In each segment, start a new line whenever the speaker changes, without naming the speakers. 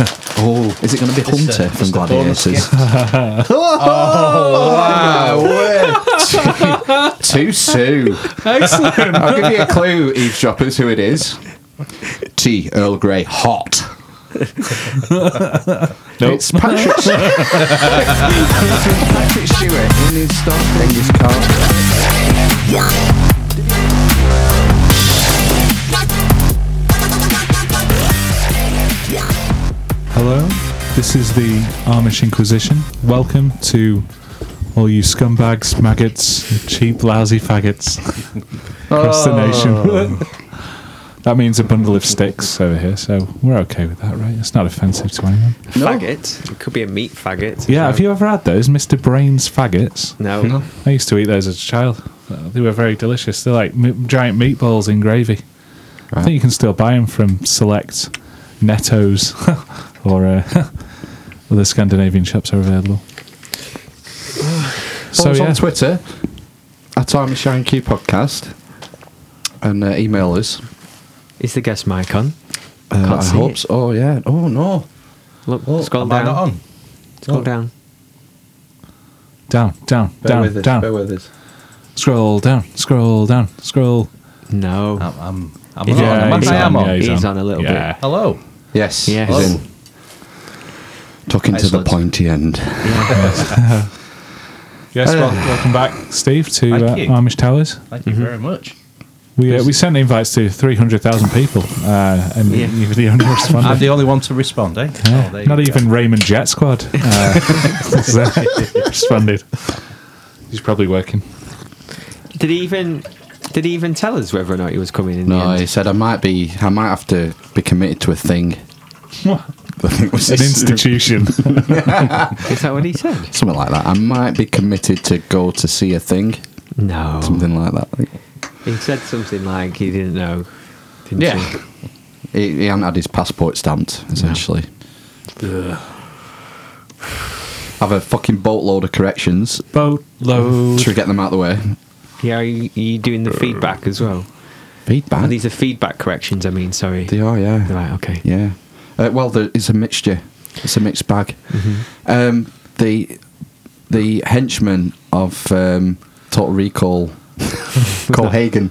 Oh,
Is it going to be Hunter
uh,
Mr.
from
Mr.
Gladiators?
Oh, wow. wait. Too soon.
Excellent.
I'll give you a clue, eavesdroppers, who it is. T. Earl Grey Hot.
Nope.
It's Patrick, It's Patrick Stewart in his stuff, Genghis Khan.
Hello, this is the Amish Inquisition. Welcome to all you scumbags, maggots, cheap, lousy faggots across the nation.
Oh.
that means a bundle of sticks over here, so we're okay with that, right? It's not offensive to anyone.
Oh,
Faggot. It could be a meat faggot.
Yeah,
So-
have you ever had those, Mr. Brain's faggots?
No.
I used to eat those as a child. They were very delicious. They're like m- giant meatballs in gravy. I think you can still buy them from select Netto's or uh, other Scandinavian shops are available.
So
So yeah,
on Twitter at Army Sharon Q Podcast and uh, email us.
Is the guest mic on?
Uh,
Can't
I
see
hope
it.
so. Oh yeah. Oh no.
Look,
Oh,
scroll
am I
down.
not on?
Scroll
Oh.
down.
down, down,
Bear
down,
with us,
down.
Bear with us.
Scroll down, scroll down, scroll.
No.
Oh.
I'm, I'm, I'm
He's
on.
on,
I'm on.
he's
I am
on,
on.
yeah.
he's
He's on a little bit.
Hello.
Yes.
Yes.
he's in. Talking
Excellent.
to the pointy end.
Yes,
Uh,
wel- welcome back, Steve, to
Thank
uh,
you.
Armish Towers.
Thank you very much.
We uh, we sent invites to three hundred thousand people, uh, and
Yeah.
you're the only respondent.
I'm the only one to respond, eh? Oh, there you
Not
go.
even Raymond Jet Squad uh, has, uh, responded. He's probably working.
Did he even? Did he even tell us whether or not he was coming in? the
No,
end?
he said I might be. I might have to be committed to a thing.
An
I think it was his-
institution.
Is that what he said?
Something like that. I might be committed to go to see a thing.
No.
Something like that.
He said something like he didn't know. Didn't
Yeah. He, he hadn't had his passport stamped, essentially. Have a fucking boatload of corrections
Boatload.
to get them out of the way.
He? Yeah. Are you, are you doing the feedback as well?
Feedback.
Are these are feedback corrections. I mean, sorry.
Uh, They are, yeah.
Right. Okay.
Yeah. Uh, well, there, it's a mixture. It's a mixed bag.
Mm-hmm.
Um, the the henchman of um, Total Recall, Colhagen,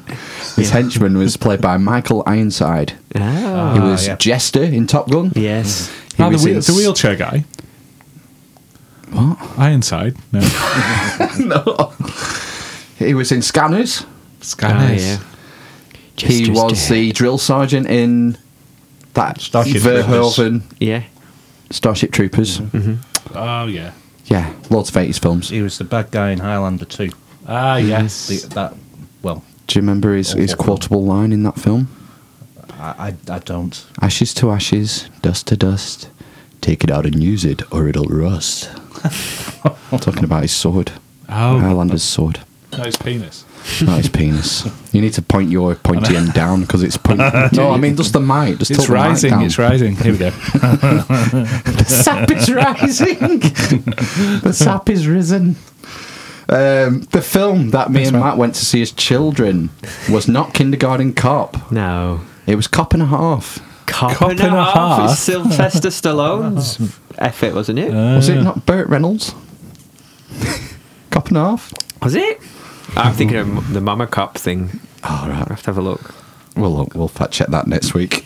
his
Yeah.
henchman was played by Michael Ironside.
Oh.
He
Ah,
was
yeah.
Jester in Top Gun.
Yes.
He
Ah, the,
was
wheel,
in
the wheelchair guy.
What?
Ironside. No.
He was in Scanners.
Ah,
Scanners.
yeah.
he
Just- just
was
dead.
the drill sergeant in that
Starship
Verhoeven
Yeah.
Starship Troopers.
Oh, yeah.
Yeah, lots of 80s films. Do
He was the bad guy in Highlander 2.
Ah, yes.
The, that, well,
you remember his,
Oh.
his
Awful.
quotable line in that film?
I, I, I don't.
Ashes to ashes, dust to dust. Take it out and use it, or it'll rust. Talking about his sword,
oh,
Highlander's sword,
no, his penis.
not his penis. You need to point your pointy end down because it's pointing. No, I mean just the mic. Just tilt
It's
the mic
rising.
down.
It's rising. Here we go.
the sap is rising. the sap is risen. Um, the film that me and Matt went to see as children was not Kindergarten Cop.
No.
It was Cop and a Half.
Cop,
and a half. Uh,
It's Sylvester Stallone's effort, wasn't it?
Was it not Burt Reynolds? Cop and a Half.
was it? I'm thinking of the Mama Cop thing.
All
I
right.
have to have a look.
We'll
uh,
look, we'll fact check that next week.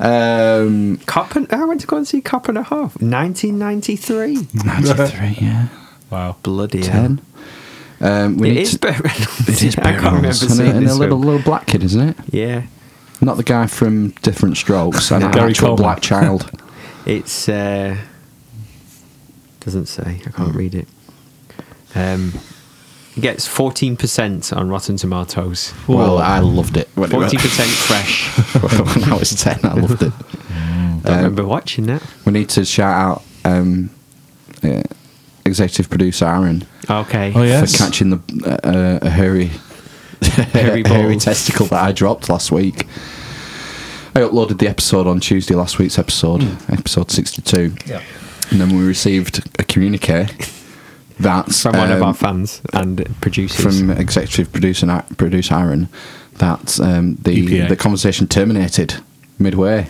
um,
Cop and I went to go and see Cop and a Half, 1993.
ninety-three. Yeah.
Wow.
Bloody hell!
Ten. Um, we
It
need
is
to-
Burt Reynolds.
It is Burt
I can't remember
Reynolds. And, a-
seeing
and a
this
little
film.
little black kid, isn't it?
Yeah,
Not the guy from Different Strokes, and an
Gary
actual
Coleman.
black child.
it's uh, doesn't say. I can't read it. Um, it gets 14 percent on Rotten Tomatoes.
well, I loved it. When it was-
40 percent fresh.
when I was 10, I loved it.
Don't remember watching that.
We need to shout out um, uh, executive producer Aaron
Okay.
Oh, yes.
for catching the uh, uh, hairy, hairy,
Hairy balls.
testicle that I dropped last week. I uploaded the episode on Tuesday, last week's episode, episode 62.
Yeah.
And then we received a communique that
from one of
um,
our fans and producers.
from executive producer producer Aaron that um, the
E
EPA.
the conversation terminated midway.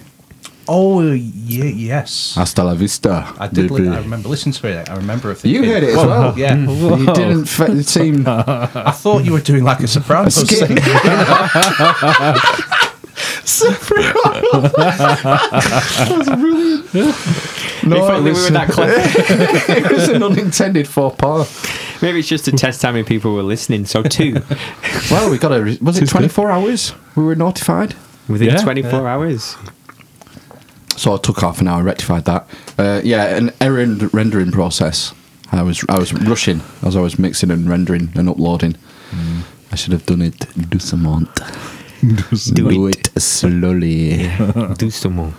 Oh, yeah, yes.
Hasta la vista.
I did. Li-
baby.
I remember listening to it. I remember it.
You
thinking,
heard it as
"Whoa,
well." Mm.
Yeah.
You didn't fe- seem
I thought you were doing like a soprano
skit.
singing.
No,
if only
it
we
was-
were that clever.
it was an unintended faux pas.
Maybe it's just to test how many people were listening. So two
Well, we got a. re- Was it
Tis good.
24 hours? We were notified.
within
Yeah.
24 hours.
So I took half an hour, rectified that. Uh, yeah, an errand rendering process. I was I was rushing as I was mixing and rendering and uploading.
Mm.
I should have done it do some month.
Do
it. slowly.
Do some more.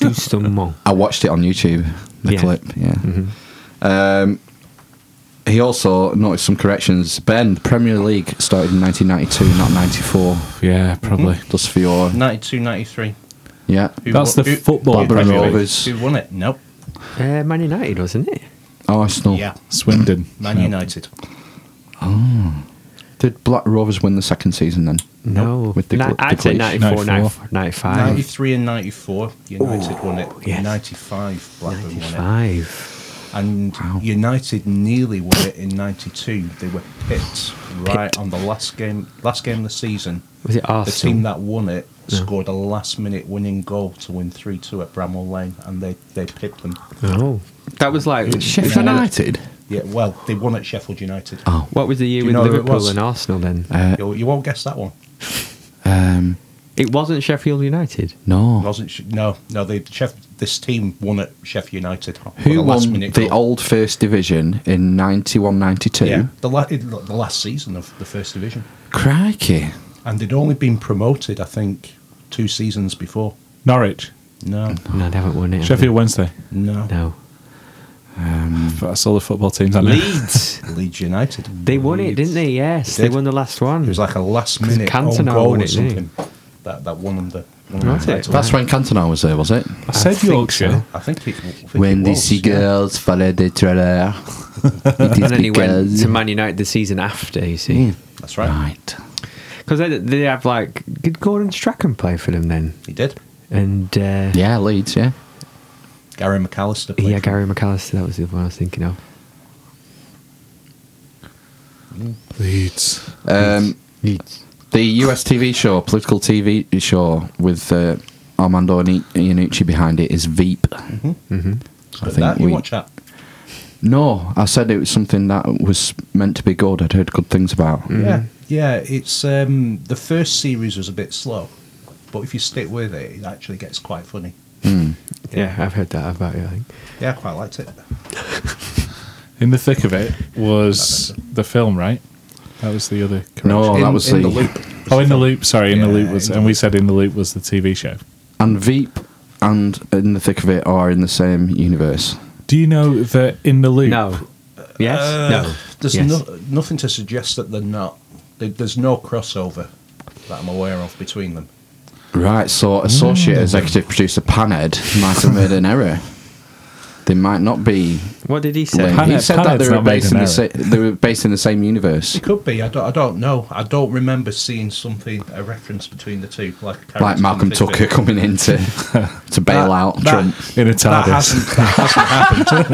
Do some more.
I watched it on YouTube. The
Yeah. Mm-hmm.
clip, yeah. Um, he also noticed some corrections. Ben, Premier League started in 1992, not 94.
Yeah, probably.
Just for your
92, 93.
yeah.
Who
That's
won-
the
who-
football
Barbara
Premier League.
Rovers.
Who won it? Nope.
Uh, Man United, wasn't it?
Oh, Arsenal.
Yeah.
Swindon.
Man United.
Did Black Rovers win the second season then?
No.
With the
Ni-
gl-
I'd
the
say
glitch.
94,
94.
95. 95.
93 and 94, United won it.
yes.
95, Blackburn won it. And
Wow.
United nearly won it in 92. They were pipped right on the last game last game of the season.
Was it
The team
Arsenal?
that won it scored a last minute winning goal to win 3 2 at Bramall Lane, and they, they pipped them.
oh. That was like.
Sheffield
Isn't that-
United.
Yeah, well, they won at Sheffield United.
Oh.
What was the year
Do you
with
know who it
Liverpool
was?
and Arsenal then?
Uh,
You, you won't guess that one.
um,
It wasn't Sheffield United.
no.
Wasn't sh- no, no. They, Chef, this team won at Sheffield United.
Who
on a
won
last-minute
the
goal.
old First Division in 91 92?
Yeah, the, la- it- the last season of the First Division,
Crikey.
and they'd only been promoted, I think, two seasons before.
Norwich.
No,
No, they haven't won it. have
Sheffield Wednesday.
no,
they? No.
That's all the football teams I know.
Leeds.
Leeds United.
They won it, didn't they? Yes, they
Did.
won the last one.
It was like a last-minute
Cantona
own goal
won
or
it, didn't he?
something that that won them the. Won
Right.
them the title.
That's when Cantona was there, was it?
I said
think
Yorkshire.
so.
I think it. I think
When
it
the
was,
seagulls follow the trailer. it is
and then he went
because-
to Man United the season after, you see.
yeah. That's right.
Right.
Because they, they have like. Did Gordon Strachan play for them then?
He did.
And. Uh,
Yeah, Leeds, yeah.
Gary McAllister. Played
Yeah,
for
Gary McAllister. That was the one I was thinking of.
Leeds.
Um, the US TV show, political TV show with uh, Armando Ian- Iannucci behind it is Veep. Mm-hmm. I
But
think
Mm-hmm. that, you
we-
watch that.
No, I said it was something that was meant to be good. I'd heard good things about.
Yeah, yeah. It's um, the first series was a bit slow, but if you stick with it, it actually gets quite funny.
Yeah, I've heard that about it, I think.
Yeah, I quite liked it.
In the thick of it was the film, right? That was the other. Correction.
No. Oh, that
In-
was
in
the-
the loop.
Oh, in the loop. Sorry, in the
Yeah,
loop was,
In the
and we
Loop.
said in the loop was the TV show.
And Veep and In the Thick of It are in the same universe.
Do you know that in the loop?
No. Yes?
Uh,
no.
There's
Yes.
no, nothing to suggest that they're not. There- There's no crossover that I'm aware of between them.
Right, so associate executive producer Panhead might have made an error. They might not be.
What did he say?
linked.
Panhead-
he said that
Panhead's
they were
not made
based
an
in the sa-
error.
they were based in the same universe,
It could be. I don't. I don't know. I don't remember seeing something a reference between the two, like a character
like
in
Malcolm
Thick of
Tucker
It.
coming in to to bail
That-
out
that-
Trump.
In a
That
TARDIS.
hasn't, that hasn't happened.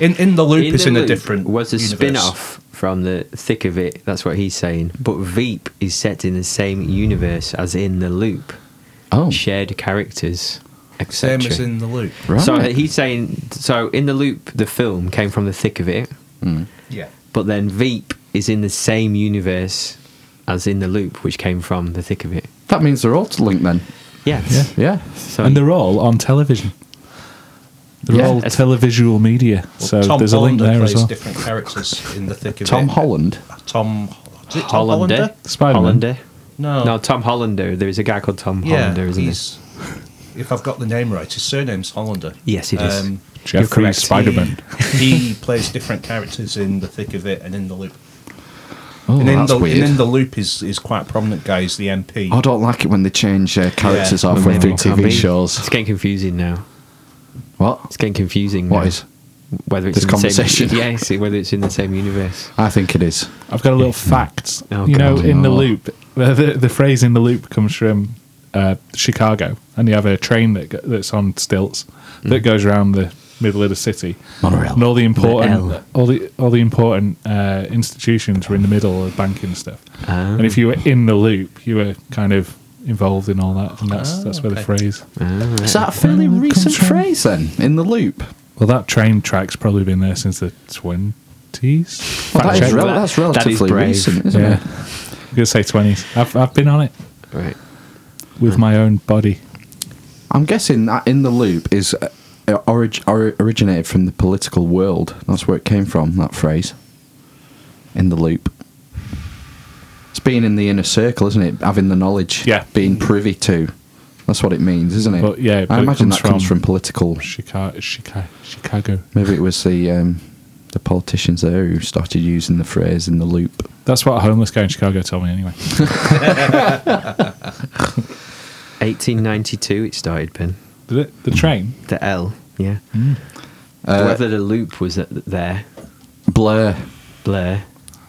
Yeah, in in the loop is
the
in a
Loop
different.
was a
universe.
spin-off from the thick of it. That's what he's saying. But Veep is set in the same universe as in the Loop,
Oh,
shared characters, etc.
Same as in the loop.
right.
So he's saying so in the Loop, the film came from the thick of it,
Yeah.
but then Veep is in the same universe as in the Loop, which came from the thick of it.
that means they're all linked then.
Yes.
Yeah.
So
and they're all on television. They're
Yeah.
all televisual media.
Well,
so
Tom
there's a link
Hollander
there as
plays
well.
different characters in the thick of
Tom
it.
Holland.
Tom. Is it Tom
Hollander.
Hollander?
Spider-Man.
Hollander.
No.
No, Tom Hollander. There is a guy called Tom
Yeah,
Hollander, isn't there?
he's- If I've got the name right, his surname's Hollander. Um,
Yes, it is.
Jeffrey
correct.
Spiderman.
He, he plays different characters in the thick of it and in the loop.
Oh,
and, in
that's
the,
weird.
and in the loop is is quite a prominent guy. Is the MP?
I don't like it when they change uh, characters
Yeah.
halfway
Maybe
through
it can
TV
be. It's
shows.
getting confusing now.
What?
It's getting confusing.
What
now.
is?
whether it's
this
in
conversation?
The same, yes, whether it's in the same universe.
I think it is.
I've got a little fact.
Oh,
you know,
God,
in the
no.
loop, the, the, the phrase in the loop comes from uh, Chicago, and you have a train that go- that's on stilts that
Mm.
goes around the middle of the city,
Monorail.
and all the important,
L.
all the all the important uh, institutions were in the middle of banking and stuff.
Ah.
And if you were in the loop, you were kind of involved in all that, and that's that's where the
okay.
phrase.
Is that a fairly
Well, it
recent
comes from-
phrase then? In the loop.
Well, that train track's probably been there since the twenties.
Well, that is
check
rel-
that.
that's
That is
relatively
brave.
recent, isn't
yeah,
it?
I'm gonna say twenties. I've I've been on it
Right.
with my own body.
I'm guessing that in the loop is uh, orig- or- originated from the political world. That's where it came from. That phrase. In the loop. It's being in the inner circle, isn't it? Having the knowledge.
Yeah.
Being privy to. That's what it means, isn't it?
But, yeah, but
I
it
imagine
comes
that comes
from-
from political.
Chicago, Chicago, Chicago.
Maybe it was the um, the politicians there who started using the phrase in the loop.
That's what a homeless guy in Chicago told me anyway.
1892 it started, Ben.
Did it? The train?
The L, yeah.
Mm. Uh,
Whether the loop was at there,
Blair,
Blair.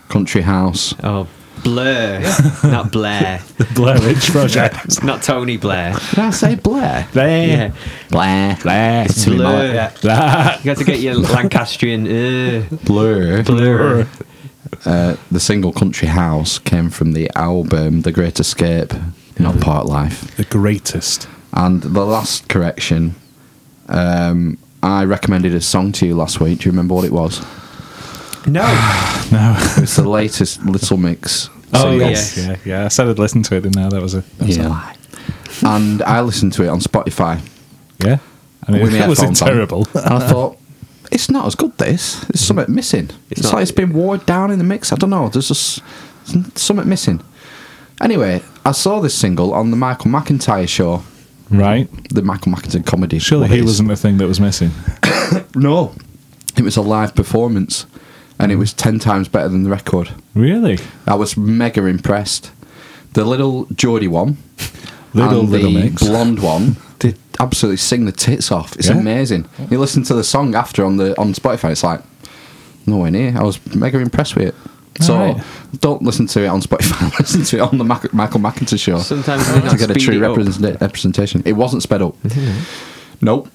country house.
Oh, Blur, not Blair.
The Blair Witch Project.
It's not Tony Blair.
Did I say Blair?
Yeah.
Blair.
Blair.
Blair.
Blur.
Yeah.
Blair.
You got to get your Lancastrian. Uh,
Blur.
blur.
Uh, the single country house came from the album The Great Escape, not Part Life.
The greatest.
And the last correction, um, I recommended a song to you last week. Do you remember what it was?
No.
No.
It's the latest Little Mix.
Oh,
single.
yes. Yeah, yeah. I said I'd listen to it, didn't I? That was a. That was
Yeah. And I listened to it on Spotify.
A, yeah. I mean,
with my
it wasn't
headphones on.
terrible.
And I thought, it's not as good. This there's something missing. It's,
not-
like it's been watered down in the mix. I don't know. There's just there's something missing. Anyway, I saw this single on the Michael McIntyre show,
right.
the Michael McIntyre comedy.
Surely
what it
he
is.
wasn't the thing that was missing.
No, it was a live performance, and it was ten times better than the record.
Really?
I was mega impressed. The little Geordie one,
Little,
and
little
the
mix.
blonde one did absolutely sing the tits off. It's
Yeah?
amazing. You listen to the song after on the on Spotify. It's like nowhere near. I was mega impressed with it. So
Alright.
don't listen to it on Spotify. listen to it on the Mac- Michael McIntyre show
Sometimes they
to
not
get a
speed
true
it up.
represent- representation. It wasn't sped up. Nope.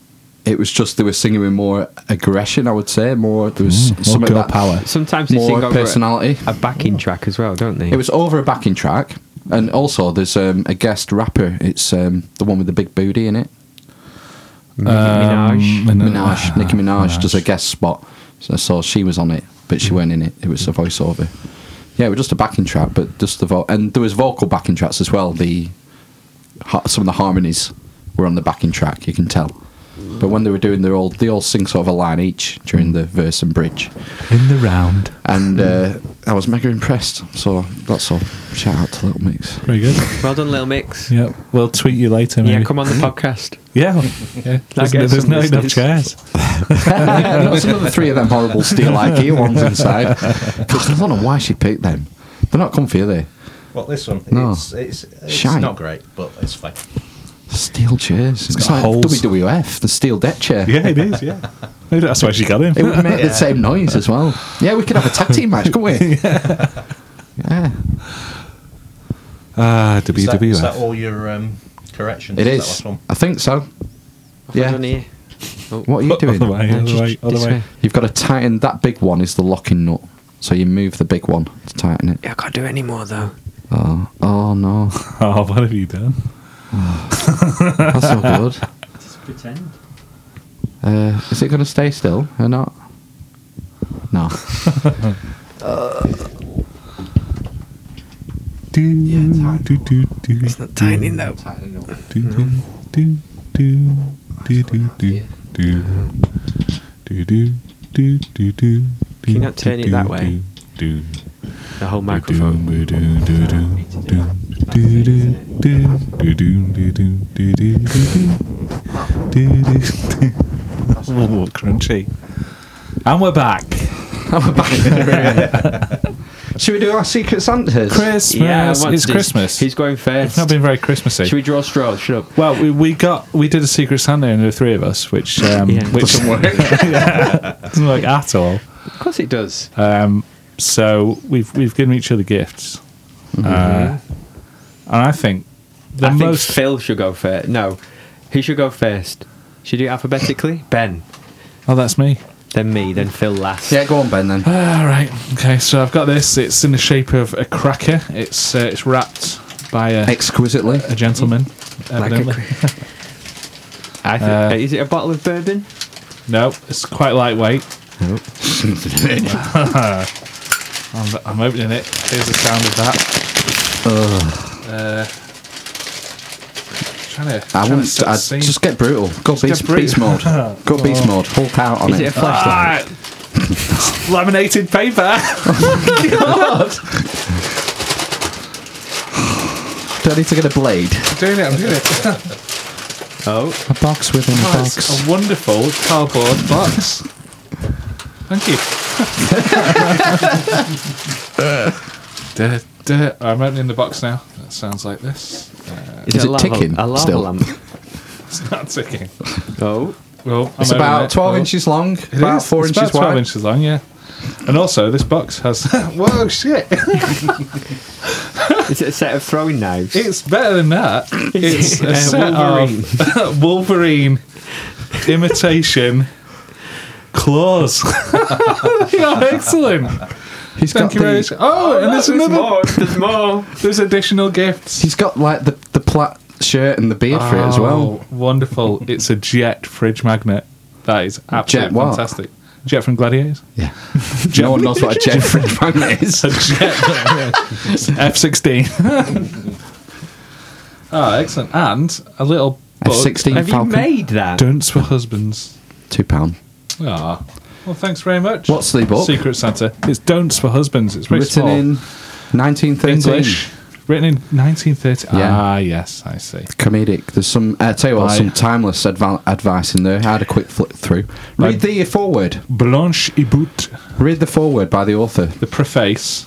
It was just they were singing with more aggression. I would say more. There was
Mm, more
some of
girl
that
power.
Sometimes they
more
sing over
personality.
a backing track as well, don't they?
It was over a backing track, and also there's um, a guest rapper. It's um, the one with the big booty in it.
Nicki Minaj.
Um,
Minaj, Nicki Minaj, does a
Minaj.
guest spot. So, so she was on it, but she weren't in it. It was a voiceover. Yeah, it was just a backing track, but just the vo- and there was vocal backing tracks as well. The ha- some of the harmonies were on the backing track. You can tell. But when they were doing their all, they all sing sort of a line each during the verse and bridge,
In the round.
and uh, I was mega impressed. So that's all. Shout out to Little Mix.
Very good.
Well done, Little Mix.
Yeah. We'll tweet you later, maybe.
yeah come on the podcast.
Yeah. yeah. There's,
gets
there's
some
not enough
listeners.
chairs.
there was another three of them horrible steel IKEA ones inside. God, I don't know why she picked them. They're not comfy, are they?
Well, this one,
No.
it's, it's, it's
Shite.
not great, but it's fine.
Steel chairs. It's,
got
like
holes.
WWF, the steel deck chair.
Yeah, it is. Yeah, Maybe that's why she got
It
him.
would make the same noise as well. Yeah, we could have a tag team match, couldn't we? yeah.
Ah,
Is that, is that
WWF.
all your um, corrections?
It
That
is.
last one?
I think so.
I've
Yeah.
done here. Oh,
What are you
Other
doing?
way,
No,
other
just
way, other
this
way.
way.
You've got to tighten that big one is the locking nut. So you move the big one to tighten it.
Yeah, I can't do any more though.
Oh, oh no.
Oh, what have you done?
That's not good.
Just pretend.
Uh, is it going to stay still or not? No.
Do,
Yeah,
do, do, do,
It's not tightening though.
do, do, do, do, do, do, do, do, do, do, do, do.
Can you not turn it that way?
Do,
The whole microphone.
do, do, do, do, do, do. Do, do, do, do, do, do, do, do, do, do, do, do, do. Oh, crunchy. And we're back.
I'm back in the room. Should we do our Secret Santas?
Christmas.
I want
it's
to do-
Christmas.
He's going
It's
first.
not been very Christmassy.
Should we draw straws? Shut up.
well, we, we got we did a Secret Santa in the three of us, which um,
Yeah.
which doesn't work. doesn't work at all.
Of course it does.
Um, so we've we've given each other gifts, Uh, and I think the
Mm-hmm. I think
most.
Phil should go first. No, who should go first? Should you do it alphabetically? Ben,
oh, that's me.
then me, then Phil last.
Yeah, go on, Ben, then.
All right. Okay, so I've got this. It's in the shape of a cracker. It's uh, it's wrapped by a,
Exquisitely.
a gentleman.
Like a,
evidently.
I thi-
Uh,
is it a bottle of bourbon?
No, it's quite lightweight. I'm, I'm opening it. Here's the sound of that. Uh, trying to.
I
trying to
wouldn't.
set the
I'd
scene.
just get brutal. Go beast,
get
beast mode. Go beast mode. Hulk out on
Is it a flashlight?
Ah! Laminated paper. Oh
Do I need to get a blade?
I'm doing it. I'm doing it.
Oh,
A box within a
Oh, it's a wonderful cardboard box. Thank you. Duh, duh. I'm opening the box now. That sounds like this.
is,
Uh, Is
a
it
lava,
ticking
A lava
still?
lamp.
It's not ticking.
Oh,
Well, I'm
It's
opening
about
it.
12
Well,
inches long,
it
about
is.
4
It's
inches
about 12
wide.
inches long, yeah. And also, this box has. Whoa, shit!
is it a set of throwing knives?
It's better than that. It's
Uh,
a set of Wolverine imitation claws. they are excellent.
He's
Thank
got
you very much.
the,
Oh, and there's another.
There's more.
There's additional gifts.
He's got like the, the plat shirt and the beard for it as well.
Oh, Wonderful. It's a jet fridge magnet. That is absolutely
Jet what?
fantastic. Jet from Gladiators.
Yeah. no one knows what a jet fridge magnet is.
A jet F sixteen. Ah, excellent. And a little book.
F-16
Have you
Falcon.
made that?
Dunce for husbands.
Two pound.
Ah. Well, thanks very much.
What's the book?
Secret Santa. It's Don'ts for Husbands. It's very
Written
small.
in 1913.
English. Written in 1930.
Yeah.
Ah, yes, I see.
Comedic. There's some. I tell you what,
Aye.
some timeless adva- advice in there. I had a quick flip through. Read
Right.
the foreword.
Blanche Ibout.
Read the foreword by the author.
the preface.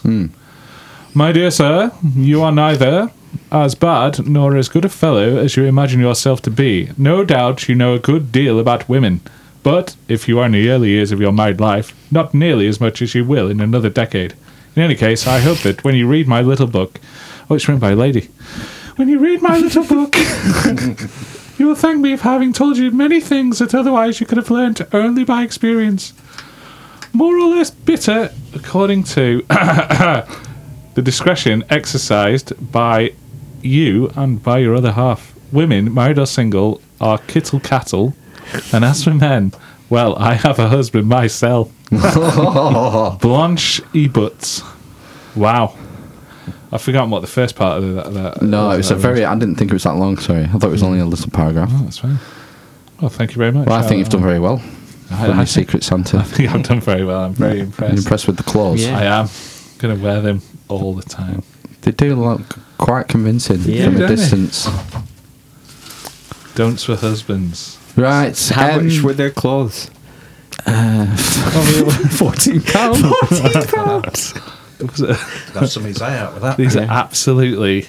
My dear sir, you are neither as bad nor as good a fellow as you imagine yourself to be. No doubt you know a good deal about women, but if you are in the early years of your married life, not nearly as much as you will in another decade. In any case, I hope that when you read my little book, oh, it's written by a lady. When you read my little book, you will thank me for having told you many things that otherwise you could have learnt only by experience more or less bitter, according to the discretion exercised by you and by your other half. Women, married or single, are kittle cattle, and as for men, well, I have a husband myself. Blanche Ebutts. Wow. I've forgotten what the first part of that. that
No,
was
it was a
that
very. I didn't think it was that long. Sorry, I thought it was only a little paragraph.
Oh, that's fine. Well, thank you very much.
Well, I think you've done very well.
I-
From
I-
your Secret Santa.
I think I've done very well. I'm very
I'm
impressed.
impressed with the claws.
Yeah.
I am going to wear them all the time.
They do look quite convincing
Yeah,
from
don't
a
they?
distance.
Don'ts for husbands.
Right.
How
um,
much were their clothes?
Oh, Fourteen pounds.
Have somebody's eye out with that.
These are
Yeah.
absolutely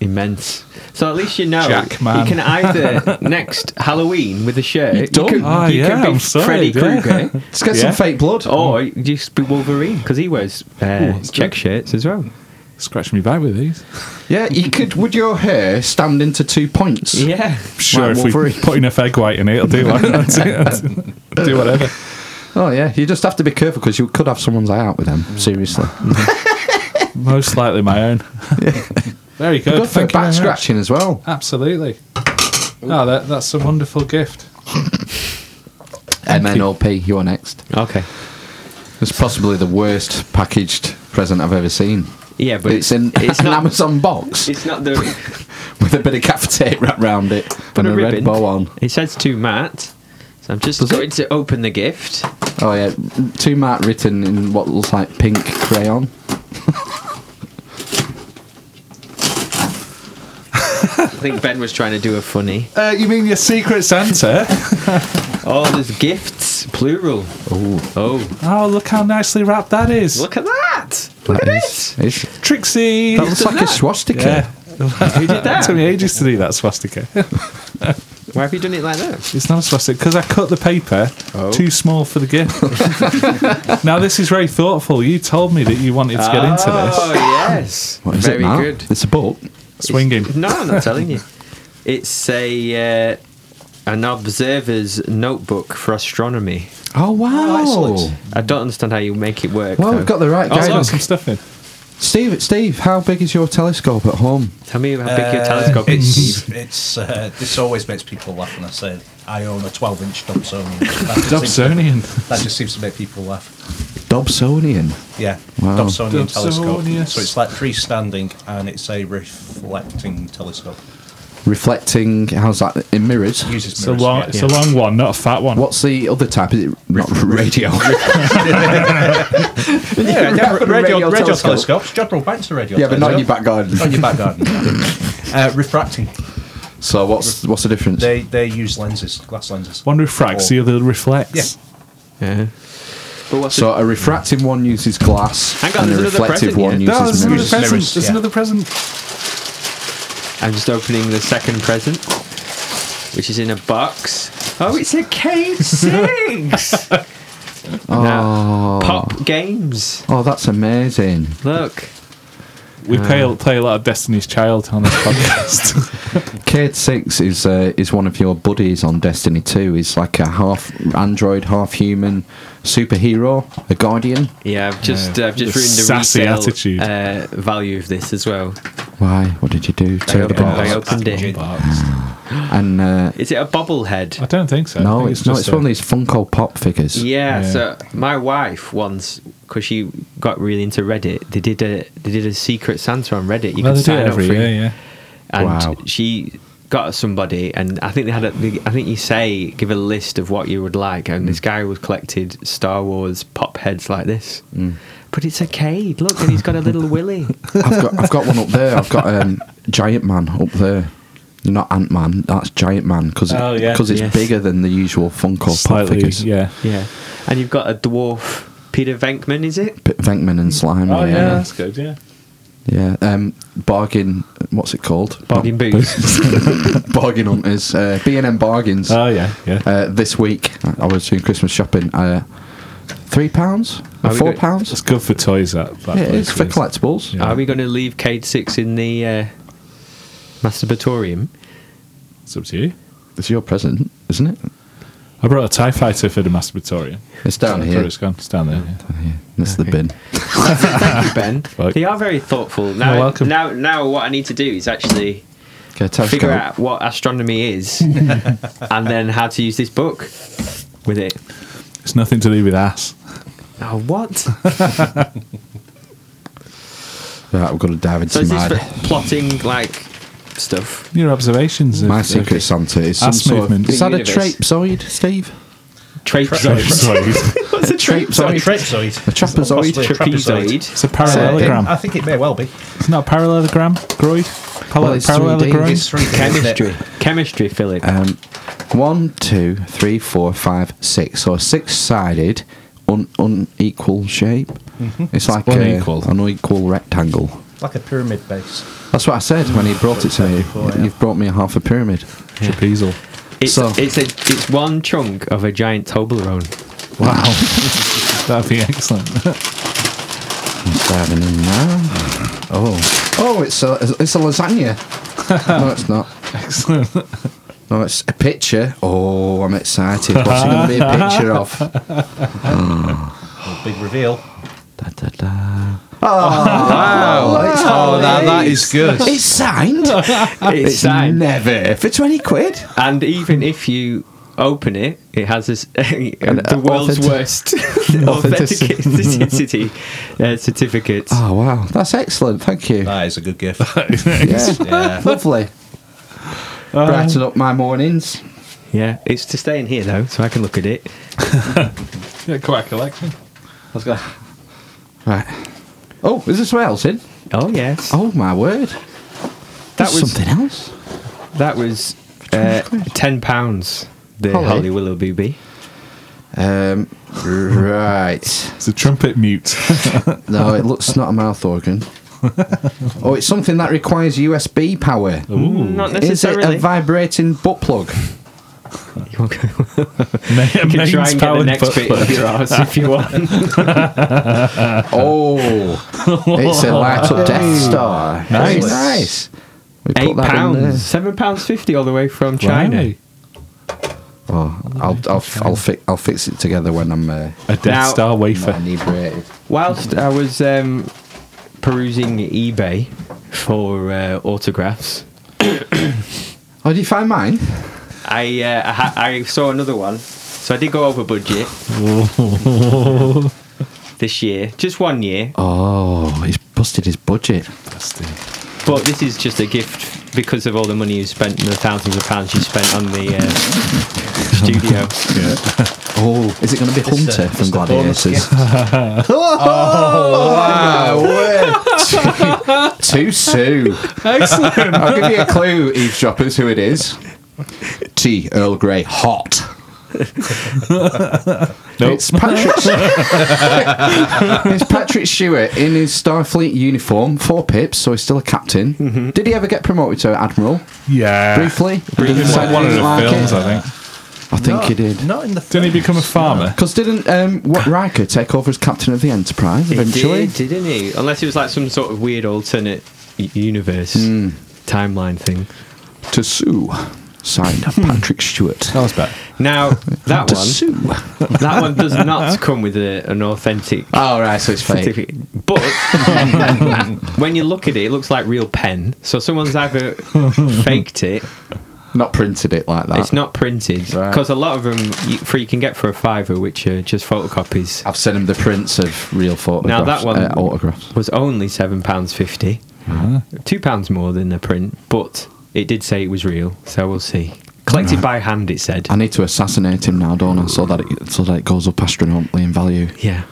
Immense. So at least you know
Jack, man.
you can either next Halloween with a shirt. You
done.
can,
Ah,
you
yeah,
can be
I'm sorry,
Freddy
yeah.
Krueger,
Let's get
Yeah.
some fake blood. Oh.
or you can just be Wolverine because he wears uh,
that's
check
good.
shirts as well.
scratching me back with these.
Yeah, you could. Would your hair stand into two points?
Yeah.
Sure,
Like
if we
Wolverine.
put enough egg white in it, it'll do one. That's it. That's- do whatever.
Oh yeah. You just have to be careful because you could have someone's eye out with them. Seriously.
Most likely my own. Very good.
Good for
Thank you very
back
much.
scratching as well.
Absolutely. Oh, that, that's a wonderful gift.
MNOP. You're next.
Okay.
It's possibly the worst packaged present I've ever seen.
Yeah, but
it's in
it's
an
not-
Amazon box
It's not the.
with a bit of cafe tape wrapped round it
Put
and
a
a,
ribbon.
red bow on.
It says to Matt. So I'm just
Does it?
going to open the gift.
Oh yeah, two mark written in what looks like pink crayon.
I think Ben was trying to do a funny.
Uh, you mean your Secret Santa?
Oh, there's gifts, plural. Oh, oh,
oh, look how nicely wrapped that is.
look at that! Look
That
at
is-
this!
is-
Trixie.
that looks like a swastika.
yeah. Who did
that?
took me ages to do that swastika.
Why have you done it like that?
It's not a swastika because I cut the paper
Oh.
too small for the gift. now this is very
Ah.
thoughtful. You told me that you wanted to get into this.
Oh yes,
What is
very
it, Matt?
good.
It's a book.
Swinging.
No, I'm not telling you. It's a uh, an observer's notebook for astronomy.
Oh wow!
excellent.
I don't understand how you make it work.
well,
though.
we've got the right
Oh,
guy.
look, some stuff in.
Steve, Steve, how big is your telescope at home?
Tell me how big your
Uh,
telescope is.
It's, it's, uh, this always makes people laugh when I say I own a 12 inch Dobsonian. That just seems to-
Dobsonian.
That just seems to make people laugh.
Dobsonian.
Yeah,
Wow.
Dobsonian telescope.
Dobsonius.
So it's like freestanding and it's a reflecting telescope.
Reflecting. How's that in mirrors?
It uses
It's a
mirrors.
long, it's a long one, not a fat one.
What's the other type? Is it not radio?
yeah,
radio-
yeah, radio,
radio
radio,
telescope.
telescopes. John Paul Banks a radio
yeah, but not in your
telescope.
back garden.
Not in your back garden. uh, refracting.
So what's what's the difference?
They they use lenses, glass lenses.
One refracts, the
Or-
other
Oh.
reflects.
Yeah.
Yeah. But what's
So a refracting one uses glass,
Hang on,
and a
there's another
reflective
present
one
here.
No,
uses
there's another
mirrors.
present.
Mirrors,
There's
yeah.
another present.
I'm just opening the second present, which is in a box. Oh, it's a K6! Now, Pop games.
Oh, that's amazing.
Look.
We play, play a lot of Destiny's Child on this podcast.
Cade Six is uh, is one of your buddies on Destiny Two. He's like a half android, half human superhero, a guardian.
Yeah, I've just I've just
The
ruined the
sassy
retail,
attitude.
Uh, value of this as well.
Why? What did you do? Tear the
opened-
box.
I opened it.
And uh,
Is it a bobblehead?
I don't think so. I
no,
think
it's not.
just
It's
a-
one of these Funko Pop figures.
Yeah,
Yeah.
So my wife once, because she got really into Reddit, they did a they did a Secret Santa on Reddit. You
Well,
could
they do
sign
it
up
every
for
year,
it.
yeah.
and
Wow.
she got somebody, and I think they had. A, they- I think you say give a list of what you would like, and
Mm.
this guy was collected Star Wars pop heads like this.
Mm.
But it's a Cade. Look, and he's got a little Willy.
I've got I've got one up there. I've got um, Giant Man up there. Not Ant Man. That's Giant Man because
Oh, yeah.
it's
Yes.
bigger than the usual Funko Pop
Slightly,
figures.
yeah.
Yeah, and you've got a dwarf Peter Venkman. Is it?
P- Venkman and Slime.
Oh, yeah,
yeah.
that's good, yeah.
Yeah, Um, bargain. What's it called?
Bargain boots.
bargain hunters. Uh, B&M bargains.
Oh, yeah, yeah.
uh, this week I was doing Christmas shopping. Uh, three pounds,
Are we
four
good?
pounds.
It's good for toys, that. that
Yeah, it
place
is for collectibles.
Yeah.
Are we going to leave Cade Six in the uh, masturbatorium?
It's up to you.
It's your present, isn't it?
I brought a TIE fighter for the masturbatorium.
It's down
I thought
here.
It's gone. It's down there. yeah.
Yeah, that's the
Okay.
bin.
Thank you, Ben.
Right.
They are very thoughtful. Now,
You're welcome.
now, now, what I need to do is actually.
Okay, telescope.
figure out what astronomy is and then how to use this book with it.
It's nothing to do with ass.
Oh, what?
Right, we've got to dive into
So is
my
this for plotting like stuff?
Your observations. of-
my
of-
secret Santa is some
Ass
sort
movement.
of. Is that a
Universe.
trapezoid, Steve?
Trapezoid. What's a
Sorry,
Trapezoid.
trapezoid.
A trapezoid.
Possibly a
Trapezoid.
it's a parallelogram.
I think it may well be.
It's not a parallelogram. Groid. Pal-
Well, it's 3D.
parallelogram.
It's
three
Chemistry. Chemistry, Philip.
Um, one, two, three, four, five, six. So a six-sided, un- unequal shape. It's like a-
unequal.
an unequal rectangle.
Like a pyramid base.
That's what I said when he brought it to me.
yeah.
You've brought me a half a pyramid.
Trapezoid.
it's,
so-
it's, a, it's one chunk of a giant Toblerone.
Wow. That'd be excellent.
What's happening now? Oh, oh, it's a it's a lasagna. no, it's not.
excellent.
No, it's a picture. Oh, I'm excited. What's it going to be a picture of?
Oh, Big reveal.
Da, da, da.
Oh, now that is good.
It's signed.
It's signed.
Never for twenty quid.
And even if you open it, it has this, the
uh,
world's
authentic-
worst authenticity uh, certificate.
Oh wow, that's excellent. Thank you.
That is a good gift.
Yeah.
yeah. Um,
Lovely. Brighten up my mornings.
Yeah, it's to stay in here though, so I can look at it.
Yeah, quite a collection.
Let's go. Right. Oh, is this where else in?
Oh yes,
Oh my word.
that
That's
was
something else.
that was uh, ten pounds. The
Holly.
Holly Willoughby. bee.
Um, right.
It's a trumpet mute.
No, it looks not a mouth organ. Oh, it's something that requires USB power.
Not
Is it
necessarily.
a vibrating butt plug?
you can
Ma-
try
mains
and get the
powered
next
butt
bit
plug.
of your arse if you want.
Oh, it's a light up Death Star.
Nice.
nice. We put that
Eight
in there.
pounds, seven pounds fifty, all the way from China.
Right.
Oh, I'll I'll f- I'll, fi- I'll fix it together when I'm uh,
A Death
Now-
Star wafer.
not inebriated.
Whilst I was um, perusing eBay for uh, autographs,
Oh, did you find mine?
I uh, I, ha- I saw another one. So I did go over budget this year, just one year.
Oh, he's busted his budget.
But this is just a gift because of all the money you spent, the thousands of pounds you spent on the uh, studio.
Oh, is it going to
uh,
be
It's
Hunter
a-
from
it's a bonus
Gladiators?
gift.
wow! Too soon. Excellent. I'll give you a clue, eavesdroppers, who it is. T. Earl Grey, hot.
Nope.
It's Patrick. it's Patrick Stewart in his Starfleet uniform, four pips, so he's still a captain.
Mm-hmm.
Did he ever get promoted to admiral?
Yeah.
Briefly,
Ah. Briefly.
Didn't say
One of
he
the
didn't like
films,
it.
I think.
I think he did.
Not in the.
Didn't he
films.
become a farmer?
Because didn't um, what Riker take over as captain of the Enterprise
He
eventually?
did, didn't he? Unless it was like some sort of weird alternate u- universe
Hmm.
timeline thing.
To sue, signed
Hmm.
Patrick Stewart.
That was bad.
Now that
to
one,
sue.
that one does not come with a, an authentic
Oh right, so it's fake.
certificate. But when you look at it, it looks like real pen. So someone's either faked it.
Not printed it like that.
It's not printed
Right.
because a lot of them you, for you can get for a fiver, which are just photocopies.
I've sent him the prints of real photographs.
Now that one
uh, autographs. Ah.
was only seven pounds fifty, two pounds more than the print, but it did say it was real. So we'll see. Collected
Ah.
by hand, it said.
I need to assassinate him now, don't I? So that it, so that it goes up astronomically in value.
Yeah.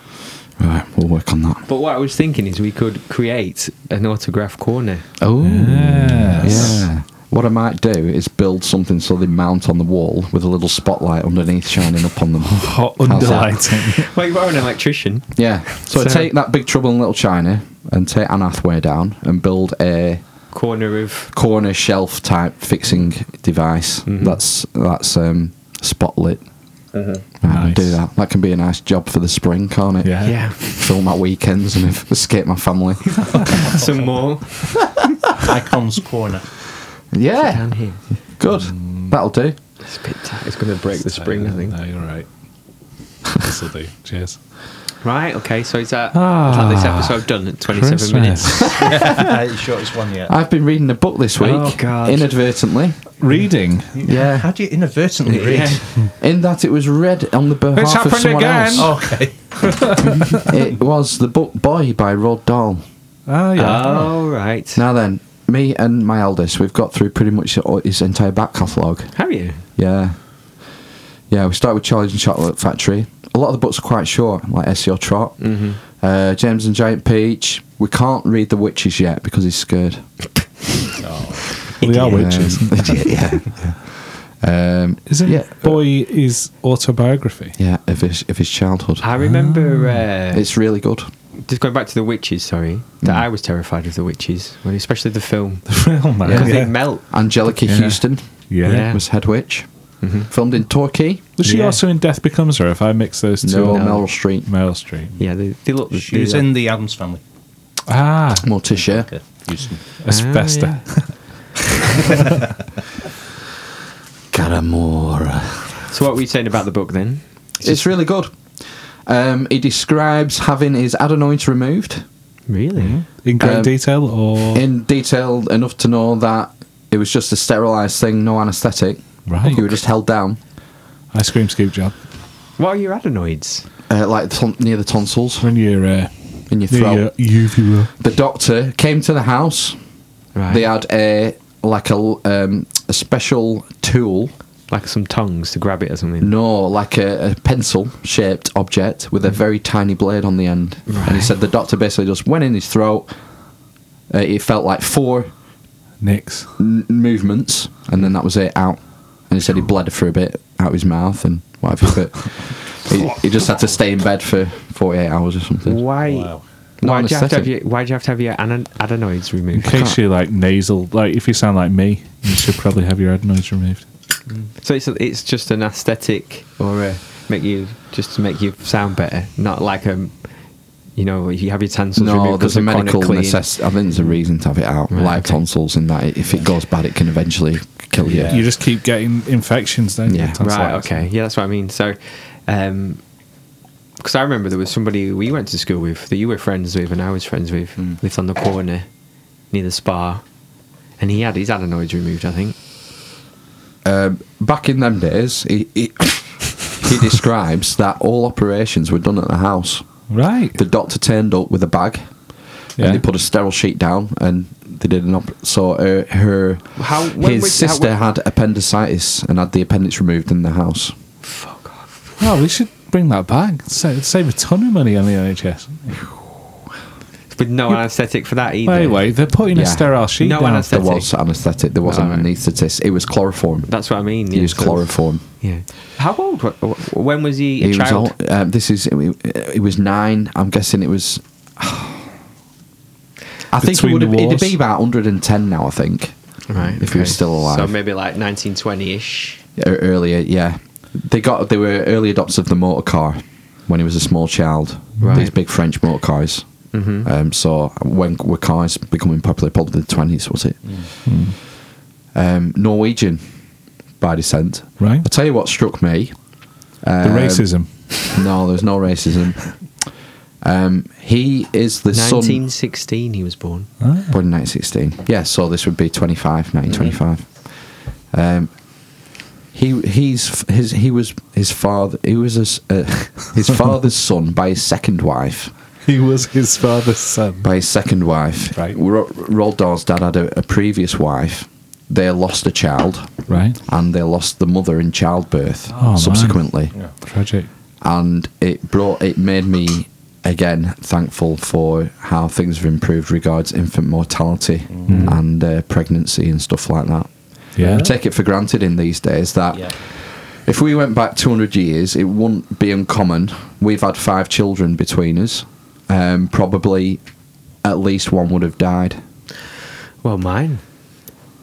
Right, we'll work on that.
But what I was thinking is we could create an autograph corner.
Oh.
Yes.
Yeah. What I might do is build something so they mount on the wall with a little spotlight underneath shining up on them.
Hot
How's that?
underlighting.
Well, you are an electrician.
Yeah. So, I
So-
take that Big Trouble in Little China and take Anne Hathaway down and build a
Corner of
corner shelf type fixing device that's that's um, spotlit. Right, I'll Do
Nice.
that. That can be a nice job for the spring, can't it?
Yeah.
yeah,
Fill my weekends and escape my family.
some more
Icons Corner.
yeah.
down here.
Good. That'll do.
It's a bit tight. It's going to break the spring, I think.
No, you're right. This'll do. Cheers.
Right. Okay. So is that,
Ah.
is that this episode done at 27 minutes?
it's short as one yet.
I've been reading a book this week
Oh, God.
inadvertently.
Reading.
Yeah.
How do you inadvertently read?
Yeah.
In that it was read on the behalf of
happened
someone
again.
else.
Okay.
It was the book Boy by Rod Dahl.
Oh, yeah.
All right.
Now then, me and my eldest, we've got through pretty much all- his entire back catalogue.
Have you?
Yeah. Yeah, we start with Charlie's and Chocolate Factory. A lot of the books are quite short, like S.E.O. Trot, mm-hmm. uh, James and Giant Peach. We can't read The Witches yet because he's scared.
Oh.
Well, they are
Um,
witches.
yeah. yeah. Um,
Isn't
yeah,
Boy is autobiography?
yeah, of his, of his childhood.
I remember uh,
It's really good.
just going back to the witches. Sorry, that
Mm.
I was terrified of the witches, when- especially the film
The real man.
because they melt.
Angelica
Yeah. Mm-hmm.
Houston
Yeah.
Yeah.
was head witch. Filmed in Turkey.
Was she
Yeah.
also in Death Becomes Her? If I mix those two,
No,
up?
Meryl Streep.
Meryl Streep.
Yeah, they, they look.
She was
they-
in the Adams family.
Ah,
Morticia.
Okay. Houston.
Asbesta.
Caramora.
So what were you saying about the book then?
It's really good. Um, he describes having his adenoids removed.
Hmm?
Really?
In great
Um,
detail,
Oh.
or
in detail enough to know that it was just a sterilised thing, no anaesthetic.
Right.
You were just held down,
ice cream scoop job
What are your adenoids?
uh, like ton- near the tonsils
when you're uh,
in your
near
throat.
your uvula.
The doctor came to the house.
Right.
They had a like a l- um, a special tool,
like some tongues to grab it or something.
no, like a, a pencil shaped object with a very tiny blade on the end. And he
Mm. Right.
said the doctor basically just went in his throat. Uh, it felt like four
Nicks.
n- movements, and then that was it out. And he said he bled for a bit out of his mouth and whatever, but he, he just had to stay in bed for 48 hours or something.
Why?
Wow.
Why, do you have to
Non-aesthetic.
have your, why do you have to have your anon- adenoids
In
removed?
case you like nasal, like if you sound like me, you should probably have your adenoids removed.
So it's it's just an aesthetic, or a, make you just to make you sound better, not like a um, you know, you have your tonsils
no,
removed
there's a
they're
medical
chronically-
necessity. I think there's a reason to have it out.
Right,
like
okay.
tonsils, and that if it goes bad, it can eventually kill you.
Yeah.
You just keep getting infections, don't you?
Yeah.
That's
right.
like-
Okay. Yeah, that's what I mean. So, um 'cause because I remember there was somebody we went to school with that you were friends with and I was friends with,
Hmm.
lived on the corner near the spa, and he had his adenoids removed. I think.
Back in them days, he, he, he describes that all operations were done at the house.
Right.
The doctor turned up with a bag,
Yeah.
and they put a sterile sheet down, and they did an op. So her, her
How- when
his
was- how-
sister had appendicitis and had the appendix removed in the house.
Well, we should bring that back. Sa- Save a ton of money on the NHS.
With no anaesthetic for that either.
Wait, wait. They're putting a
Yeah.
sterile sheet
No
down.
anaesthetic.
There was anaesthetic. There was
Right.
an anaesthetist. It was chloroform.
That's what I mean.
He
yeah,
used
so-
chloroform.
Yeah. How old? wa- wa- When was he a
he
child?
was all, um, this is it was nine i'm guessing it was i think it
Between
would
the
have, it'd
wars.
be about 110 now i think
Right.
if he was
okay.
still alive
So maybe like 1920-ish.
E- earlier yeah they got they were early adopters of the motor car when he was a small child
Right.
these big french motor cars um, so when were cars becoming popular probably the 20s was it um, norwegian by descent
Right.
i tell you what struck me
The racism.
no there's no racism um, he is the son
1916 he was born.
Ah.
Born in 1916. Yeah, so this would be 25, 1925.
Mm-hmm.
Um, he he's f- his he was his father. He was his, uh, his father's son by his second wife.
He was his father's son.
By his second wife,
Right.
Ro- Roald Dahl's dad had a, a previous wife. They lost a child,
Right.
and they lost the mother in childbirth
Oh, man.
subsequently.
Tragic.
And it brought it made me again thankful for how things have improved regards infant mortality and uh, pregnancy and stuff like that.
Yeah.
We take it for granted in these days that
Yeah.
if we went back 200 years, it wouldn't be uncommon. We've had five children between us. Um, probably at least one would have died
Well, mine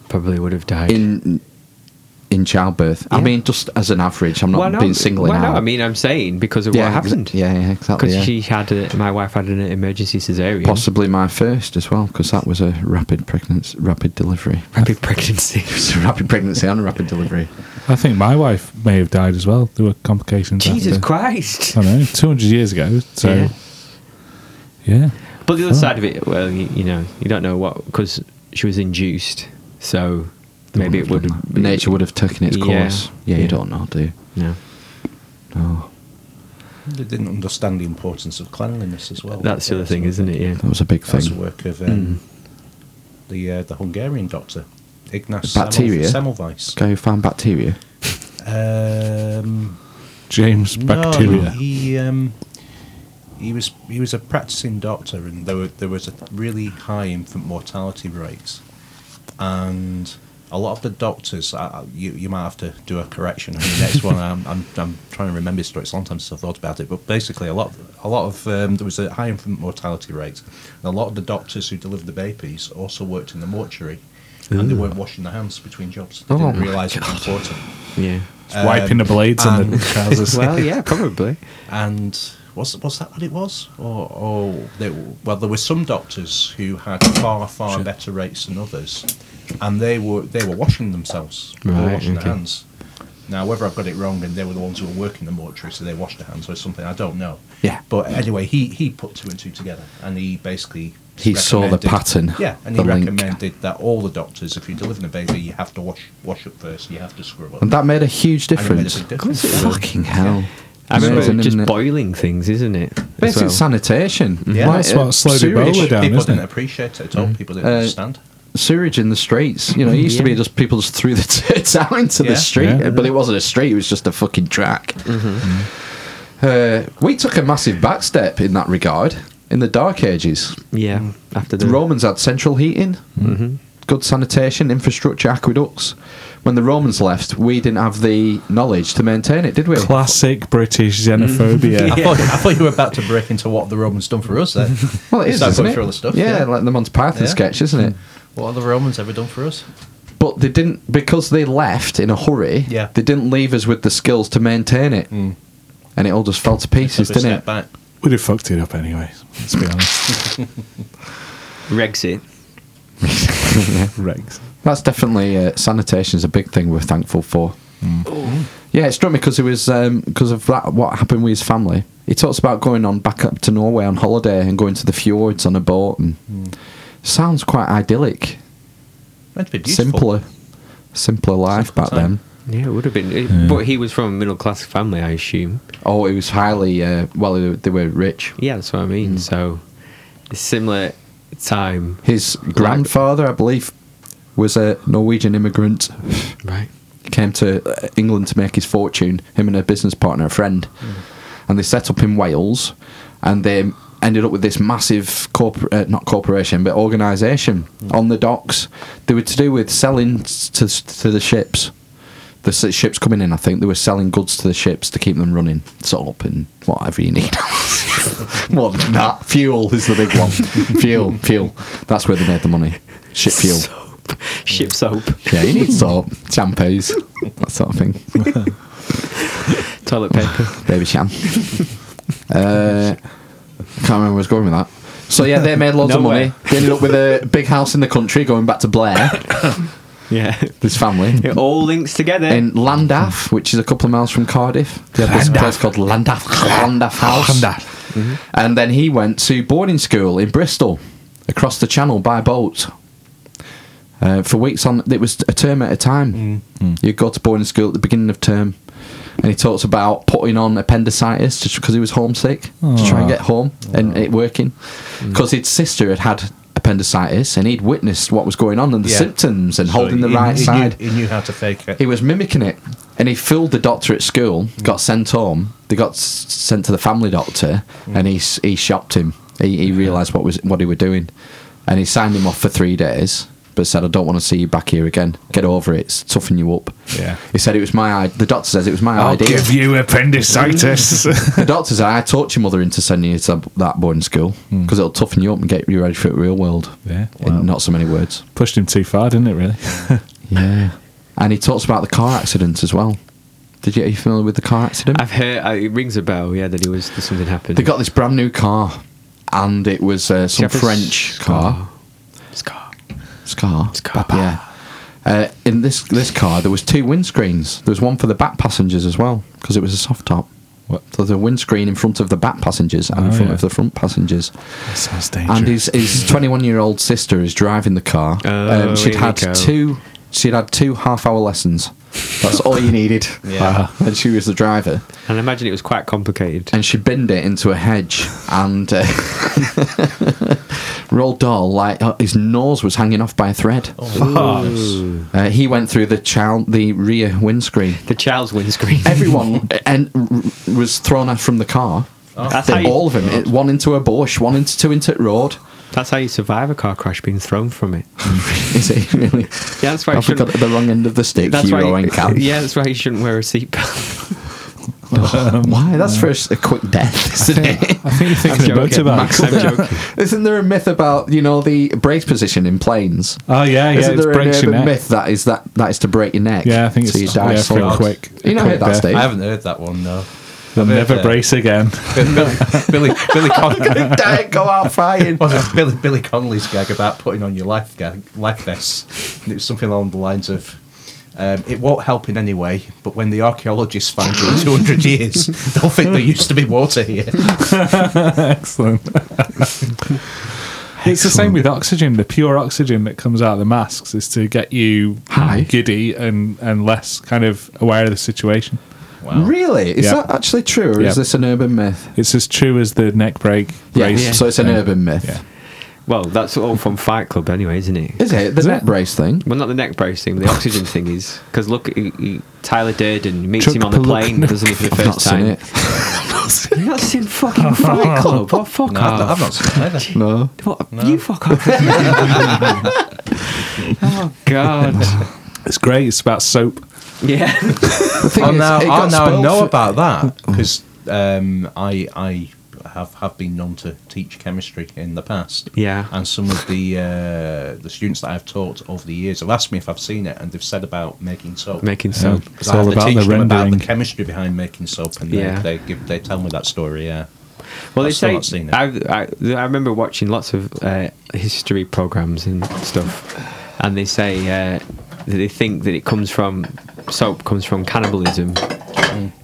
probably would have died.
in in childbirth. I
Yeah.
mean, just as an average, I'm not
Well, no,
being singling
well,
out.
No, I mean, I'm saying because of
yeah,
what
exa-
happened.
Yeah, yeah, exactly.
Because
yeah.
she had a, my wife had an emergency cesarean.
Possibly my first as well, because that was a rapid pregnancy, rapid delivery.
Rapid pregnancy.
It was a rapid pregnancy and a rapid delivery.
I think my wife may have died as well. There were complications.
Jesus
after, I
Christ.
don't know. Two hundred years ago. So. Oh.
Yeah.
Yeah.
But the other side of it, well, you, you know, you don't know what, because she was induced, so maybe it would have.
Nature would have taken its
Yeah.
course. Yeah,
Yeah.
you don't know, do you?
No.
No.
They didn't understand the importance of cleanliness as well.
That's the other thing, isn't it? Mm. Yeah.
That was a big
That's the
thing.
work of um, the uh, the Hungarian doctor Ignaz
Bacteria?
Semmelweis. Semmelweis.
Guy who found bacteria.
Um,
James Bacteria.
No, he um, he was he was a practicing doctor, and there were there was a really high infant mortality rate, and a lot of the doctors. I, I- you you might have to do a correction on the next one. I'm, I'm I'm trying to remember this story. It's a long time since I thought about it, but basically a lot a lot of um, there was a high infant mortality rate, and a lot of the doctors who delivered the babies also worked in the mortuary. And they weren't washing their hands between jobs. They
Oh
didn't
my
realise it was important. Um,
Yeah.
Just wiping the blades on the
and-
trousers.
Well, yeah, probably.
and was was that what it was? Or, or they, well, there were some doctors who had far far
Sure.
better rates than others, and they were they were washing themselves, they were
Right,
washing
okay.
their hands. Now, whether I've got it wrong, and they were the ones who were working the mortuary, so they washed their hands or something. I don't know.
Yeah.
But anyway, he he put two and two together, and he basically.
He saw the
recommended-
pattern,
Yeah, and
the
he
link.
recommended that all the doctors, if you're delivering a baby, you have to wash wash up first. You have to scrub up.
And that made a huge
And it made a
difference.
big difference. Of course it did.
Fucking hell.
I remember
Amazing,
just
isn't it?
boiling things, isn't it? as
Basic
well?
sanitation.
Yeah.
Like,
That's
what
uh,
slowed it
sewerage-
down,
people
isn't
didn't
it?
appreciate it at all. People didn't
Uh,
understand.
Sewerage in the streets. You know, it used to be
Yeah.
just people just threw the tits out into
Yeah. Mm-hmm.
the street,
Yeah.
but it wasn't a street, it was just a fucking track. Uh, we took a massive backstep in that regard in the Dark Ages.
Yeah. After the
The Romans had central heating,
Mm-hmm.
good sanitation, infrastructure, aqueducts. When the Romans left, we didn't have the knowledge to maintain it, did we?
Classic British xenophobia.
I, thought, I thought you were about to break into what the Romans done for us then.
Well, it is,
Start
isn't
going
it?
through all the stuff.
yeah, like the Monty Python
Yeah. Mm.
sketch, isn't it?
what have the Romans ever done for us?
But they didn't because they left in a hurry.
Yeah. Hmm.
they didn't leave us with the skills to maintain it, and it all just fell to pieces,
Took a
didn't
step
it?
back.
would have fucked it up anyway. Let's be honest.
Rexit.
Regs.
That's definitely uh, sanitation is a big thing we're thankful for.
Hmm.
Yeah, it struck me because it was because of that what happened with his family. He talks about going on back up to Norway on holiday and going to the fjords on a boat, and
Hmm.
sounds quite idyllic,
Meant to be beautiful.
simpler, simpler life
Simple
back
time.
then.
Yeah, it would have been. it- But he was from a middle class family, I assume.
Oh, it was highly uh, well. They were, they were rich.
Yeah, that's what I mean.
Hmm.
So, a similar time,
His grandfather, I believe, was a Norwegian immigrant.
right?
came to uh, England to make his fortune, him and a business partner, a friend. And they set up in Wales and they ended up with this massive corpor- uh, not corporation, but organisation on the docks. They were to do with selling s- to, s- to the ships. The s- ships coming in, I think, they were selling goods to the ships to keep them running, salt and whatever you need. More than that, fuel is the big one. fuel, fuel. That's where they made the money. Ship fuel.
Soap. Ship soap.
Yeah, you need salt, shampoos, that sort of thing.
Toilet paper.
Baby Sham. uh, can't remember where I was going with that. So yeah, they made loads of
Nowhere.
money. They ended up with a big house in the country, going back to Blair,
Yeah.
this family.
It all links together.
In Landaff, which is a couple of miles from Cardiff, they had this place called Landaff, Landaff House. Mm-hmm. And then he went to boarding school in Bristol, across the channel by boat. Uh, for weeks on, it was a term at a time.
Mm.
Mm. You'd go to boarding school at the beginning of term, and he talks about putting on appendicitis just because he was homesick to try and
Aw.
get home and it working.
Mm.
Because his sister had had appendicitis, and he'd witnessed what was going on and the
Yeah.
symptoms and
So
holding the
he-
right
he knew-
side
He knew how to fake it.
he was mimicking it and he fooled the doctor at school got sent home they got s- sent to the family doctor and he s- he shopped him he, he realized what was what he were doing and he signed him off for three days but said i don't want to see you back here again get over it it's toughing you up
Yeah.
he said it was my i- the doctor says it was my idea
you appendicitis.
the doctor said i taught your mother into sending you to that boarding school because it'll toughen you up and get you ready for the real world
Hmm. Yeah.
in not so many words
Pushed him too far, didn't it? Really.
yeah and he talks about the car accident as well did you, are you familiar with the car accident?
I've heard uh, it rings a bell. Yeah, that he was that something happened.
They got this brand new car, and it was uh, some
Shepherd's
French car.
Scar.
Scar.
Scar.
Yeah. Uh, in this this car, there was two windscreens. There was one for the back passengers as well, because it was a soft top.
What?
So the windscreen in front of the back passengers and in
Oh,
front
yeah.
of the front passengers.
That sounds
And
dangerous.
his his twenty one year old sister is driving the car. Um,
Oh,
she'd
here we
had
go.
two. She'd had two half hour lessons. That's all you needed.
Yeah.
And she was the driver
And I imagine it was quite complicated.
and she binned it into a hedge and uh, Roald Dahl like uh, his nose was hanging off by a thread.
Oh.
Oh,
Uh, he went through the child the rear windscreen.
the child's windscreen.
Everyone and was thrown out from the car.
That's
They-
how you-
all of them, it- one into a bush, one into two into the road.
That's how you survive a car crash, being thrown from it.
Is it really?
Yeah, that's why
I
you shouldn't-
forgot the wrong end of the stick.
That's
Euro
why.
and cap.
yeah, that's why you shouldn't wear a seatbelt.
Why? That's for a s- a quick death, isn't it?
Um, I think you're thinking about
joking.
Motorbikes.
I'm joking.
Isn't there a myth about you know the brace position in planes?
Oh yeah, yeah.
Isn't
It's
there an
breaks your
urban
neck.
myth that is that that is to break your neck?
Yeah, I think
so
it's
you die
yeah,
slowly.
pretty quick.
You know
quick
that,
there.
Steve?
I haven't heard that one, no.
They'll
I've heard
never
that.
brace again.
Billy, Billy, Billy, Con-
Don't go out flying.
was it Billy, Billy Connolly's gag about putting on your life gag, life vests. And it was something along the lines of, um, "It won't help in any way, but when the archaeologists find you in 200 years, they'll think there used to be water here."
Excellent. It's the same with oxygen. The pure oxygen that comes out of the masks is to get you
High.
giddy and, and less kind of aware of the situation.
Really? Is
Yeah.
that actually true, or
Yeah.
is this an urban myth?
It's as true as the neck break. brace
So it's an
thing.
urban myth.
Yeah.
Well, that's all from Fight Club, anyway, isn't it?
Is it the
Is
neck
it?
brace thing?
Well, not the neck brace thing, but the oxygen thing is because look, he, he, Tyler Durden meets
Chuck
him on the
Palahniuk.
plane, doesn't he, for the
I've not
first
seen
time?
it.
You've not seen fucking Fight Club? Oh, fuck
No, I've,
off!
not- I've not seen it either.
No.
What? You fuck off! oh god!
It's great. It's about soap.
Yeah.
The thing
I
is,
Oh, now,
it
I
got
now
spelled
know
for-
about that because um, I I have, have been known to teach chemistry in the past.
Yeah.
and some of the uh, the students that I've taught over the years have asked me if I've seen it, and they've said about making soap.
Making soap.
Yeah.
Because
It's all
I have
about
to teach
the
them about the
rendering.
chemistry behind making soap, and
Yeah.
they, they give they tell me that story. Yeah,
Well,
I've
they
still
say
not seen it.
I, I, I remember watching lots of uh, history programs and stuff, and they say uh, that they think that it comes from soap comes from cannibalism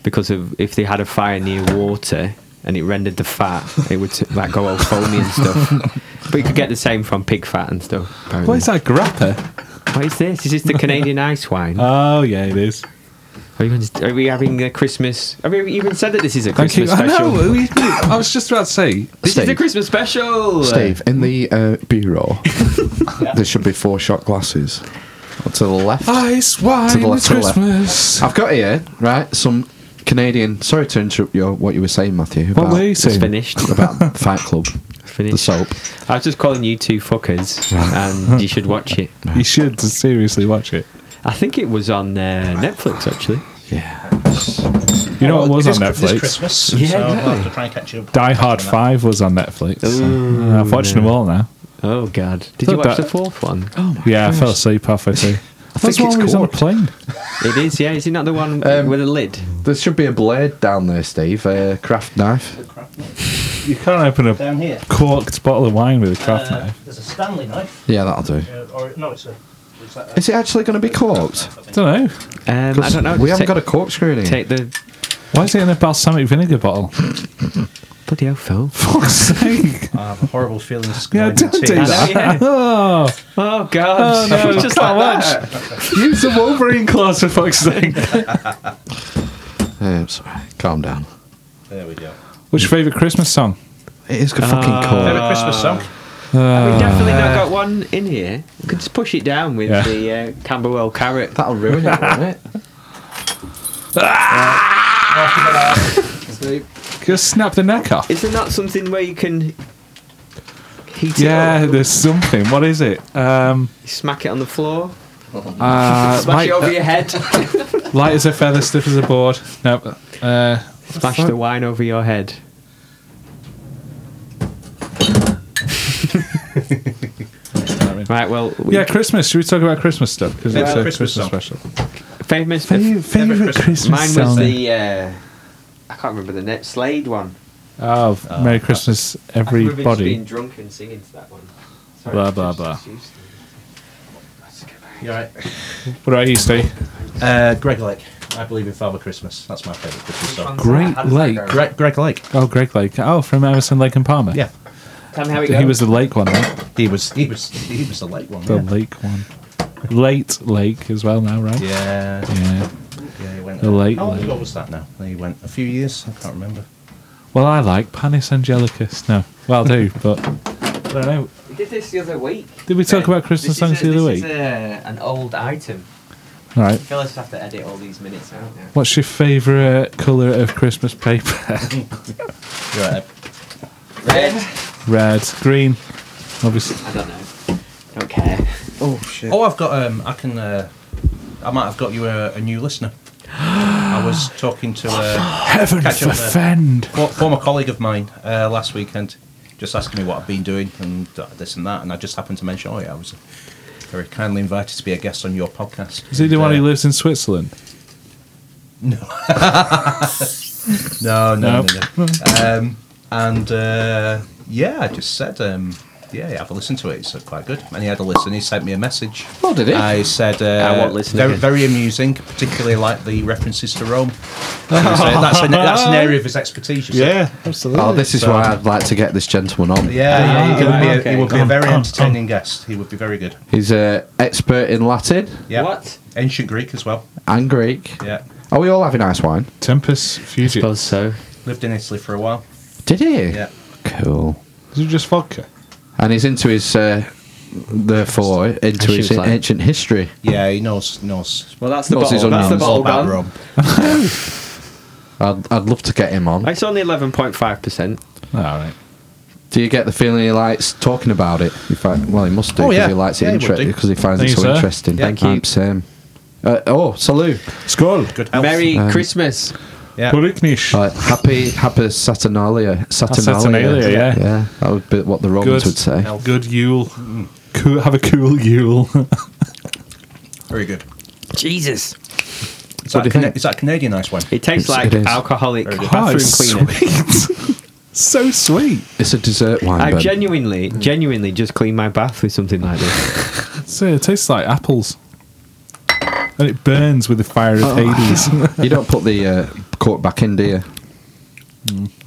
because of if they had a fire near water and it rendered the fat, it would like go all foamy and stuff. But you could get the same from pig fat and stuff. Apparently.
What is that grappa?
What is this? Is this the Canadian ice wine?
Oh yeah, it is.
Are, you, are we having a Christmas? Have we even said that this is a
Thank
Christmas
you. I
special?
know. we- I was just about to say.
This is a
Steve.
Christmas special.
Steve, in the uh, bureau, there should be four shot glasses.
to the left.
Ice wine
the left,
is
Oh, to the left.
Christmas.
I've got here, right, some Canadian. Sorry to interrupt your what you were saying, Matthew.
What
About,
were you
It's
saying?
finished.
about Fight Club,
Finished.
the soap.
I was just calling you two fuckers, and you should watch it.
You should seriously watch it.
I think it was on uh, Netflix actually.
Yeah.
You know what was on
It is- It's
Netflix?
Christmas,
Yeah,
so I'll have
exactly.
to try and catch you up.
Die Hard
on that.
Five was on Netflix. I've watched them all now.
Oh god! Did
Thought
you watch
that-
the fourth one?
Yeah, I fell asleep halfway through. That's
think
one
it's
where he's on a
called-
plane.
It is. Yeah, is it not the one
Um,
with a lid?
There should be a blade down there, Steve. A craft knife.
You can't open a
Down here.
corked bottle of wine with a craft
Uh,
knife.
there's a Stanley knife.
Yeah, that'll do.
Uh, or no, it's a. Is that a
Is it actually going to be corked?
I don't know.
Um, I don't know.
We
just
haven't
take,
got a corkscrew in here.
take the
Why is it in a balsamic vinegar bottle?
bloody hell, Phil.
Fuck's sake!
I have a horrible feeling this is
Yeah,
going to
don't
be
do
tears.
that. Oh,
Oh god!
Oh, no,
just like that.
use the Wolverine claws for fuck's sake.
Yeah, I'm sorry. Calm down.
There we go.
What's your favourite Christmas song?
It is a fucking
Merry
cork.
Christmas song.
We've definitely
Uh.
not got one in here. We could just push it down with
Yeah.
the uh, Camberwell carrot.
That'll ruin it, won't it? Steve.
Just snap the neck off.
Is there not something where you can heat
Yeah,
it up,
there's something. What is it? Um,
smack it on the floor,
uh,
smash
light, uh,
it over your head,
light as a feather, stiff as a board. No. Uh,
smash the wine over your head? right. Well, we
yeah, Christmas. Should we talk about Christmas stuff? Because it's
Yeah,
a
Christmas
Christmas,
song.
special.
famous.
Favourite Christmas-
mine was the. Uh, I can't remember the net Slade one.
Oh, Merry Christmas,
I remember just being
everybody.
drunk and singing to that one. Sorry,
Blah, blah,
just-
blah.
just-
You all Uh, right?
What about you, Steve?
Uh, Greg Lake. I believe in Father Christmas. That's my favourite Christmas song.
Great Lake.
Greg, Greg Lake.
Oh, Greg Lake. Oh, from Emerson Lake and Palmer.
Yeah,
Tell me how it
He
goes.
was the Lake one, right?
he was. He was. He was the late one.
The
Yeah.
Lake one. Late Lake as well now, right?
yeah.
Yeah.
Yeah, he went.
The late
How long
Lake.
ago was that? Now he went a few years. I can't remember.
Well, I like Panis Angelicus. No, well, I do, but I don't know.
We did this the other week.
Did we talk
Ben.
about Christmas
This is
songs
a-
the other
this
week?
Is a, an old item.
All right.
Phil just have to edit all these minutes out now.
What's your favourite colour of Christmas paper?
You're right.
Red.
Red, green, obviously.
I don't know. Don't care.
Oh, shit.
Oh, I've got. Um, I can. Uh, I might have got you a, a new listener. I was talking to uh, a
Heaven
Catch up there.
forfend.
for- former colleague of mine uh, last weekend, just asking me what I've been doing and this and that, and I just happened to mention, oh yeah, I was very kindly invited to be a guest on your podcast.
Is he the one who
Uh,
lives in Switzerland?
No, no,
No.
no. no, um, and uh, yeah, I just said, um, yeah, yeah, have a listen to it. It's uh, quite good. And he had a listen. He sent me a message.
Oh, did he?
I said, uh,
I won't listen
very,
again.
very amusing, particularly like the references to Rome. And he was saying, that's, an, that's an area of his expertise. you see.
absolutely.
Oh, this is
So-
why I'd like to get this gentleman on.
Yeah, yeah, he would, be a, he would be a
okay.
very
Um, um,
entertaining guest. He would be very good.
He's an expert in Latin
Yeah.
What?
Ancient Greek as well.
and Greek.
Yeah.
Are we all having ice wine?
Tempest Fugitive.
Suppose so.
Lived in Italy for a while.
Did he?
Yeah.
Cool.
Is it just vodka?
And he's into his, uh, therefore, into
she
his
was like-
ancient history.
Yeah, he knows knows.
Well, that's
the
the
Knows his
bottle.
bottle- that's
That's
the onions.
the
all about
bottle gone.
Rome.
I'd, I'd love to get him on.
It's only eleven point five percent.
All right.
Do you get the feeling he likes talking about it? In fact, well, he must do
Oh,
because
yeah.
he likes
Yeah,
it
he would
interesting
do.
because he finds
Thank
it
you,
so
sir.
interesting.
Yeah.
Thank you.
I'm same. Uh, oh, salut!
Skull.
Good health.
Merry Christmas.
Yeah.
Puriknish.
Right, happy, happy Saturnalia. Saturnalia.
Saturnalia, yeah.
Yeah, that would be what the Romans
Good.
would say.
Health.
Good Yule. Cool, have a cool Yule.
Very good.
Jesus.
Is
What
that,
do you
Cana-
think?
is that Canadian ice wine?
It tastes
It's-
like
it is.
alcoholic
Very good.
bathroom
it's
cleaner.
sweet. so sweet.
It's a dessert wine.
I
Ben.
genuinely,
Mm.
genuinely just clean my bath with something like this.
So it tastes like apples. And it burns with the fire of Hades.
you don't put the uh, cork back in, do you?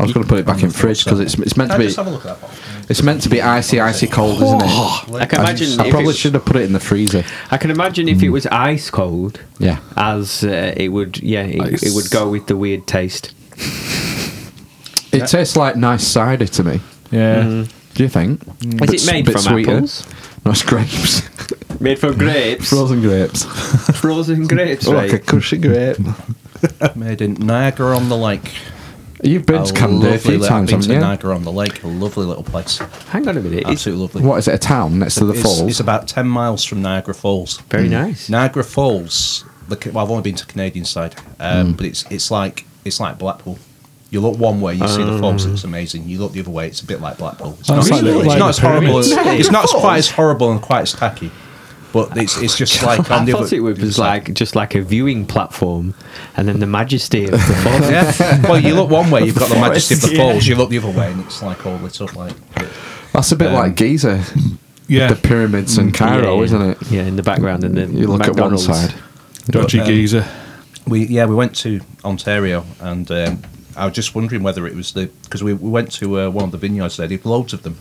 I was going to put it back in fridge because it's it's meant to
Mm. Can
be
I just have a Oh, look at that bottle?
it's meant to be icy icy cold, isn't it?
I can
I-
imagine.
I,
if
probably
it's-
should have put it in the freezer.
I can imagine if it was ice cold,
Yeah.
as uh, it would. Yeah, it, it would go with the weird taste.
It tastes like nice cider to me.
Yeah.
Do you think?
Mm. Is
Bit
it
s-
made
bit
from apples?
No, it's grapes.
Made from grapes,
Frozen grapes.
frozen grapes,
Oh,
right?
like a cushy grape.
Mm. Made in Niagara on the Lake.
You've been
Oh,
to Canada a few
little-
times,
been to
haven't you?
Niagara on the Lake, a lovely little place.
Hang on a minute. It's
Absolutely lovely.
What is it? A town next to the
it's,
falls.
It's about 10 miles from Niagara Falls.
very nice.
Niagara Falls, the, Ca- well, I've only been to Canadian side, um, but it's it's like it's like Blackpool. You look one way, you see the falls, it's amazing. You look the other way, it's a bit like Blackpool. It's
Oh,
not,
it's like the-
it's
like
not
the
as horrible. As,
pyramids.
it's not as
Niagara
quite as horrible and quite as tacky, but it's it's just like on
I
the
thought
other,
it was
it's
like just like a viewing platform, and then the majesty of the forest.
Yeah. well, you look one way, you've got the majesty of the
Forest, yeah.
falls. You look the other way, and it's like all lit up. Like
That's a bit
um,
like Giza,
Yeah.
the pyramids and Cairo,
Mm, yeah.
isn't it?
Yeah, in the background, and then
You look
McDonald's.
at one side.
Dodgy geezer.
we, yeah, we went to Ontario, and um, I was just wondering whether it was the because we, we went to uh, one of the vineyards there. There's loads of them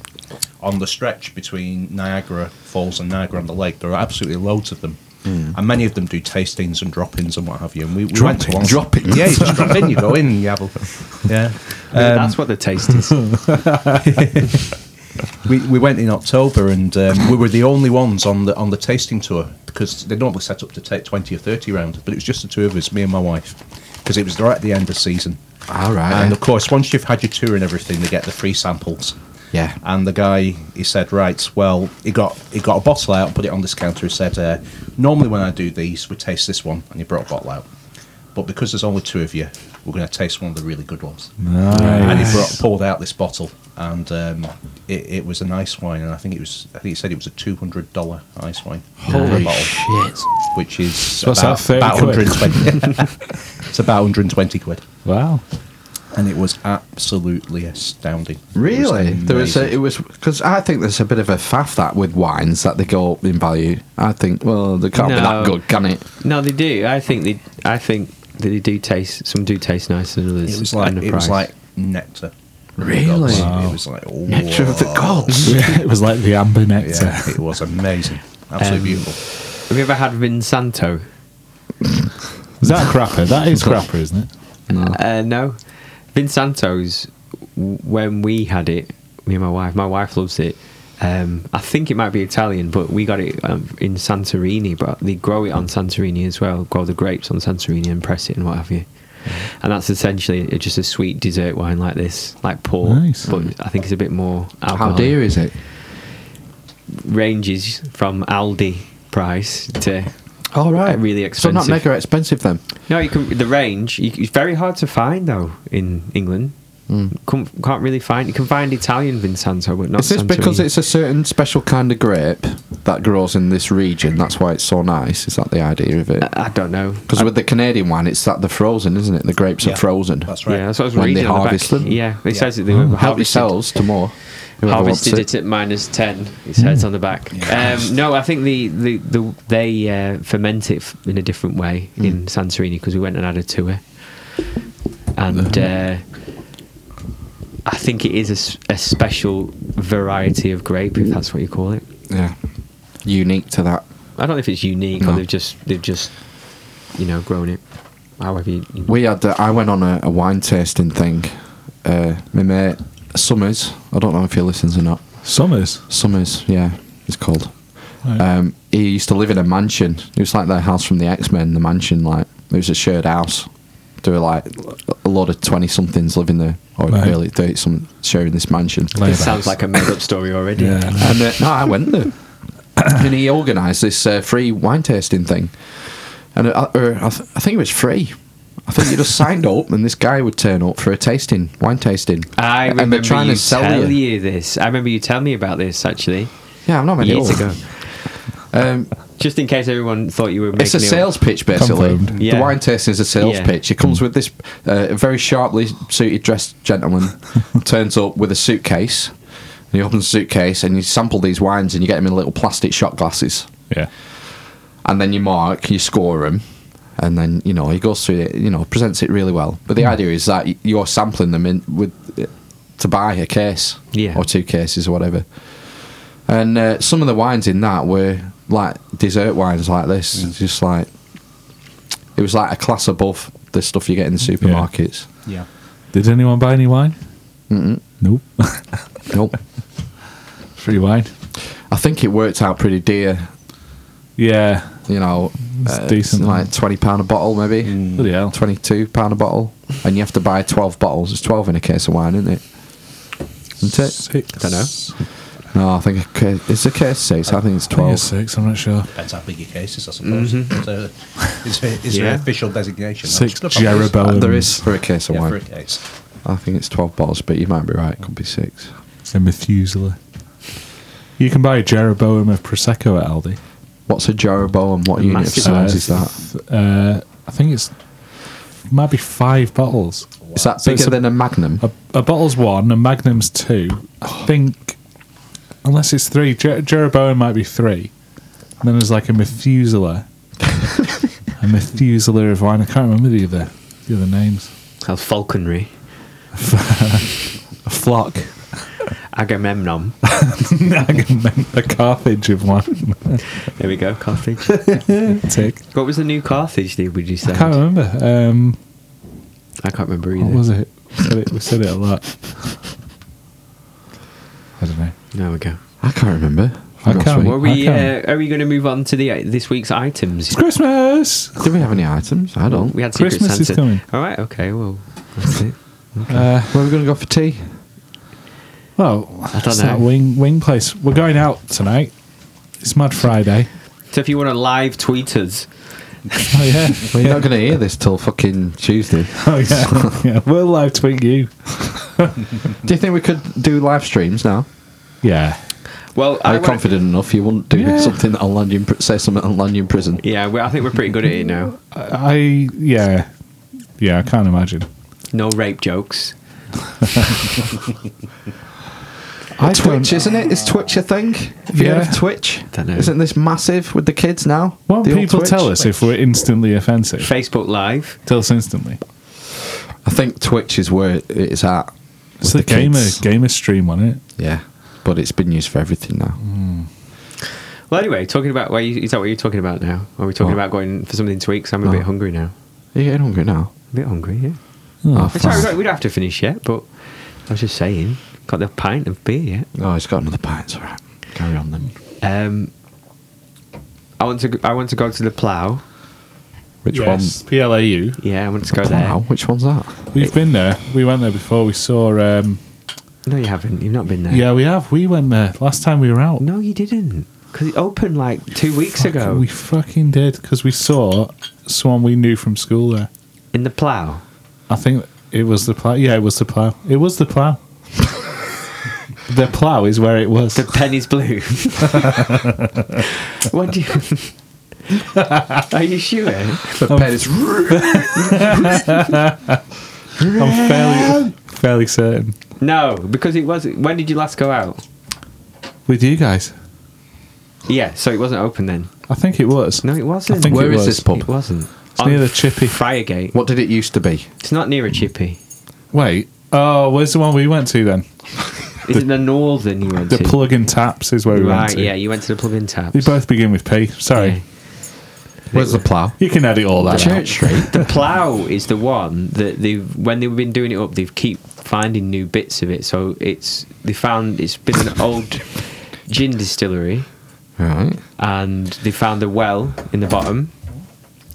on the stretch between Niagara Falls and Niagara on the Lake. There are absolutely loads of them. And many of them do tastings and drop-ins and what have you. And we, we went to one.
Drop-ins?
Yeah, you just drop in. You go in. You have a, yeah.
Yeah,
Um,
that's what the taste is.
we, we went in October and um, we were the only ones on the on the tasting tour because they normally set up to take 20 or 30 round but it was just the two of us me and my wife because it was right at the end of season
All right.
and of course once you've had your tour and everything they get the free samples
yeah.
and the guy he said right well he got he got a bottle out put it on this counter he said uh, normally when I do these we taste this one and he brought a bottle out but because there's only two of you we're going to taste one of the really good ones
Ah,
and he brought, poured out this bottle, and um, it, it was a nice wine, and I think it was. I think he said it was a two hundred dollar ice wine. Holy bottle, shit! Which is
what's
about,
that, 30
about
quid?
120. it's about one hundred and twenty quid,
Wow.
and it was absolutely astounding. It was
Really? there was a,
amazing.
it was because I think there's a bit of a faff that with wines that they go up in value. I think well they can't be that
No.
good, can it?
No, they do. I think they. I think that they do taste. Some do taste nicer than others.
It was like
and the
it was
price.
like nectar.
Really?
Wow. It was like oh,
Nature of the gods.
it was like the amber nectar.
Yeah, it was amazing. Absolutely
Um,
beautiful.
Have you ever had Vinsanto?
Is that crapper? That is crapper, isn't it?
Uh, no. Vinsanto's. w- When we had it, me and my wife. My wife loves it. Um, I think it might be Italian, but we got it um, in Santorini. But they grow it on Santorini as well. Grow the grapes on Santorini and press it and what have you. And that's essentially just a sweet dessert wine like this, like port.
Nice.
But I think it's a bit more. Alcohol.
How dear is it?
ranges from Aldi price to
All right,
really
So not
expensive.
mega expensive then.
no, you can the range. You, it's very hard to find though in England.
Hmm.
Can't, can't really find. You can find Italian Vinsanto, but not.
Is this because
Santorini.
it's a certain special kind of grape that grows in this region? That's why it's so nice. Is that the idea of it?
Uh, I don't know.
Because with the Canadian wine, it's that they're frozen, isn't it? The grapes
Yeah,
are frozen.
That's right.
Yeah, that's what I was
When
reading.
they
on the back.
harvest them?
Yeah,
Yeah.
it says that they were
Help
harvested.
yourselves to more. whoever wants
harvested it at minus 10 it says on the back um, no i think the, the, the they uh, ferment it f- in a different way
Hmm.
in santorini because we went and had a tour
Uh-huh.
and uh, i think it is a s- a, special variety of grape if that's what you call it
Yeah. Unique to that.
i don't know if it's unique
No.
or they've just they've just you know grown it however you, you
We had. Uh, I went on a, a wine tasting thing. Uh, my mate Summers. I don't know if he listens or not.
Summers.
Summers. Yeah, he's called.
Right.
Um, he used to live in a mansion. It was like their house from the X Men. The mansion, like it was a shared house. There were like a lot of twenty somethings living there, or
Right.
early thirty some sharing this mansion.
Like
this sounds like a made-up story already
Yeah.
And uh, no, I went there, and he organised this uh, free wine tasting thing, and uh, or I, th- I think it was free. I think you just signed up, and this guy would turn up for a tasting, wine tasting.
I
and
remember
they're trying
you
to sell
tell
you.
you this. I remember you telling me about this actually
er
Yeah, I'm not many
years ago.
Um,
Just in case everyone thought you were making
It's a
it up.
sales pitch, basically.
Confirmed.
Yeah.
The wine tasting is a sales
Yeah.
pitch. It comes with this uh, very sharply suited dressed gentleman turns up with a suitcase. And he opens the suitcase and you sample these wines and you get them in little plastic shot glasses.
Yeah.
And then you mark, you score them, and then you know he goes through it. You know, presents it really well. But the idea is that y- you're sampling them in with to buy a case,
Yeah.
or two cases or whatever. And uh, some of the wines in that were like dessert wines, like this. It's Just like it was like a class above the stuff you get in the supermarkets.
Yeah.
Did anyone buy any wine? Mm-mm. Nope.
Nope.
Free wine.
I think it worked out pretty dear.
Yeah.
You know,
It's
uh,
decent.
like twenty pound a bottle, maybe.
Bloody hell.
twenty-two pound a bottle, and you have to buy twelve bottles. It's twelve in a case of wine, isn't it? Isn't it?
Six.
Dunno. No, I think a ca- it's a case six. I think it's
I think it's
twelve.
six. I'm not sure.
Depends how big your case is, I suppose. So, is there, is there
Mm-hmm. Yeah.
an official designation?
Six
Look, I'm just-
Jeroboam.
there is for a case of
Yeah, for a
wine.
case.
I think it's twelve bottles, but you might be right. It could be six.
A Methuselah. You can buy a Jeroboam of Prosecco at Aldi.
What's a Jeroboam? What unit of
Massive.
size
Uh,
is that?
Uh, I think it's might be five bottles.
Is that
So it's
bigger
a-
than a Magnum?
A, a bottle's one, a magnum's two. I think, unless it's three, Jer- Jeroboam might be three. And then there's like a Methuselah, a Methuselah of wine. I can't remember the other the other names.
That's Oh, falconry.
A flock,
Agamemnon.
a Carthage of wine.
There we go, Carthage.
Tick.
what was the new Carthage did would you say?
I can't remember. Um,
I can't remember either.
what was it? We said it? We said it a lot. I don't know.
There we go.
I can't remember.
I
Last
can't-
week.
Are we, uh,
can't.
are we going to move on to the uh, this week's items?
It's Christmas.
Do we have any items? I don't.
We had Secret
Christmas
Santa.
is coming.
All right, okay, well, that's it.
Uh,
Where are we going to go for tea?
well, I
don't know.
That wing wing place. We're going out tonight. It's Mad Friday.
So if you want to live tweet us,
Oh yeah.
Well, you're not going to hear this till fucking Tuesday.
Oh yeah. yeah. We'll live tweet you.
Do you think we could do live streams now?
Yeah.
well,
Are
I
you
wanna-
confident enough you wouldn't do
Yeah.
something that'll land you in, pri- say something that'll land you in prison?
Yeah, we I think we're pretty good at it now.
I yeah. Yeah, I can't imagine.
No rape jokes.
I
don't-
Twitch, isn't it? Is Twitch a thing? Have you
Yeah.
heard of Twitch?
Don't know.
Isn't this massive with the kids now?
Won't
The old
people
Twitch?
tell us if we're instantly offensive?
Facebook Live.
Tell us instantly.
I think Twitch is where it- it's at.
It's the,
with
gamer
kids.
gamer stream on it.
Yeah, but it's been used for everything now.
Mm.
Well, anyway, talking about what you, is that what you're talking about now? Are we talking
What?
about going for something to eat? 'Cause I'm a
No.
bit hungry now.
Are you getting hungry now?
A bit hungry, yeah.
Hmm.
Oh,
It's all right,
fuck.
we don't- we don't have to finish yet, but I was just saying, got the pint of beer yet.
oh, he's got another pint. It's all right. Carry on then.
Um, I want to. I want to go to the plough.
Which one?
PLAU.
Yeah, I want to go
Plough? Which one's that?
We've been there. We went there before. We saw. Um,
there. No, you haven't. You've not been there.
yeah, we have. We went there last time we were out.
No, you didn't. Because it opened like two weeks
Fucking-
ago
We fucking did because we saw someone we knew from school there.
in the plough.
I think it was the plow. Yeah, it was the plow. It was the plow. the plow is where it was.
The penny's blue. what do you? Are you sure?
The pen is.
I'm fairly fairly certain.
No, because it was. When did you last go out?
With you guys,
Yeah, so it wasn't open then.
I think it was.
No, it wasn't.
I think
Where
it
is
was.
this pub?
It wasn't.
It's near the chippy.
Friargate.
What did it used to be?
It's not near a chippy.
Wait. Oh, where's the one we went to then?
It's in the northern you went
The
to.
plug and taps is where we
right,
went to.
yeah, you went to the plug-in tap.
They both begin with P. Sorry.
Yeah.
Where's the plough?
You can edit all that.
Church
Out.
Street.
The plow is the one that they've when they've been doing it up, they've keep finding new bits of it. So it's they found it's been an old gin distillery,
Right.
and they found a well in the bottom,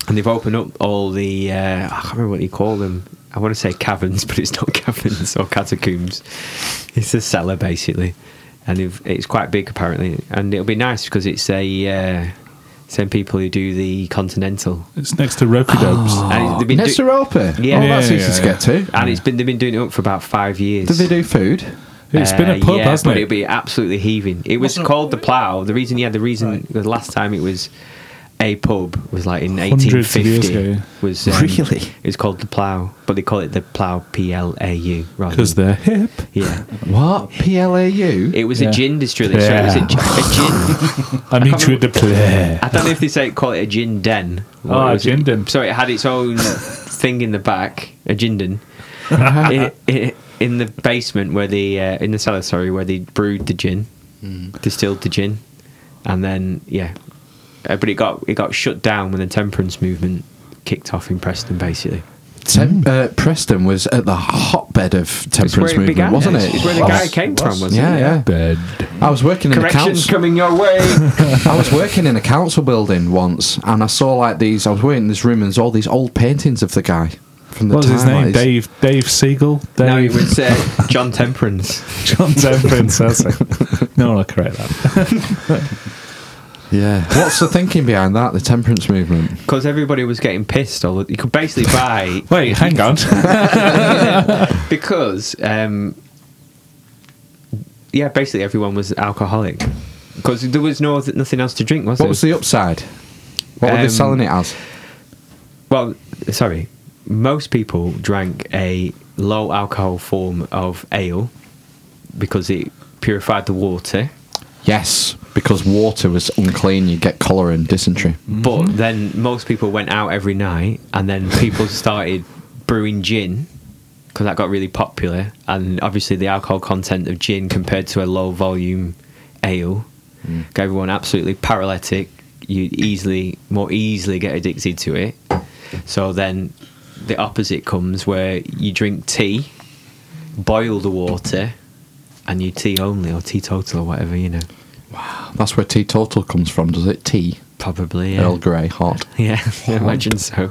and they've opened up all the uh, I can't remember what you call them. I want to say caverns, but it's not caverns or catacombs. It's a cellar basically, and they've, it's quite big apparently, and it'll be nice because it's a. Uh, same people who do the continental,
It's next to Roky Dopes.
and it's- they've been
Next to
do-
Roper.
Yeah.
Oh, that's
Yeah,
easy to
yeah,
get to.
and it's been they've been doing it up for about five years.
Did they do food?
It's been a pub,
Uh, yeah,
hasn't
but
it?
It'd be absolutely heaving. It was
Wasn't-
called the Plough. The reason, yeah, the reason the last time it was a pub was like in
Hundreds of years
1850.
ago, yeah.
Was
Really?
It was called the Plough, but they call it the Plough P L A U rather
Because
than-
they're hip.
yeah.
What? PLAU?
It was
Yeah.
a gin distillery. So it was a, gi- a gin.
I meet you at the play.
I don't know if they say call it a gin den.
Ah,
Oh,
Or
a
was
gin
it-
den.
So it had its own thing in the back, a gin den, i i in the basement where the uh, in the cellar, sorry, where they brewed the gin, distilled the gin, and then yeah, uh, but it got it got shut down when the temperance movement kicked off in Preston, basically.
Tem- uh, Preston was at the hotbed of temperance
It's where it
movement,
began.
wasn't
It's-
it?
It's where the
Was-
guy came
was.
from, wasn't
Yeah,
it?
yeah.
Bed.
I was working in a
Corrections
council.
coming your way.
I was working in a council building once, and I saw like these. I was working in this room, and there's all these old paintings of the guy from the
What was
time.
his name?
like, he's-
Dave. Dave Siegel.
no, it
Dave
was uh, John Temperance.
John Temperance. that's it. No, I'll correct that.
Yeah. What's the thinking behind that? The temperance movement.
Because everybody was getting pissed. All the, you could basically buy
Wait, hang on.
because um, yeah, basically everyone was alcoholic because there was no nothing else to drink, was
What
there?
was the upside? What were they
Um,
selling it as?
well, sorry, most people drank a low alcohol form of ale because it purified the water.
Yes, because water was unclean. You get cholera and dysentery.
But then most people went out every night, and then people started brewing gin because that got really popular. And obviously, the alcohol content of gin compared to a low volume ale got everyone absolutely paralytic. You easily, more easily get addicted to it. So then the opposite comes where you drink tea, boil the water, and you tea only or teetotal or whatever, you know.
That's where teetotal comes from, does it? Tea,
Probably. Yeah.
Earl Grey, hot.
Yeah, I imagine so.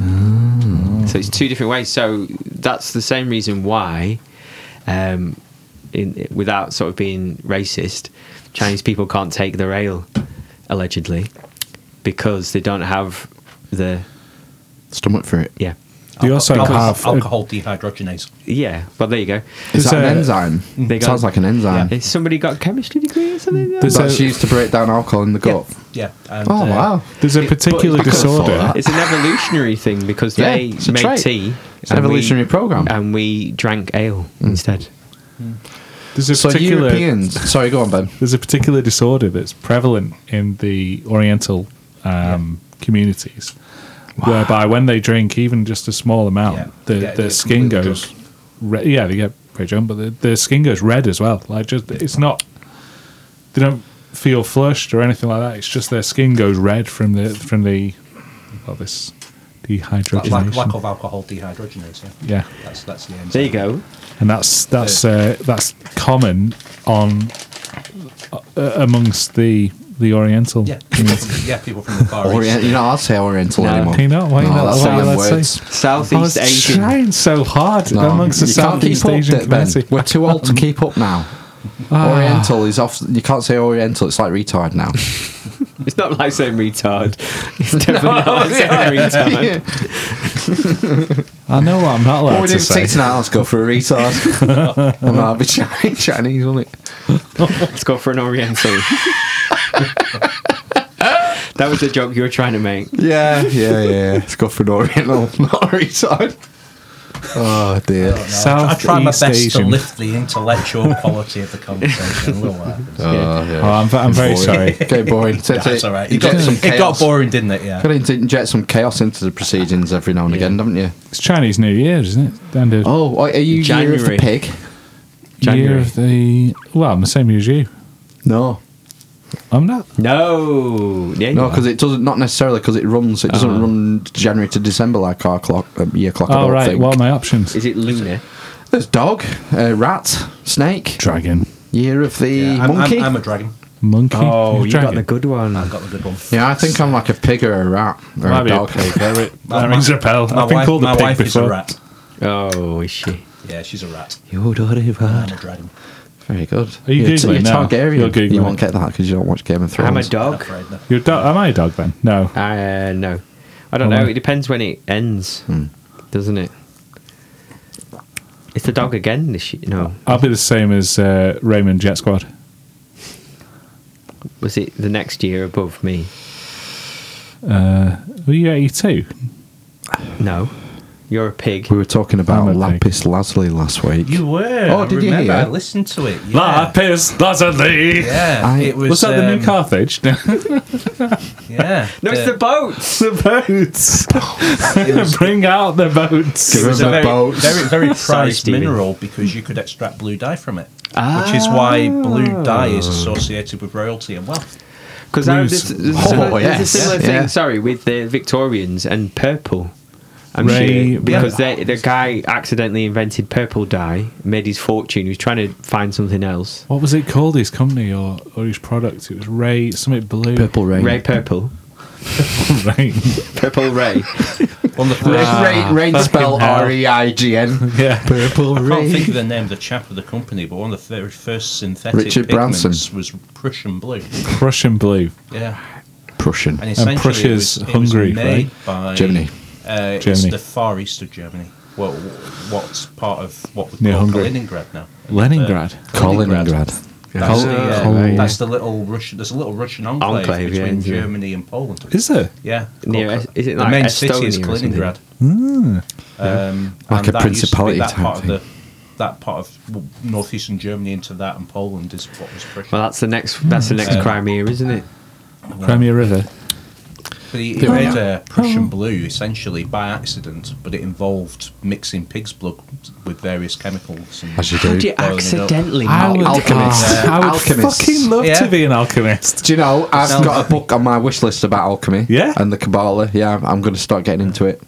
Mm.
So it's two different ways. So that's the same reason why, um, in, without sort of being racist, Chinese people can't take their ale, allegedly, because they don't have the
Stomach for it.
yeah
You also
alcohol,
uh,
have a-
alcohol dehydrogenase.
yeah. Well, there you go.
Is
There's
that an
a-
enzyme?
mm.
They
It
got-
sounds like an enzyme.
Has somebody got a chemistry degree or something?
There's
That's
a-
used to break down alcohol in the
Yeah,
gut.
yeah. And,
Oh
uh,
wow!
There's a particular
But it's because-
disorder.
It's an evolutionary thing because
Yeah,
they
it's a
made
trait.
tea.
It's an
and we-
evolutionary program. Mm.
and we drank ale instead.
There's a
So
particular.
Europeans. Sorry, go on, Ben.
There's a particular disorder that's prevalent in the Oriental um, communities, whereby when they drink even just a small amount,
Yeah.
the,
Yeah,
their
it's
skin
completely
goes.
drunk.
Re- yeah, they get very drunk, but the, their skin goes red as well. Like just, it's not. They don't feel flushed or anything like that. It's just their skin goes red from the from the, well, this
Lack,
dehydrogenation.
lack, lack of alcohol dehydrogenase. Yeah.
yeah.
That's that's the end.
There you go.
and that's that's uh, that's common on uh, amongst the the Oriental.
Yeah, people, yeah, people from the far
Orient.
east.
You're not allowed to say Oriental
No.
anymore.
Can you not? Why
No,
not?
that's
Why
not
you
them
allowed to
words.
say- I
Southeast
was
Asian.
trying so hard
No.
amongst the
You can't keep
Southeast
up,
Asian
d- Ben.
community. Ah,
We're too old to keep up now. Oriental is off. You can't say Oriental. It's like retard now.
It's not like saying retard. It's definitely not like saying retard.
I know what I'm not
What
allowed
we
to
doing
say.
tea tonight? Let's go for a retard. and that'll be Chinese, Chinese, won't it?
Let's go for an Oriental. that was the joke you were trying to make.
Yeah, yeah, yeah. Let's go for an Oriental, not a retard. Oh dear.
I don't know. I try my
Southeast
best to
Asian.
lift the intellectual quality of the conversation. a little while.
Oh,
Oh, I'm, v- I'm very sorry.
Okay, boring. That's
That's all right. It
You got
got,
some
it got
chaos.
boring, didn't it? Yeah.
Got to inject some chaos into the proceedings every now and again, haven't you?
It's Chinese New Year, isn't it? Down to
Oh, are you January. year of the
January.
pig?
year
January.
of the. Well, I'm the same year as you.
No,
I'm not.
No. Yeah,
no,
you
because it doesn't. Not necessarily because it runs. It doesn't
Uh-huh.
run January to December like our clock, um, year clock. I
oh,
don't
right.
think.
What are my
are.
options?
Is it lunar?
There's dog, uh, rat, snake,
Dragon,
year of the
Yeah, I'm,
monkey.
I'm, I'm a dragon.
monkey.
Oh,
You're
you got
dragon.
the good one.
I've got the good one.
yeah, I think I'm like a pig or a rat or
Might
a
be a
dog.
pig. There it-
My-
That
my-
rings a bell.
My
I've been
wife,
called
my
a pig
wife is a
before.
rat.
Oh, is she?
Yeah, she's a rat.
Your daughter of
I'm a dragon.
Very good.
Are you
You're t-
Googling
you're
now?
Targaryen.
You're Googling.
You won't get that because you don't watch Game of Thrones.
I'm a dog.
Afraid no.
Your dog? Am I a dog then? No.
Uh, no. I don't
Am
know.
I?
It depends when it ends, doesn't it? It's the dog again this year. No,
I'll be the same as uh, Raymond Jet Squad.
was it the next year above me?
Uh, were you 82?
No, you're a pig.
We were talking about
I'm a
Lapis Lazuli last week.
You were.
Oh,
I
did you
remember,
hear?
I listened to it. Yeah.
Lapis Lazuli!
Yeah,
I-
it was.
Was that the
um,
new Carthage? No,
Yeah.
No, it's the boats.
the boats.
it was-
Bring out the boats.
It was
Remember
a very,
boats?
very, very
Sorry,
prized
Stevie.
mineral because you could extract blue dye from it, which is why blue dye is associated with royalty and wealth.
Because
Blues.
there's, there's, a
Oh,
similar- there's
yes.
a
Yeah.
similar thing.
Yeah.
Sorry, with the Victorians and purple. I'm
Ray-
sure because they, the guy accidentally invented purple dye, made his fortune. He was trying to find something else.
What was it called, his company or, or his product? It was Ray, something blue.
Purple Rain.
Ray purple,
Rain.
purple Ray.
On the first,
Ah,
rain, rain spell R E I G N.
yeah. Purple
I can't think of the name of the chap of the company, but one of the very first synthetic
Richard
pigments
Branson.
was Prussian blue.
Prussian blue.
Yeah,
Prussian.
and essentially it was,
Prussia's
it was
Hungary,
made
right?
by
Germany.
Uh, It's
Germany.
the far east of Germany. Well, what's part of what we
Near
call
Hungary.
Leningrad now?
Leningrad.
Kaliningrad.
That's,
Col-
the, uh,
Col-
that's the little Russian. There's a little Russian enclave,
Enclave, yeah,
between
yeah.
Germany and Poland.
Is there?
yeah,
Near-
called-
is it
the
like
main city is
Estonia or something?
Kaliningrad. Um,
Hmm. Like
and
a
that used to be
principality
That
type
part of
thing.
the that part of w- northeastern Germany into that and Poland is what was Prussian.
Well, that's the next. That's the next
Yeah.
Crimea, isn't it?
Crimea River.
But he, he made a Prussian blue essentially by accident, but it involved mixing pig's blood with various chemicals. And
As you do.
you Boiling it up. accidentally
I would,
Alchemist.
I would
Alchemist.
fucking love
Yeah.
to be an alchemist.
Do you know, I've
Sounds
got a
lovely.
book on my wish list about alchemy.
Yeah?
And the Kabbalah. Yeah, I'm- I'm going to start getting into it.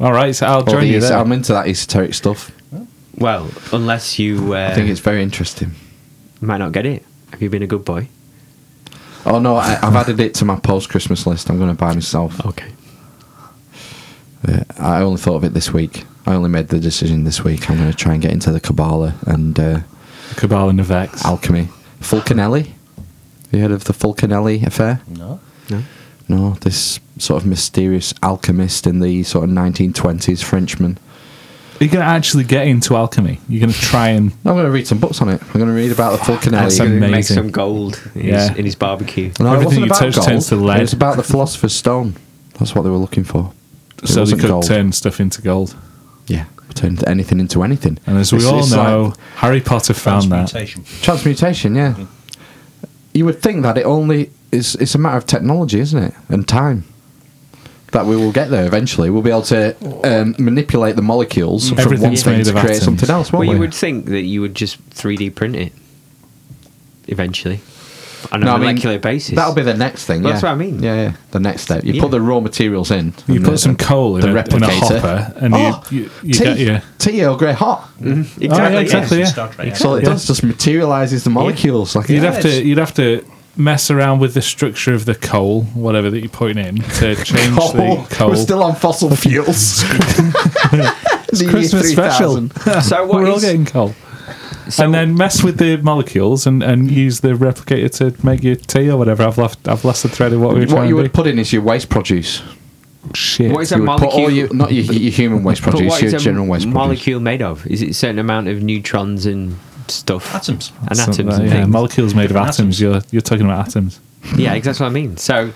All right, so I'll
All
join
the
you
es-
there.
I'm into that esoteric stuff.
Well, unless you uh,
I think it's very interesting.
might not get it. Have you been a good boy?
Oh no, I, I've added it to my post Christmas list. I'm going to buy myself.
Okay.
Yeah, I only thought of it this week. I only made the decision this week. I'm going to try and get into the Kabbalah and uh,
Kabbalah Navex.
alchemy. Fulcanelli? Have you heard of the Fulcanelli affair?
no.
No, this sort of mysterious alchemist in the sort of 1920s Frenchman.
You're going to actually get into alchemy. You're going to try and.
I'm going to read some books on it. I'm going to read about the
That's
Fulcanelli.
amazing.
Gonna Make some gold in,
Yeah.
his, in his barbecue.
No, it
Everything
wasn't
you
about
touch
gold.
turns to lead.
It was about the philosopher's stone. That's what they were looking for. It
So they
wasn't
could
gold.
turn stuff into gold.
yeah, turn anything into anything.
And as we
It's-
all
it's
know,
like-
Harry Potter found that.
Transmutation.
Transmutation, yeah. You would think that it only is it's a matter of technology, isn't it? And time. That we will get there eventually. We'll be able to um, manipulate the molecules from one
Everything's
thing
made
to
of
create
atoms.
something else,
Well,
won't
you
we?
would think that you would just 3D print it eventually on a
No, I mean,
molecular basis.
That'll be the next thing.
That's
yeah.
what I mean.
Yeah, yeah. The next step. You
Yeah.
put the raw materials in.
You
and
put
the-
some coal in,
the
a, in a
replicator.
hopper, and
Oh,
you, you, you
tea,
get your.
tea Earl Grey hot.
exactly.
yeah,
yeah.
exactly,
it's
yeah.
Star Trek,
So it does just materializes the molecules. Like
You'd
yeah.
have to you'd have to mess around with the structure of the coal, whatever that you're putting in, to change the coal.
We're still on fossil fuels. it's
Christmas special.
So what
We're all
is-
getting coal.
So-
and then mess with the molecules and, and use the replicator to make your tea or whatever. I've left I've lost the thread of what we were
What
trying
you
to
would
do.
put in is your waste produce.
Shit.
What is
You
a
would put all
molecule?
your, not your, your human waste
but
produce,
what is
your
a
general waste produce.
molecule made of? Is it a certain amount of neutrons and stuff?
Atoms.
And
Something
atoms
like-
and
yeah,
things.
molecules made of
Atoms.
atoms. You're you're talking about atoms.
yeah, exactly what I mean. So,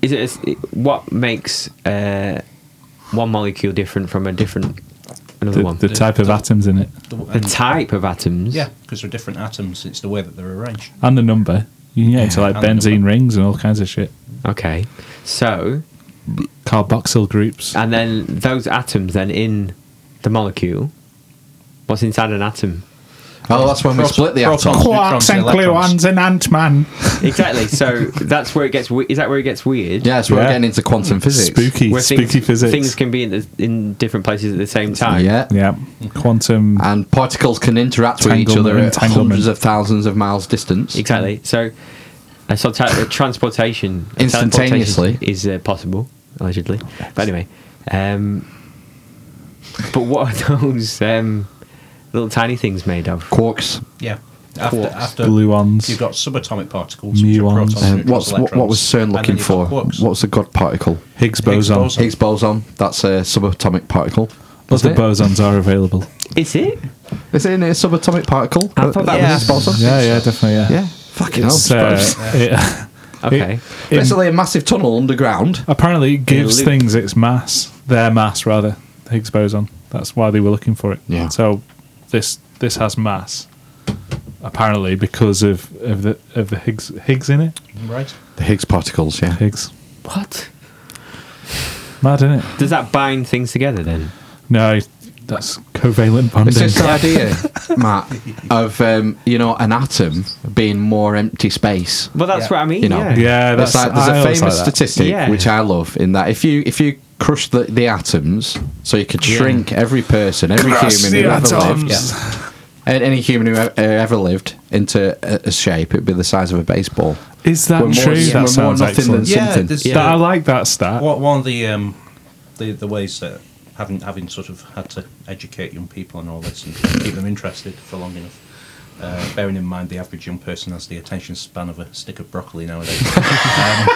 is it is it- what makes uh, one molecule different from a different another
The,
one?
the type of atoms in it
The-
the
and-
type of atoms.
Yeah, because they're different atoms. It's the way that they're arranged.
and the number. You can get into like
and the
benzene
number.
rings and all kinds of shit.
Okay. So
Carboxyl groups.
And then those atoms then in the molecule. What's inside an atom?
Oh, that's when we
Proton-
split the
proton.
atom.
Quarks and electrons.
and Ant Man.
Exactly. So that's where it gets. We- is that where it gets weird?
Yeah, so we're
Yeah.
getting into quantum physics.
Spooky,
Where
spooky
things,
physics.
Things can be in, the, in different places at the same time.
Yeah.
yeah, quantum.
And particles can interact with each other at
Entanglement, entanglement.
hundreds of thousands of miles distance.
Exactly. So, uh, so ta- uh, transportation uh,
Instantaneously.
teleportation is uh, possible allegedly. But anyway, um, but what are those um, little tiny things made of?
Quarks.
Yeah. After,
Quarks.
after
Gluons.
you've got subatomic particles, which are
Muons.
protons,
Um,
neutrons,
what's, what, what was CERN
electrons,
looking
and then
for?
you've got quarks.
What's the God particle?
Higgs
Higgs
boson.
boson.
Higgs boson. That's a subatomic particle.
Other
it?
bosons are available.
Is it?
Is it in a subatomic particle?
I thought that
Uh,
was-
boson?
Yeah, yeah, definitely. Yeah.
Yeah. Fucking hell.
It's, uh, it-
Okay.
it- in-
Basically, a massive tunnel underground.
apparently, it gives
loop.
things its mass, their mass rather, the Higgs boson. That's why they were looking for it.
Yeah.
So this this has mass, apparently because of, of the of the Higgs Higgs in it.
Right.
The Higgs particles, yeah.
Higgs,
What?
mad isn't it?
Does that bind things together then?
No, that's covalent bonding.
It's just the idea, Matt, of um, you know an atom being more empty space.
Well, that's
Yeah.
what I mean.
You know,
yeah.
yeah,
That's
that's
like, there's
I
a
always
famous
like that.
statistic
Yeah.
which I love in that if you if you crush the, the atoms, so you could shrink every person, every human who ever lived, and any human who ever, ever lived into a, a shape, it'd be the size of a baseball.
Is that
We're more-
true?
yeah, we're more
that sounds
nothing than
excellent.
Yeah, something.
there's-
That- I like that stat.
What one of the um, the the ways that having having sort of had to educate young people and all this and keep them interested for long enough. Uh, bearing in mind the average young person has the attention span of a stick of broccoli nowadays. um,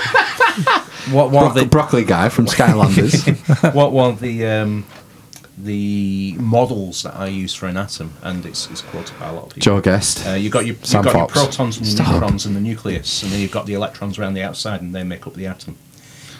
what one
Bro-
of the
broccoli guy from Skylanders.
what one of the um, the models that I use for an atom, and it's, it's quoted by a lot of people.
Joe Guest.
Uh, you've got your,
Sam
you've got your
Fox.
protons and
Stop.
neutrons and the nucleus, and then you've got the electrons around the outside, and they make up the atom.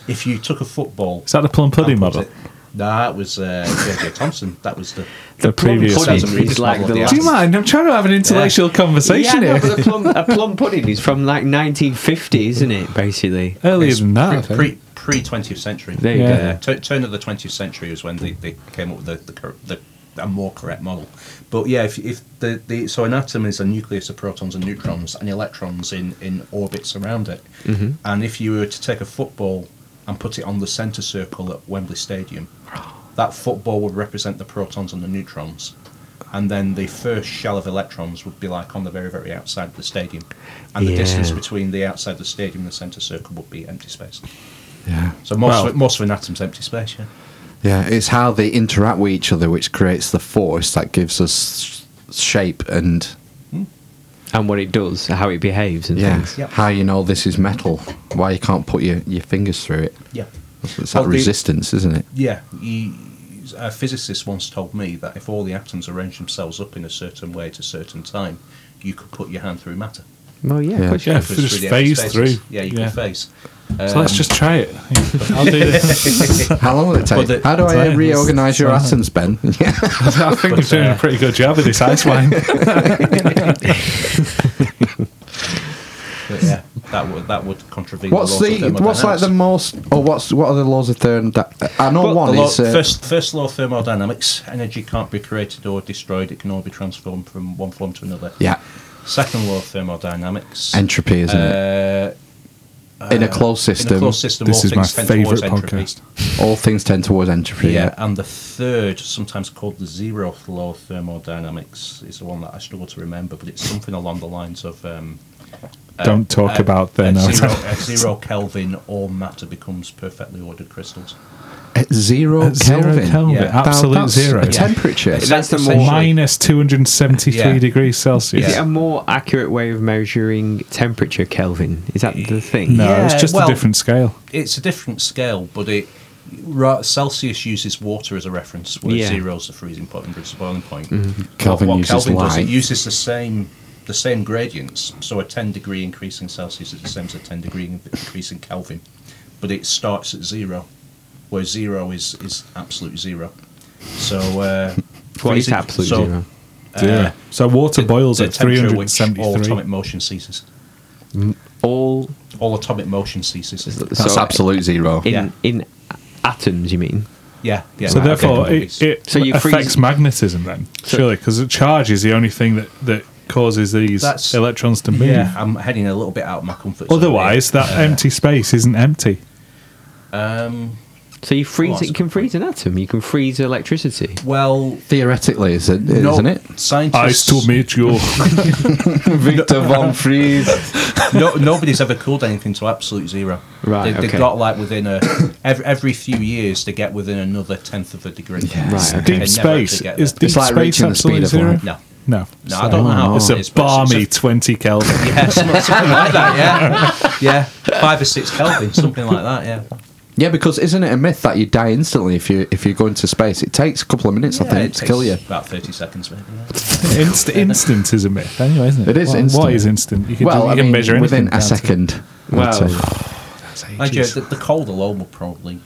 If you took a football,
Is that the plum pudding
and put
model?
it- That was uh, J.J. Thompson. That was the
The
plum
previous
pudding
Sounds a
is
reasonable
like the
idea.
last.
Do you mind? I'm trying to have an intellectual
Yeah,
conversation
no,
here.
but a plum, a plum pudding is from like 1950, isn't it? Basically.
Earlier than that, I think.
pre pre twentieth century.
There you
Yeah.
go.
T- turn of the 20th century was when they, they came up with the, the, cor- the a more correct model. But yeah, if, if the, the so an atom is a nucleus of protons and neutrons and electrons in, in orbits around it.
Mm-hmm.
And if you were to take a football and put it on the centre circle at Wembley Stadium,
Ah.
that football would represent the protons and the neutrons. And then the first shell of electrons would be like on the very, very outside of the stadium. And the
Yeah.
distance between the outside of the stadium and the centre circle would be empty space.
yeah.
So most,
Well-
of, it- most of an atom's empty space, yeah.
Yeah, it's how they interact with each other which creates the force that gives us s- shape and
And what it does, how it behaves, and
yeah,
things.
Yep.
how you know this is metal, why you can't put your, your fingers through it.
Yeah.
It's that
Well, the-
resistance, isn't it?
Yeah. You, a physicist once told me that if all the atoms arrange themselves up in a certain way at a certain time, you could put your hand through matter.
Well, Oh, yeah.
Oh, Yeah.
of course you
Yeah.
can.
Because
just
through the empty
phase
spaces.
through.
Yeah, you
Yeah.
can phase. Um,
So let's just try it. I'll do this.
How long will it take?
Well, the-
how do I
Science.
reorganise your atoms, Ben? Yeah.
I think we're doing a pretty good job with this ice wine.
But yeah, that would that would contravene.
what's
the laws
the
of
what's like the
thermodynamics.
most or what's what are the laws of thermodynamics? I know
Well,
one
the law-
is uh,
first first law of thermodynamics: energy can't be created or destroyed; it can only be transformed from one form to another.
yeah
Second law of thermodynamics:
entropy, isn't
uh,
it? In a closed system,
In a closed system,
This
all
is
things
my
tend towards
favourite
entropy.
podcast.
all things tend towards entropy.
Yeah,
Yeah,
and the third, sometimes called the zeroth law of thermodynamics, is the one that I struggle to remember, but it's something along the lines of. Um, uh,
Don't talk
uh,
about them.
At zero, at zero Kelvin, all matter becomes perfectly ordered crystals.
At zero
At zero
Kelvin,
Kelvin,
Oh, Yeah.
Now,
absolute
that's
zero.
a temperature.
Yeah. That's the
Essentially-
more-
Minus 273
Yeah.
degrees Celsius.
Is it a more accurate way of measuring temperature, Kelvin? Is that the thing?
No,
Yeah,
it's just
well-
a different scale.
It's a different scale, but it ra- Celsius uses water as a reference, where
Yeah.
zero is the freezing point and it's the boiling point.
Mm-hmm. Kelvin
what
uses
Kelvin does, it
light.
uses the same the same gradients. So a ten degree increase in Celsius is the same as a ten degree in- increase in Kelvin, but it starts at zero, where zero is is absolute zero. So uh,
What is
freezing-
absolute
so,
zero?
uh,
So water
the-
boils
the
at
temperature at which all
373.
atomic motion ceases.
All
All atomic motion ceases.
That's
so
absolute zero.
in
Yeah.
in atoms. You mean?
Yeah, yeah.
So
okay.
therefore, it, it
So you
affects
freeze-
magnetism then, surely, because the charge is the only thing that, that causes these
That's-
electrons to move.
yeah, I'm heading a little bit out of my comfort zone.
Otherwise,
here.
that empty space isn't empty.
So you freeze.
that's
You can freeze an atom. You can freeze electricity.
well,
Theoretically, is it,
no,
isn't it?
Scientists,
meet you.
Victor von Fries.
no, nobody's ever cooled anything to absolute zero. They,
Right, okay.
They've got like within a every, every few years they get within another tenth of a degree.
Right, okay.
They
deep
never
space
actually get
is
there.
deep
It's like
space
reaching the speed
absolute
of
zero.
light.
No.
No, Mm.
No, I don't know how
it's
often it
a
is, but it's-
balmy
it's a-
twenty Kelvin.
Yeah, something, something like that. Yeah, yeah, five or six Kelvin, something like that. Yeah.
Yeah, because isn't it a myth that you die instantly if you if you go into space? It takes a couple of minutes, I
Yeah,
think,
it
to
takes
kill you.
About 30 seconds, maybe.
Inst- instant is a myth, anyway, isn't it?
It is
What-
instant.
What is instant? You can,
Well,
do- you
I
can
mean,
measure anything
within
down
a
to-
second. I'd
Well,
say.
I do, the, the cold alone will probably.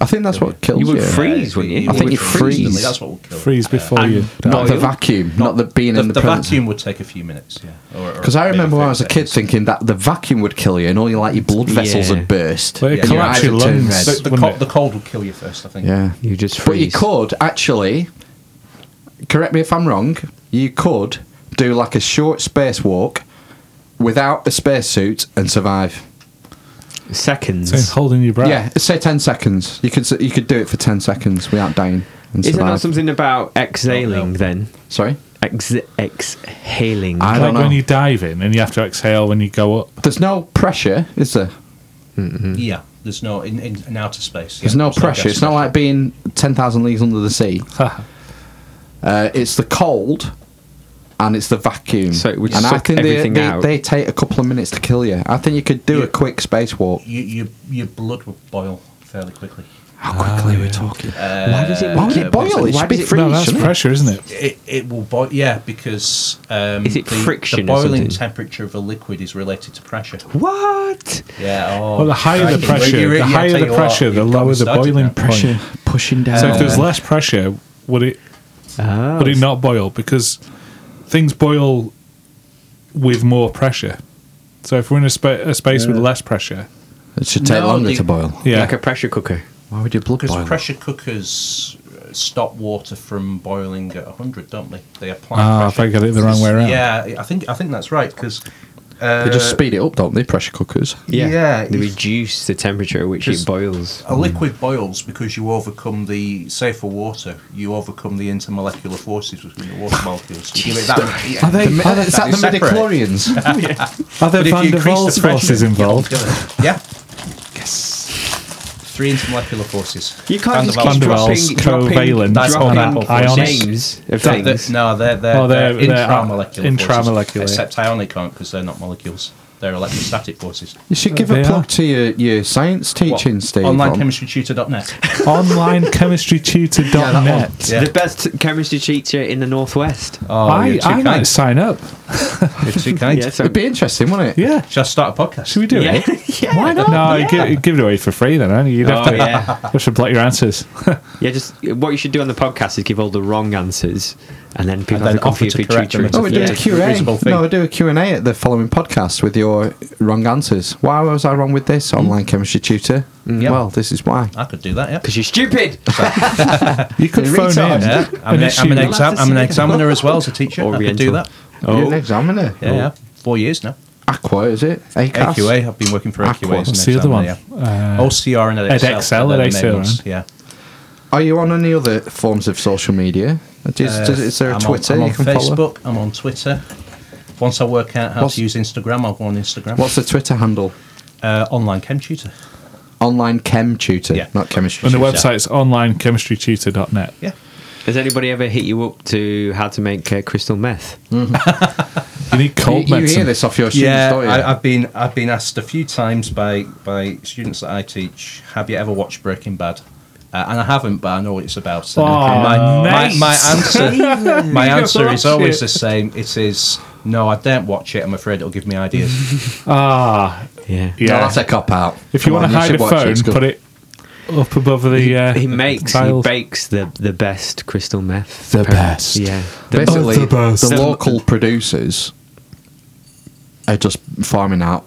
I think that's what kills
You
you.
would freeze, wouldn't you?
I think you freeze.
That's what will kill
freeze
you. Yeah.
before you. die.
not the
No,
vacuum, not, the being
The,
in the,
the
presence.
vacuum would take a few minutes, yeah.
Because I remember when I was a kid thinking that the vacuum would kill you, and all your like your blood vessels
Yeah.
would burst.
Well, it
and
collapsed
eyes
your
would turn
lungs.
red.
The, the,
Wouldn't
co-
it?
the cold will kill you first, I think.
Yeah,
You just
but you
freeze.
could actually. Correct me if I'm wrong. You could do like a short spacewalk without a spacesuit and survive.
Seconds.
So it's holding your breath.
Yeah, say ten seconds. You could s- you could do it for ten seconds without dying and
Is there
survive.
not something about exhaling then?
Sorry,
Ex- exhaling.
I
Like
don't know.
when you dive in and you have to exhale when you go up.
There's no pressure, is there?
Mm-hmm.
Yeah, there's no in, in, in outer space.
There's
yeah,
no pressure.
gas
It's not like being ten thousand leagues under the sea. Uh, it's the cold, and it's the vacuum.
So it would
and I
suck
think they,
everything
they,
out.
they take a couple of minutes to kill you. I think you could do
Yeah.
a quick spacewalk.
You, you, your blood would boil fairly quickly.
How quickly we're talking.
Why does it?
Why would it boil? It
Why
should be
does it-
free,
no, that's
shouldn't it?
pressure, isn't it?
It, it will boil, yeah, because um,
Is it
the,
friction
the
or
boiling
something?
temperature of a liquid is related to pressure.
What?
Yeah. Oh,
Well, the higher
crikey.
the
Well,
pressure,
you're-
the
yeah,
higher
tell
the
you what,
pressure, the
you've got me
lower the
started
boiling
now.
point.
pushing down.
So if there's less pressure, would it
Oh,
would it not boil? Because things boil with more pressure. So if we're in a, spa- a space with less pressure,
it should take
No,
longer
the-
to boil.
yeah,
like a pressure cooker.
Why would your blood
Because
boil?
pressure cookers uh, stop water from boiling at 100, don't they? They apply
Ah,
pressure.
if I get it the wrong way around.
Yeah, I think I think that's right because uh,
They just speed it up, don't they? Pressure cookers.
Yeah,
They
if-
reduce the temperature at which
Just-
it boils.
a liquid boils because you overcome the say for water, you overcome the intermolecular forces between the water molecules. You give it that, yeah.
Are they?
The mi-
are they- is that the
that you separate.
midichlorians?
Are there
But if
van
you
der
increase the
Waals
pressure,
forces
you don't
involved?
kill it. Yeah. Yes. Three intermolecular forces.
You can't
Van der
just
Waals
keep
Van der
dropping,
Waals,
dropping,
covalent,
That's all
dropping
that apple force.
names
That-
of
that-
things.
no, they're they're,
Oh, they're-
they're,
they're
intramolecular.
intramolecular.
Forces, except I only can't because they're not molecules. They're electrostatic forces.
you should give a
They
plug
are.
to your, your science teaching, Steve.
Online
on-
chemistry tutor.net.
OnlineChemistryTutor.net. net.
Yeah.
The best chemistry teacher in the northwest.
Oh,
I,
you're too
I might
kind.
sign up.
You're too kind.
Yeah, so-
It'd be interesting, wouldn't it?
Yeah.
Should I start a podcast?
Should we do
yeah,
it?
yeah.
Why not? No, give, give it away for free then. Aren't you? You'd have
Oh,
to,
yeah.
you have to block your answers.
Yeah, just what you should do on the podcast is give all the wrong answers, and then people
And then
have to come
offer
for you
to
for
correct them Oh,
tutoring.
No, we Oh, do
Yeah,
a Q and
reasonable
A.
thing.
No, we do a Q and A at the following podcast with your wrong answers. Why was I wrong with this online chemistry tutor?
Yeah.
Well, this is why.
I could do that. Yeah.
because you're stupid,
You could
You're
phone in.
retarded.
Yeah, I'm,
an
an, I'm, an
issue.
exam, I'm an examiner as well as a teacher. I could do
Oriental.
that.
Oh.
Oh.
You're an examiner.
Yeah, yeah. Four years now.
Aqua is it? ACAS?
AQA. I've been working for AQA.
Aqua.
as an
What's the other one? Uh,
examiner, Yeah. OCR and
Ed
EdXL.
Excel,
they're the
Ed
main
Excel,
ones,
right?
Yeah.
Are you on any other forms of social media? Is,
Uh,
does- is there a
I'm
Twitter
On, I'm
you
on
can
Facebook.
follow?
I'm on Twitter. Once I work out how
What's-
to use Instagram, I'll go on Instagram.
What's the Twitter handle?
uh, online chem tutor?
Online chem tutor,
Yeah.
not chemistry.
And the
tutor.
website's onlinechemistrytutor.net.
Yeah.
Has anybody ever hit you up to how to make uh, crystal meth?
Mm.
You need
You,
cold
you hear
medicine.
this off your students,
Yeah,
don't you?
I, I've been I've been asked a few times by by students that I teach, have you ever watched Breaking Bad? Uh, and I haven't, but I know what it's about. So
Oh,
my,
nice.
my, my answer, my
You
answer
watched
is always
it.
the same. It is no, I don't watch it. I'm afraid it'll give me ideas.
Ah,
Yeah.
yeah.
no, that's a cop out.
if you
Come
want
on,
to hide
should
a
watch
phone,
It's good.
put it up above the. Uh,
He makes, he
tiles.
bakes the, the best crystal meth.
The
apparently.
best.
Yeah.
basically
the best.
the
The-
local producers are just farming out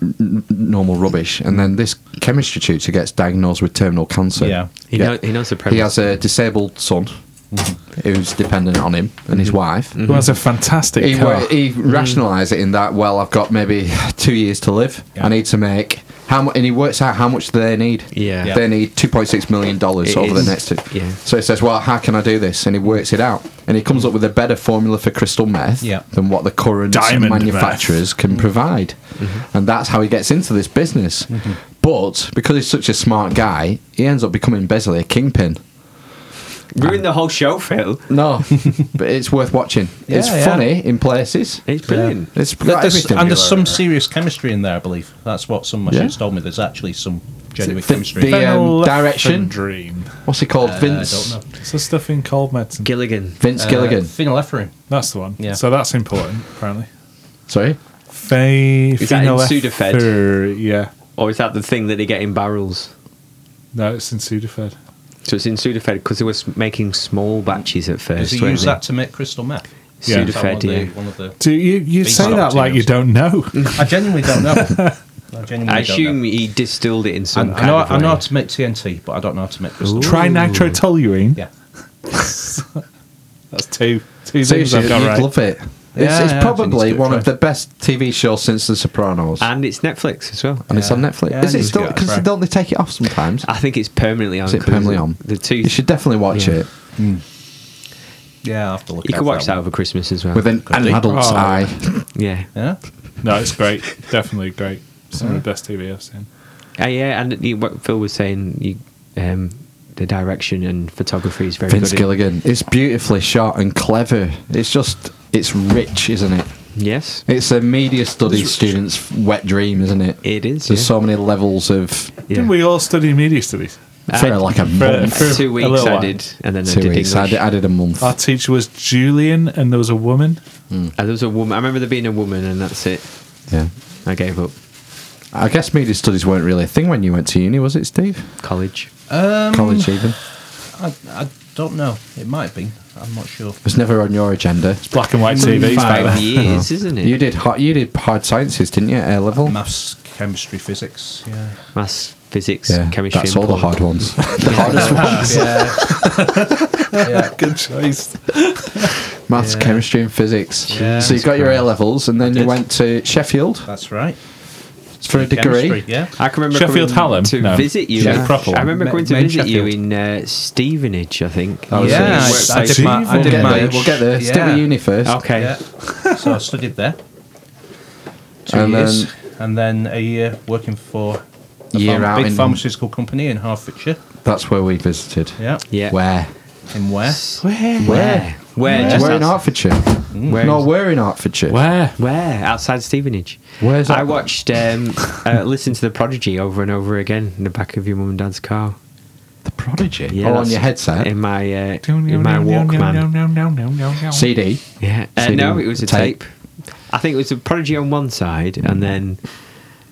n- n- normal rubbish and then this chemistry tutor gets diagnosed with terminal cancer
Yeah.
He know- he knows the premise.
he has a disabled son
Mm-hmm.
who's dependent on him and his wife
Who has a fantastic
he,
car.
wa- he rationalised it in that well i've got maybe two years to live
Yeah.
i need to make how much and he works out how much they need
Yeah. Yeah.
they need 2.6 million dollars
It
over
is-
the next two
yeah.
so he says well how can i do this and he works it out and he comes up with a better formula for crystal meth
Yeah.
than what the current
Diamond
manufacturers can provide and that's how he gets into this business but because he's such a smart guy he ends up becoming basically a kingpin
Ruined the whole show, Phil.
No, but it's worth watching. it's
Yeah, yeah.
funny in places.
It's brilliant.
It's
Th-
got
there's-
everything.
and there's some serious chemistry in there, I believe. That's what some machines told me. There's actually some genuine
the-
chemistry.
the, um, direction.
Dream.
What's it called? Vince.
Uh, I don't know.
It's the stuff in cold medicine.
Gilligan.
Vince Gilligan.
Uh, phenylephrine.
That's the one.
Yeah.
So that's important, apparently.
Sorry.
Fe-
Is that in
phenylephrine,
Sudafed?
Yeah.
Or is that the thing that they get in barrels?
No, it's in Sudafed.
So it's in Sudafed because they were s- making small batches at first.
Does he
weren't
use
they?
that to make crystal meth?
Yeah.
Is that one of
Sudafed,
the-
yeah.
one of the-
Do you you
These
say that like you
subtitles.
don't know?
I genuinely don't know. I genuinely
I
don't
assume
know.
he distilled it in
I,
some
I
kind
know,
of
I know how
way.
to make TNT, but I don't know how to make crystal.
Trinitrotoluene.
Yeah.
That's two. Two things
Seriously,
I've
you'd
got right.
love it. it's
Yeah,
it's
yeah, I
probably
think it's
one
good
of the best TV shows since The Sopranos. And,
And it's Netflix as well.
it's on Netflix.
Yeah,
Is
I
it
need to
still?
give it a
Because
try.
don't they take it off sometimes?
Ah,
I think it's permanently on.
Is it
'cause
permanently on?
The two.
You should definitely watch
Yeah.
it
Yeah, I have to look.
You
out
could
for
watch that
that.
over Christmas as well.
with an, an
be.
adult's
Oh.
eye.
yeah.
Yeah.
No, it's great. Definitely great. Some of the best TV I've seen.
Uh, yeah, and you, what Phil was saying, you, um, the direction and photography is very
Vince
good.
Gilligan. It's beautifully shot and clever. It's just, it's rich, isn't it?
Yes,
It's a media studies student's wet dream, isn't it?
it is.
There's
yeah.
so many levels of
Yeah.
Didn't we all study media studies?
for like a
uh,
for-
month.
for
two
a
weeks
little
I
while.
did, and then I
Two
did
weeks. I
English.
did, I did a month.
Our teacher was Julian, and there was a woman.
Uh, there was a woman. I remember there being a woman, and that's it.
yeah.
I gave up
I guess media studies weren't really a thing when you went to uni, was it, Steve?
college.
College even.
I, I don't know. It might have been. I'm not sure.
It was never on your agenda.
Black and white TVs back
Five
then.
years, isn't it?
Oh. You did hard, you did hard sciences, didn't you? At A level.
Maths, chemistry, physics. Yeah.
Maths, physics,
Yeah,
chemistry.
that's
and
all the
pol-
hard ones. the hardest ones.
yeah. yeah.
Good choice.
Maths,
Yeah.
chemistry, and physics.
Yeah.
so you got your A levels, and then
I
you
did.
went to Sheffield
That's right.
for a degree.
Chemistry, Yeah.
I can remember
Sheffield
going
Hallam?
to
No.
visit you.
Yeah, the
proper one.
I remember
Ma-
going to
main
visit you
Sheffield.
in uh, Stevenage, I think.
Oh,
You
yeah,
worked
I, I did my. I
We'll
did
get
my.
there. We'll get there. Stick with uni first.
Okay.
Yeah. so I studied there. Two
And
years, and then a year working for a
Year
pharma-
out
big
in-
pharmaceutical company in Hertfordshire.
That's where we visited.
Yeah.
Yeah.
Where?
In where?
Where?
Where?
Where? Where? Just
we're in
outs-
Hertfordshire.
Where
No,
is-
we're in Hertfordshire.
Where?
Where? Outside Stevenage.
Where's that?
I watched, um, uh, listened to The Prodigy over and over again in the back of your mum and dad's car.
The Prodigy.
Yeah,
oh, on
that's-
your headset.
In my, uh,
No, no,
in my
no, no,
Walkman.
No, no, no, no, no, no.
CD.
Yeah. Uh,
CD
no, it was a
tape.
tape. I think it was The Prodigy on one side, and then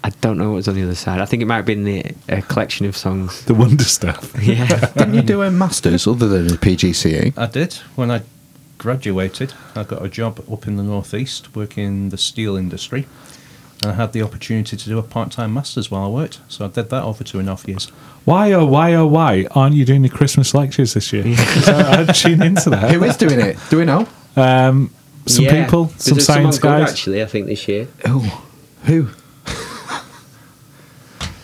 I don't know what was on the other side. I think it might have been the uh, collection of songs.
The wonder stuff.
Yeah.
Didn't you do a masters other than a PGCE?
I did. When I graduated, I got a job up in the northeast working in the steel industry. And I had the opportunity to do a part time master's while I worked. So I did that over two and a half years.
Why oh why oh why aren't you doing the Christmas lectures this year? 'Cause I, I'd tune into
Who
that.
is doing it? Do we know?
Um, some
Yeah.
people,
There's
some
a-
science
someone good,
guys.
actually, I think this year.
Oh, who?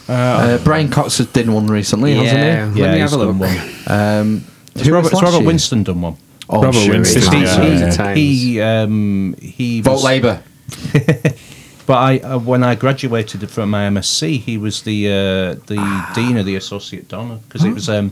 uh, Brian Cox has done one recently,
Yeah.
hasn't
Let me have
he's
a
done
look.
One.
he? Um,
It's
who was
Robert, it's
last
Robert
year?
Winston done one.
Oh,
Robert
sure he
Winston,
has.
yeah.
He's a times.
He um, he
Vote
was-
Labour.
But I, uh, when I graduated from my MSc, he was the uh, the dean or the associate don because it was um,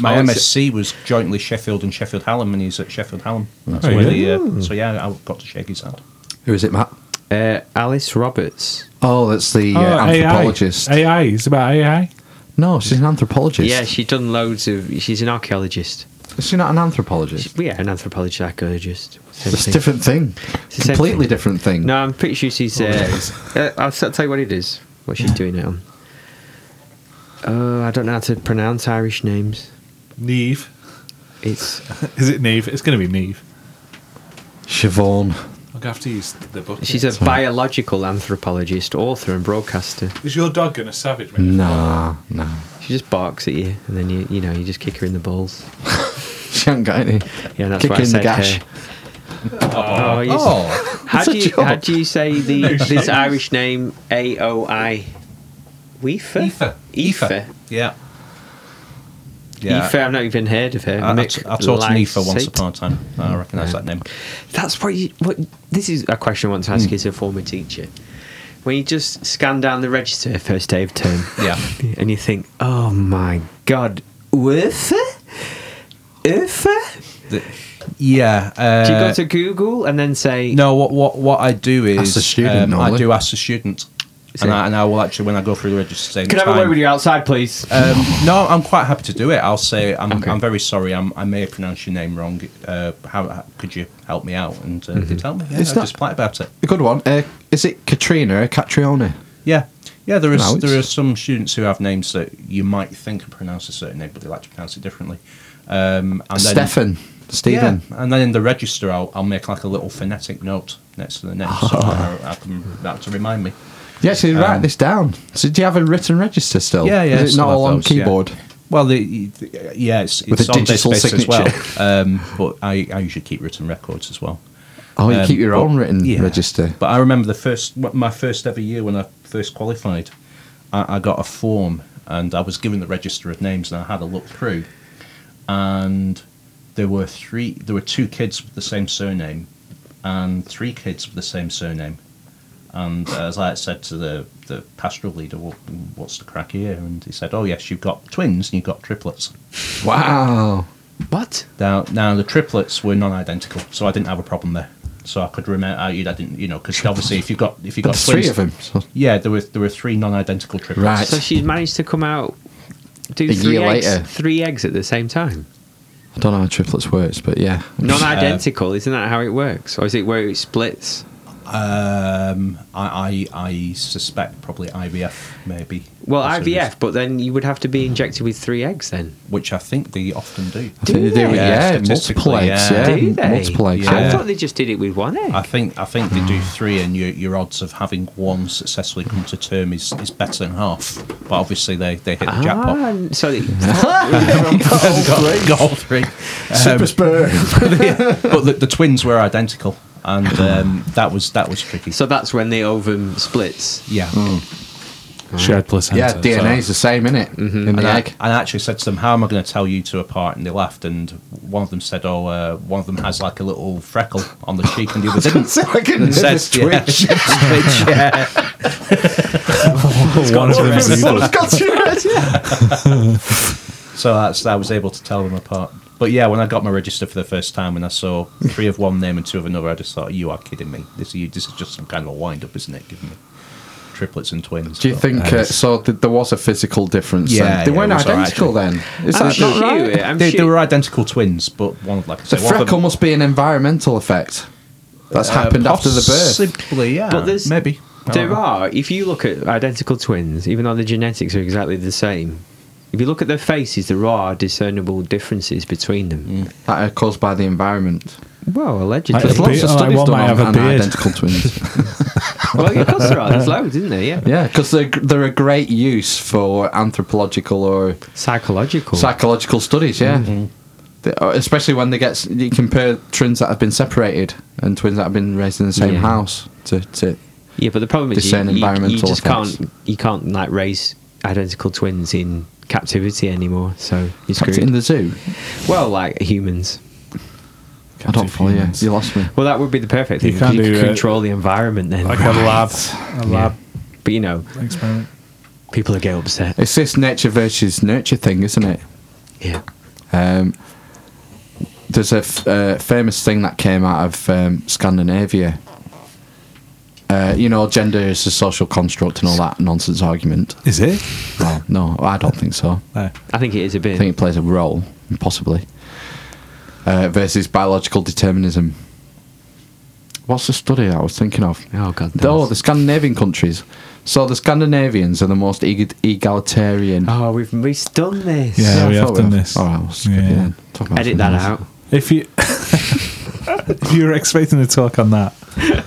my
Ah. Oh, I see.
MSc was jointly Sheffield and Sheffield Hallam, and he's at Sheffield Hallam. That's
Oh,
where
yeah.
the, uh, so yeah, I got to shake his hand.
Who is it, Matt?
Uh, Alice Roberts.
Oh, that's the uh,
Oh,
anthropologist.
AI. AI. It's about AI.
No, she's an anthropologist.
Yeah, she's done loads of. She's an archaeologist.
Is she not an anthropologist?
She- Yeah, an anthropologist, archaeologist. Same
It's a
thing.
different thing.
It's the same
Completely
thing.
different thing. Oh,
No, I'm pretty sure she's. Uh, uh, I'll s- tell you what it is. What she's doing it on. Oh, I don't know how to pronounce Irish names.
Neve.
It's
Is it Neve? It's going to be Neve.
Siobhan.
I'll have to use the book.
she's a biological anthropologist, author, and broadcaster.
Is your dog going to savage
Mm.
me?
Nah, nah.
She just barks at you, and then you you know you just kick her in the balls.
She ain't got any.
Yeah, that's
Kick
what I
in the
said.
gash.
her. Oh, you,
Oh,
how
it's a
do you how
joke.
do you say the this Irish name A O I? Weefer. Aoife?
yeah, yeah.
Aoife, I've not even heard of her.
I, I, I
Mick
taught an Aoife once
Lysate.
upon a time. I recognise that name.
That's what you. What, this is a question I want to ask
Hmm.
as a former teacher. When you just scan down the register first day of term,
Yeah.
and you think, "Oh my God, Werther, Earth?
Yeah. Uh,
Do you go to Google and then say
No, what what what I do is
Ask the student,
um, I
normally.
do ask the student,
Is
and
it-
I, and I will actually when I go through the register. say
Can I
the
have a word
time.
with you outside, please?
Um, no, I'm quite happy to do it. I'll say I'm,
Okay.
I'm very sorry. I'm, I may have pronounced your name wrong. Uh, how, how- could you help me out? And uh, they'd help me. Yeah,
Mm-hmm. It's
I
not-
just polite about it.
A good one. Uh, is it Katrina or Catriona?
Yeah, yeah. There is
No, it's-
there are some students who have names that you might think are pronounced a certain name, but they like to pronounce it differently. Um, and then,
Stefan.
Yeah,
Stephen.
and then in the register, I'll, I'll make like a little phonetic note next to the name, so
Oh.
I, I can that to remind me.
Yeah, so you write
Um,
this down. So do you have a written register still?
Yeah, yeah,
Is it
still
not
have
all on
those, yeah.
keyboard?
Well, the, the- yeah, it's,
With
it's
a
on
digital
digital as well.
signature.
Um, but I, I usually keep written records as well.
Oh, you
Um,
keep your
but-
own written
yeah.
register.
But I remember the first m- my first ever year when I first qualified, I, I got a form and I was given the register of names and I had a look through, and there were three there were two kids with the same surname, and three kids with the same surname. And as I said to the, the pastoral leader, well, what's the crack here? And he said, oh, yes, you've got twins and you've got triplets.
Wow.
what?
Now, now the triplets were non-identical, so I didn't have a problem there. So I could remember. I, I didn't, you know, because obviously if you got if you got
That's three
twins-
of them. So-
yeah, there were there were three non-identical triplets.
Right.
So she's managed to come out do
A
three
year
eggs,
later.
three eggs at the same time.
I don't know how triplets works, but yeah.
Non-identical,
Uh,
isn't that how it works, or is it where it splits?
Um, I, I I suspect probably IVF maybe.
Well,
Also
IVF,
is-
but then you would have to be injected with three eggs then.
which I think they often do.
I think they do,
they?
yeah,
Yeah,
multiple
statistically,
eggs,
yeah.
yeah.
do they?
Multiple eggs,
I
Yeah.
thought they just did it with one egg.
I think I think they do three, and your your odds of having one successfully come to term is, is better than half. But obviously they they hit the jackpot.
Ah, and so they-
Got, got all three. Um, but the, the twins were identical, and um, that was that was tricky.
so that's when the ovum splits.
yeah,
hmm.
Shared placenta.
Yeah, DNA's the same, innit?
Mm-hmm.
In the
and I,
egg.
and I actually said to them, "How am I going to tell you two apart?" And they laughed, and one of them said, "Oh, uh, one of them has like a little freckle on the cheek, and the other didn't."
can
said, yeah, twitch, yeah.
One of them's evil.
So that's I was able to tell them apart. But yeah, when I got my register for the first time and I saw three of one name and two of another, I just thought, "You are kidding me! This is this is just some kind of a wind up, isn't it? Giving me triplets and twins."
Do you
But-
think uh, so? Th- there was a physical difference.
Yeah,
then. they
yeah,
weren't
it was all right,
identical then. Is
I'm
that not
sure.
right?
I'm
they, they
sure-
were identical twins, but one like I
The
said, one of them-
freckle must be an environmental effect. That's happened after the birth.
Possibly, yeah.
But there's
Uh, maybe
There are. If you look at identical twins, even though the genetics are exactly the same, if you look at their faces, there are discernible differences between them.
That are caused by the environment.
Well, allegedly.
There's lots of- like, one might have a beard.
identical twins.
well, yeah, of course there are. There's loads, isn't there? Yeah.
yeah, because they're, they're a great use for anthropological or
Psychological.
psychological studies. Yeah, They- uh, especially when they get s- you compare twins that have been separated and twins that have been raised in the same
Yeah.
house to, to
yeah, but the problem is you,
discern
you- you
environmental
just
effects.
can't you can't like raise identical twins in captivity anymore. So you're screwed.
in the zoo.
well, like humans.
I don't follow you. You lost me.
Well, that would be the perfect
You
thing. You
can't
you
do
could
it.
control the environment then.
Like a lab, a
Yeah.
lab
But you know,
experiment.
people are get upset.
It's this nature versus nurture thing, isn't it?
Yeah.
Um, there's a f- uh, famous thing that came out of um, Scandinavia. Uh, you know, gender is a social construct and all that nonsense argument.
Is it?
Well, no, I don't think so.
No.
I think it is a
I
bit.
think it plays a role, possibly, uh, versus biological determinism. What's the study that I was thinking of?
oh God.
Oh,
no.
the Scandinavian countries. So the Scandinavians are the most eg- egalitarian.
Oh, we've we've done this.
Yeah. we
I
have
thought
done this.
All right, Oh, we'll skip
Yeah.
it then. Talk about something
Edit that
else.
out.
If you if you were expecting to talk on that,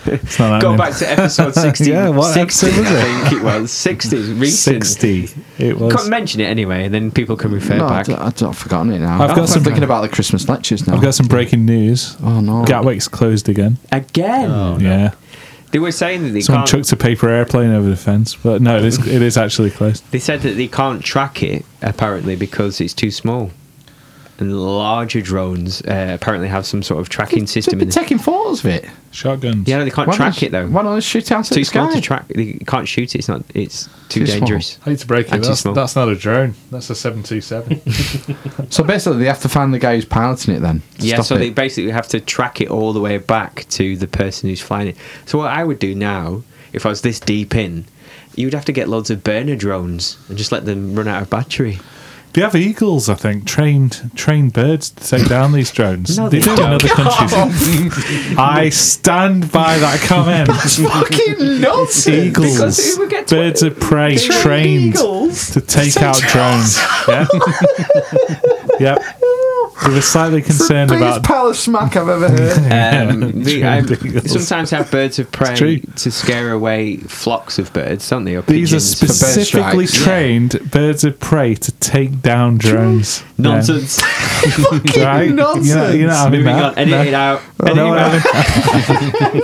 it's not
Go
happening.
back to episode 60.
Yeah, what
60,
episode was
I think it was. 60 is recent.
sixty. It
Can't
was.
mention it anyway, and then people can refer
No, I
back.
d- I d- I've forgotten it now.
I've
I've
got
got
some-
some thinking about the Christmas lectures now.
I've got some breaking news.
oh no!
Gatwick's closed again.
Again,
Yeah,
they were saying that they
someone
Oh, can't.
chucked a paper airplane over the fence, but no, it is it is actually closed.
They said that they can't track it apparently because it's too small. and larger drones uh, apparently have some sort of tracking system.
They've been
In the,
taking photos of it.
Shotguns.
yeah, no, they can't
Why
track
not-
it though.
Why not shoot out
It's
at the
too small
sky?
to track. They can't shoot it. It's not. It's too
Too small.
dangerous.
I hate to break you. That's,
Anti-smoke.
that's not a drone. That's a 727.
So basically, they have to find the guy who's piloting it then. to
Yeah,
stop
so
it.
they basically have to track it all the way back to the person who's flying it. So what I would do now, if I was this deep in, you'd have to get loads of burner drones and just let them run out of battery.
They have eagles, I think, trained trained birds to take down these drones.
No,
they,
they
do in other countries. I stand by that comment.
fucking nuts.
eagles,
Because it would get to-
birds of prey,
Trained
trained
eagles
to take
to
out
take-
drones. Yeah. yep. We were slightly concerned
Biggest
about
pile of smack I've ever heard.
Um, the, I
ridiculous.
sometimes have birds of prey
true.
to scare away flocks of birds, don't they? Or
these are
pigeons.
bird
specifically
strikes.
trained birds of prey to take down drones.
Nonsense.
Yeah. Right?
nonsense.
You're not, you're not having
Moving
that.
on. Edit it out. Edit
No,
it
I
out.
haven't-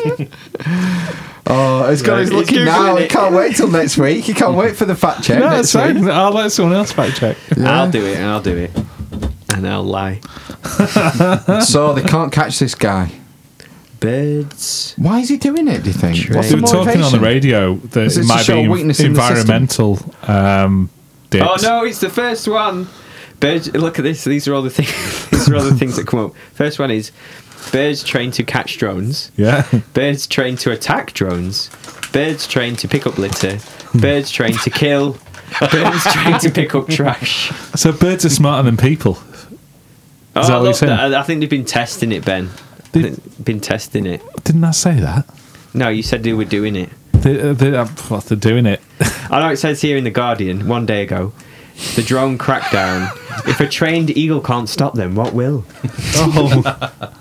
Oh, it's got his
Right, he's
looking now.
Googling
He
it.
can't wait till next week. He can't wait for the fact check.
no,
next
it's fine.
week.
I'll let someone else fact check.
I'll do it, and I'll do it, and I'll lie.
So they can't catch this guy.
Birds.
Why is he doing it? Do you think?
True.
What's
They
the
were talking on the
motivation?
radio that
Is
it
it to
might
show
be
weakness in the
environmental um, dips.
Oh no, it's the first one. Birds. Look at this. These are all the things. these are all the things that come up. First one is birds trained to catch drones.
Yeah.
Birds trained to attack drones. Birds trained to pick up litter.
Hmm.
Birds trained to kill. Birds trained to pick up trash.
So birds are smarter than people. that
Oh,
what
I,
you're
love
saying?
that. I- I think they've been testing it, Ben. I
They-
think Been testing it.
Didn't I say that?
No, you said they were doing it.
They, they, uh, well, they're doing it.
I know it says here in The Guardian one day ago the drone crackdown. if a trained eagle can't stop them, what will?
Oh.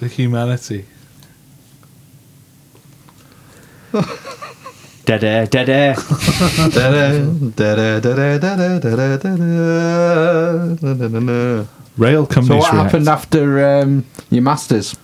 the humanity.
Dead air, dead air.
Da-da-da-da-da-da-da-da-da-da-da-da-da.
Rail companies
So what
react.
happened after um, your masters?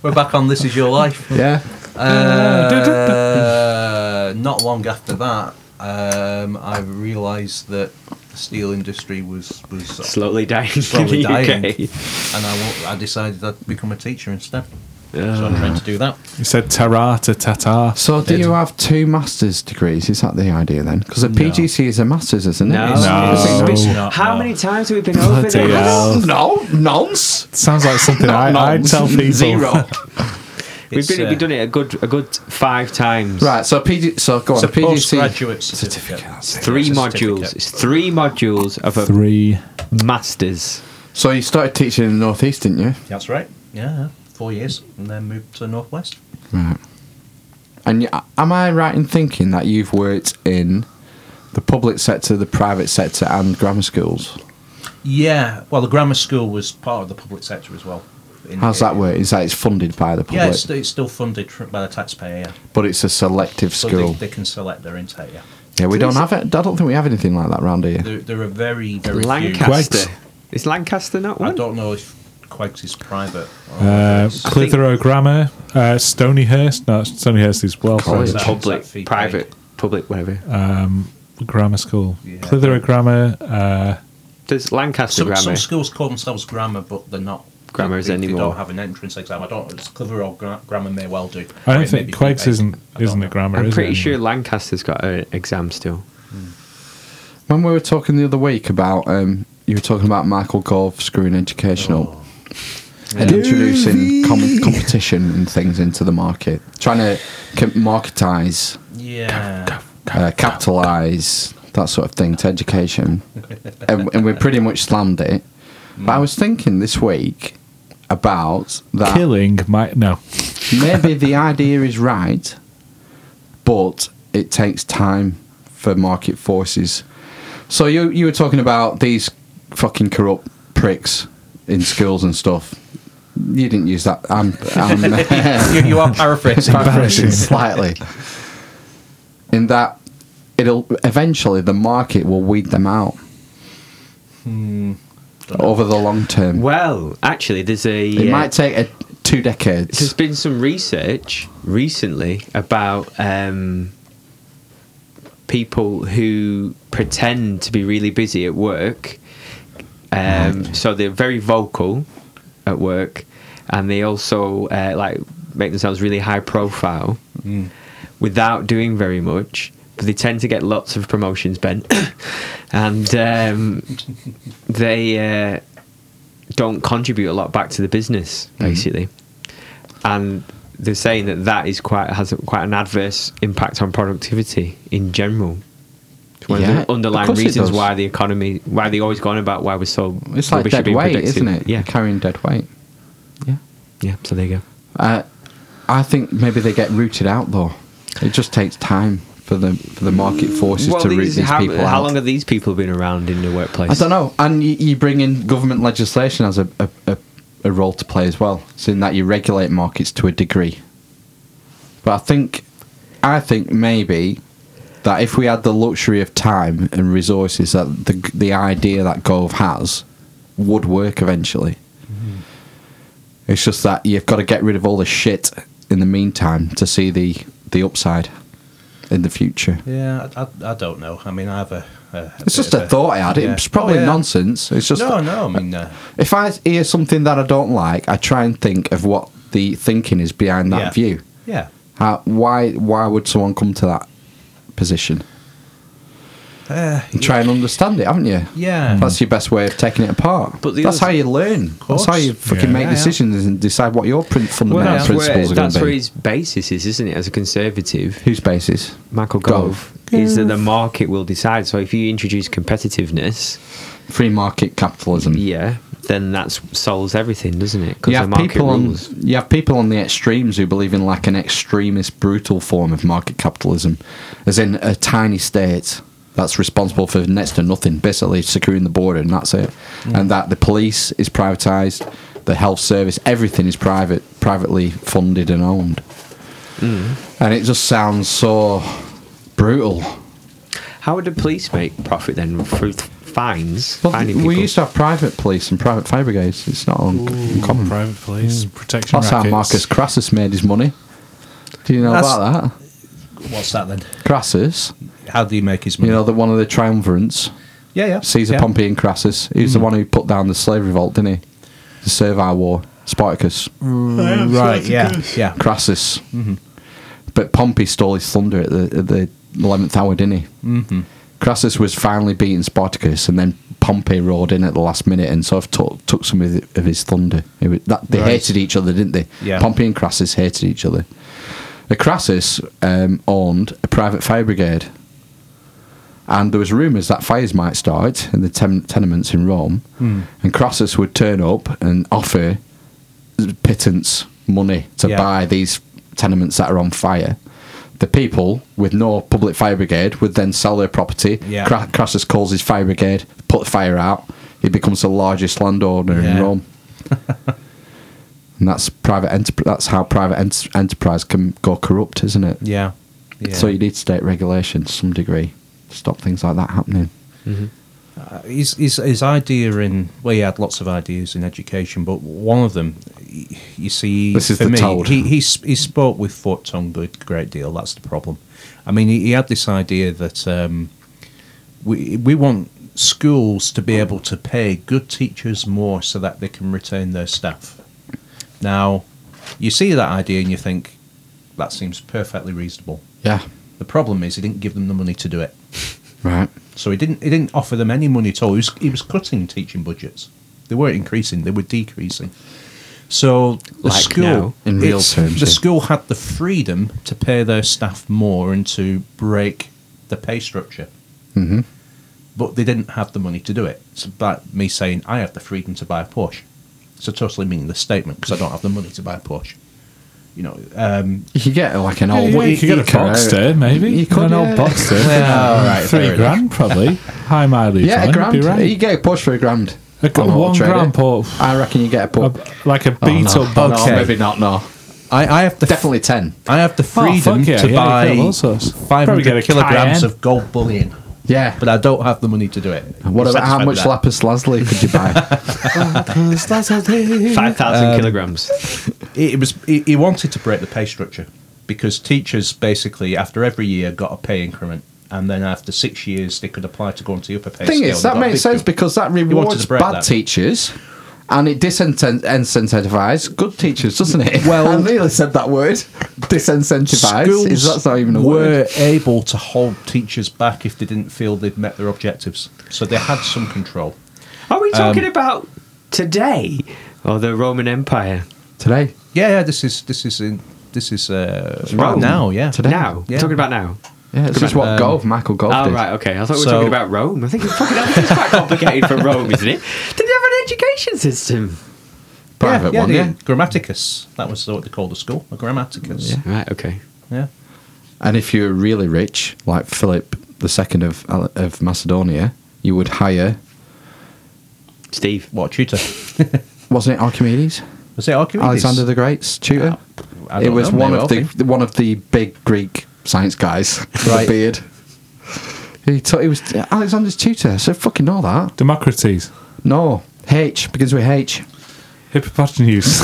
We're back on This Is Your Life.
Yeah.
Uh, not long after that, um, I realised that the steel industry was was
Slowly dying
Slowly
in the
dying.
UK.
and I, wa- I decided I'd become a teacher instead. So I'm trying to do that.
You said tarata tata.
So do you have two masters degrees? Is that the idea then? Because a PGC is a masters, isn't it?
No.
No.
It's not,
How
no.
many times have we been over
Bloody hell.
this?
No, nonce.
Sounds like something I, I'd tell people.
Zero.
We've,
It's,
been,
uh,
we've done it a good a good five times.
right. So PG. So go on.
It's a
PGC.
postgraduate certificate.
Three
It's a
modules.
certificate.
It's three modules of a
Three.
master's.
So you started teaching in the northeast, didn't you?
That's right. Yeah, four years, and then moved to Northwest.
And you, am I right in thinking that you've worked in the public sector, the private sector, and grammar schools?
Yeah, well, the grammar school was part of the public sector as well. In-
How's that work? Is that it's funded by the public,
Yeah, it's, it's still funded tr- by the taxpayer. Yeah.
but it's a selective
So
school?
They, they can select their intake. Yeah,
yeah, we don't have it. I don't think we have anything like that round here.
there, there are very very few.
Lancaster. Is Lancaster not
I
one?
don't know if Quags is private. Or
Uh,
whether it's-
Clitheroe Grammar. Uh, Stonyhurst. No, Stonyhurst Oh, is Uh, well.
College.
Is that-
Public,
is that fee
private, public, whatever.
Grammar school.
Yeah.
Clitheroe Grammar. Uh,
There's Lancaster
Some,
grammar.
some schools call themselves grammar, but they're not.
Grammar is
they, They
anymore.
don't have an entrance exam. I don't. It's Clitheroe or gra- grammar may well do.
I
Or
don't
it may
think
be
Quakes
fee-based.
isn't
I don't
isn't
know.
a grammar.
I'm
is
pretty
it
sure
anymore?
Lancaster's got an exam still.
When we were talking the other week about, um, you were talking about Michael Gove screwing education up and introducing com- competition and things into the market, trying to com- marketize,
Yeah.
uh, capitalize that sort of thing to education, and, and we pretty much slammed it. But I was thinking this week about that.
killing my no.
maybe the idea is right, but it takes time for market forces. So you you were talking about these fucking corrupt pricks in schools and stuff. You didn't use that. I'm, I'm
you, you are paraphrasing.
paraphrasing slightly. In that, it'll eventually the market will weed them out over the long term.
Well, actually, there's a.
it
uh,
might take a, two decades.
There's been some research recently about um, people who pretend to be really busy at work. Um, so they're very vocal at work, and they also uh, like make themselves really high profile without doing very much. But they tend to get lots of promotions, Ben, and um, they uh, don't contribute a lot back to the business,
Mm-hmm.
basically. And they're saying that that is quite has a, quite an adverse impact on productivity in general. It's one
Yeah,
of
of
the underlying
course it
reasons
does.
why the economy, why they always go on about why we're so
It's like
rubbish at
dead
being
weight,
productive.
isn't it?
Yeah,
Carrying dead weight.
yeah. So there you go.
Uh, I think maybe they get rooted out though. It just takes time for the for the market forces to root these
how,
people out.
how long have these people been around in the workplace?
I don't know. And you, you bring in government legislation as a, a, a, a role to play as well, so in that you regulate markets to a degree. But I think, I think maybe that if we had the luxury of time and resources that the the idea that Gove has would work eventually.
Mm-hmm.
It's just that you've got to get rid of all the shit in the meantime to see the the upside in the future.
Yeah, I, I, I don't know. I mean, I have a. a
It's just a thought I had.
yeah.
It's probably
Oh, yeah.
nonsense. It's just
no, no. I mean, uh,
If I hear something that I don't like, I try and think of what the thinking is behind that
yeah.
view.
Yeah,
How, why why would someone come to that position?
uh,
And try and understand it, haven't you?
Yeah.
That's your best way of taking it apart.
But
But
the
that's
other-
how you learn.
course.
That's how you fucking
Yeah.
make
Yeah, yeah.
decisions and decide what your prin- fundamental
Well, that's where,
principles are going
that's
to
where
be.
his basis is, isn't it? As a conservative,
Whose basis?
Michael Gove,
Gove.
is that the market will decide. So if you introduce competitiveness,
Free market capitalism.
yeah, then that solves everything, doesn't it? Because
you
the
have
market
people on
rules.
you have people on the extremes who believe in like an extremist brutal form of market capitalism as in a tiny state that's responsible for next to nothing basically securing the border and that's it
Mm.
and that the police is privatized the health service everything is private privately funded and owned
Mm.
and it just sounds so brutal
How would the police make profit then through th- fines?
well,
finding
we
people?
used to have private police and private fire brigades it's not un- uncommon
Private police protection.
that's how
rackets.
marcus crassus made his money do you know
That's-
about that
what's that then?
Crassus,
How do you make his money?
you know, the one of the triumvirates,
yeah, yeah.
Caesar,
yeah.
Pompey, and Crassus. He was the one who put down the slave revolt, didn't he? The Servile War, Spartacus,
Right, yeah, yeah.
Crassus. Mm-hmm. But Pompey stole his thunder at the, at the 11th hour, didn't he? Mm-hmm. Crassus was finally beating Spartacus, and then Pompey rode in at the last minute and sort of took, took some of, the, of his thunder. It was, that, they
Right.
hated each other, didn't they?
Yeah.
Pompey and Crassus hated each other. The Crassus um, owned a private fire brigade, and there was rumours that fires might start in the ten- tenements in Rome,
Hmm.
and Crassus would turn up and offer pittance money to
Yeah.
buy these tenements that are on fire. The people with no public fire brigade would then sell their property.
Yeah.
Cra- Crassus calls his fire brigade, put the fire out. He becomes the largest landowner in
Yeah.
Rome. and that's private. Enter- that's how private ent- enterprise can go corrupt, isn't it?
Yeah. yeah.
So you need state regulation to some degree to stop things like that happening.
Uh, his, his, his idea in well, he had lots of ideas in education, but one of them, y- you see,
This is
for
the
me,
toad.
he he, sp- he spoke with foot tongue a great deal. That's the problem. I mean, he, he had this idea that um, we we want schools to be able to pay good teachers more so that they can retain their staff. Now, you see that idea and you think that seems perfectly reasonable.
Yeah.
The problem is he didn't give them the money to do it.
Right.
So he didn't he didn't offer them any money at all. He was, he was cutting teaching budgets. They weren't increasing; they were decreasing. So the
Like
school,
now,
in real
it's-
terms,
the
yeah.
school had the freedom to pay their staff more and to break the pay structure. Mm-hmm. But they didn't have the money to do it. It's about me saying I have the freedom to buy a Porsche. It's a totally meaningless statement because I don't have the money to buy a Porsche. You know,
Uh,
um,
You could get like an
Yeah,
old.
yeah, Oh, you could get a Boxster, maybe.
You
You
could,
could an old
yeah.
Boxster.
Well,
for
right, Oh, fair
three
enough.
grand probably. High mileage.
Yeah,
one,
a
it'd
grand.
be
You
Right.
get a Porsche for a grand.
A gr-
On auto
one
trader.
grand Porsche.
I reckon you get a Porsche.
A- like a
Oh, no.
Beetle
Oh,
Boxster.
no, maybe not. No,
I, I have the
definitely ten.
I have the
Oh,
freedom
fuck yeah,
to
yeah, you get all
buy
sorts. Probably get a
500 kilograms
Cayenne.
of gold bullion.
Yeah,
but I don't have the money to do it.
what
I'm
about how
satisfied
much
with that.
lapis lazuli could you buy?
Five thousand kilograms.
It, it was he, he wanted to break the pay structure because teachers basically after every year got a pay increment and then after six years they could apply to go on to the upper pay
thing
scale.
is,
They
that
got
makes sense
victim.
because that
wanted to
rewards
break
bad
that.
teachers and it disincentivises good teachers, doesn't it?
Well-
I nearly said that word. Disincentivises. Is that's not even a
were
word.
able to hold teachers back if they didn't feel they'd met their objectives, so they had some control.
Are we talking about today or the Roman Empire?
Today.
Yeah, yeah, this is this is in this is uh, right
Rome.
now. Yeah,
Today.
Now,
Yeah.
talking about now.
Yeah, this is what
Um,
Gove, Michael Gove
Oh
did.
right, okay. I thought we were
So-
talking about Rome. I think it's fucking hell, it's quite complicated for Rome, isn't it? Did they have an education system?
Private
yeah,
one,
the
yeah.
Grammaticus. That was what they called the school, a Grammaticus. Yeah.
Right, okay.
And if you're really rich, like Philip II of, of Macedonia, you would hire,
Steve.
What tutor?
wasn't it Archimedes?
Was it Archimedes?
Alexander the Great's tutor?
I
it
don't
was
know,
one
may
of
well
the one of the big Greek science guys, with a
Right.
beard. He took. He was Alexander's tutor. I said, "Fucking know that."
Democrates.
No, H begins with H.
Hippopotamus.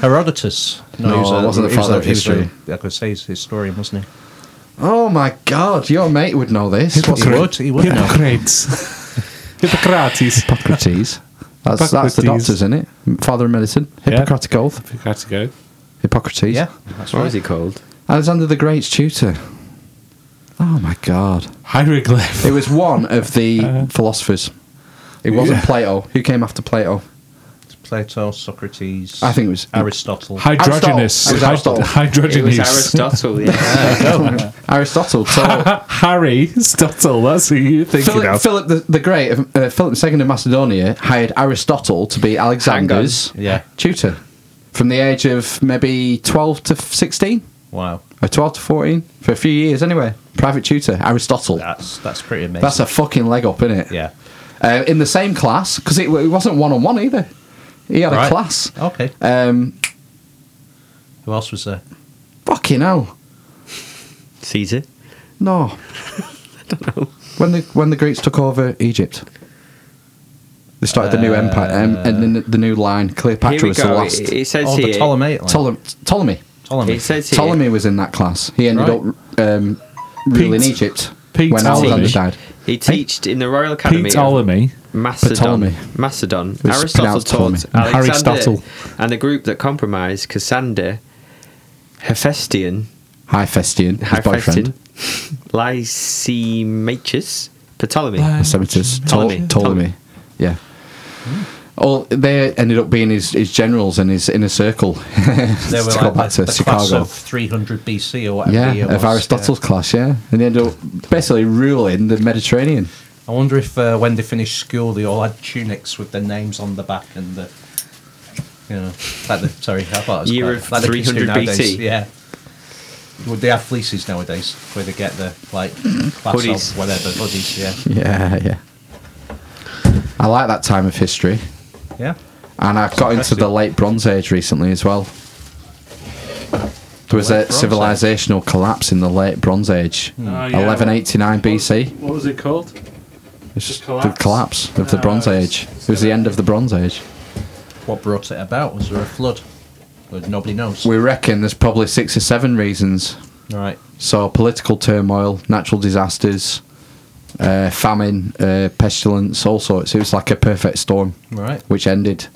Herodotus.
No, it wasn't the
he was
father of
he was
history.
I could say he's a historian, wasn't he?
Oh my God, your mate would know this.
He would. He would know.
Hippocrates. Hippocrates.
Hippocrates. That's, that's the
Hippocrates.
doctor's, isn't it? Father of medicine.
Yeah.
Hippocratic oath.
Had to go.
Hippocrates.
Yeah, that's
What
right.
was he called?
Alexander the Great's tutor. Oh my God.
Hieroglyph.
It was one of the
Uh-huh.
philosophers. It wasn't Plato. Who came after Plato?
Plato, Socrates.
I think it was-
Aristotle.
Hydrogenous.
Aristotle. It was Aristotle.
Hy-
It was
Hydrogenous.
Aristotle, yeah.
Aristotle. So
Harry Stottle, that's who you think
Philip,
of.
Philip the, the Great, of- uh, Philip II of Macedonia, hired Aristotle to be Alexander's
Yeah.
tutor from the age of maybe 12 to 16,
Wow,
or 12 to 14, for a few years anyway. Private tutor, Aristotle.
that's that's pretty amazing.
That's a fucking leg up, isn't it?
yeah.
Uh, in the same class, because it, it wasn't one on one either. He had a
Right.
class.
Okay.
Um,
Who else was there?
fucking hell.
Caesar.
No. When the when the Greeks took over Egypt, they started the new empire um, and then the new line.
Uh, Here
Cleopatra
we
was the
go.
last.
It, it says
oh,
here.
the Ptolemaic line.
Ptolemy, Ptolemy.
Ptolemy.
It says here.
Ptolemy was in that class. He ended
Right.
up um, ruling
Pete-
Egypt
Pete
when
Ptolemy.
Alexander died.
He taught in the Royal Academy.
Pete
of
Olamy.
Macedon.
Ptolemy.
Macedon.
was
Aristotle
pronounced Ptolemy.
taught Alexander
Aristotle.
and the group that comprised Cassander, Hephaestion,
Hyphestian, his boyfriend.
Hephaestion, Lysimachus, Ptolemy.
Um,
Hephaestus.
Ptolemy.
Ptolemy. Ptolemy. Yeah.
Hmm.
All they ended up being his, his generals and his inner circle.
They were
to go
like
back to
the, the class
Chicago.
of 300 BC or whatever.
Yeah,
year
of
was,
Aristotle's class, yeah. And they ended up basically ruling the Mediterranean.
yeah. I wonder if uh, when they finished school, they all had tunics with their names on the back and the. You know, like the, sorry, I thought it was
Year
quite-
of
like the kids do
300
nowadays,
BC.
Yeah. Would they have fleeces nowadays where they get the like class
Hoodies.
of whatever hoodies? Yeah,
Yeah, yeah. I like that time of history.
yeah.
And I've got into
impressive.
the late Bronze Age recently as well. There was
Late
a
Bronze Hmm.
civilizational collapse in the late Bronze Age,
Oh, yeah.
1189 BC.
What was it called?
It's just
collapse?
the collapse of the
Oh,
Bronze
it's-
Age. It was the end of the Bronze Age.
What brought it about? Was there a flood? Well, nobody knows.
We reckon there's probably six or seven reasons
right.
So political turmoil, natural disasters, uh, famine, uh, pestilence, all sorts. It was like a perfect storm,
Right.
which ended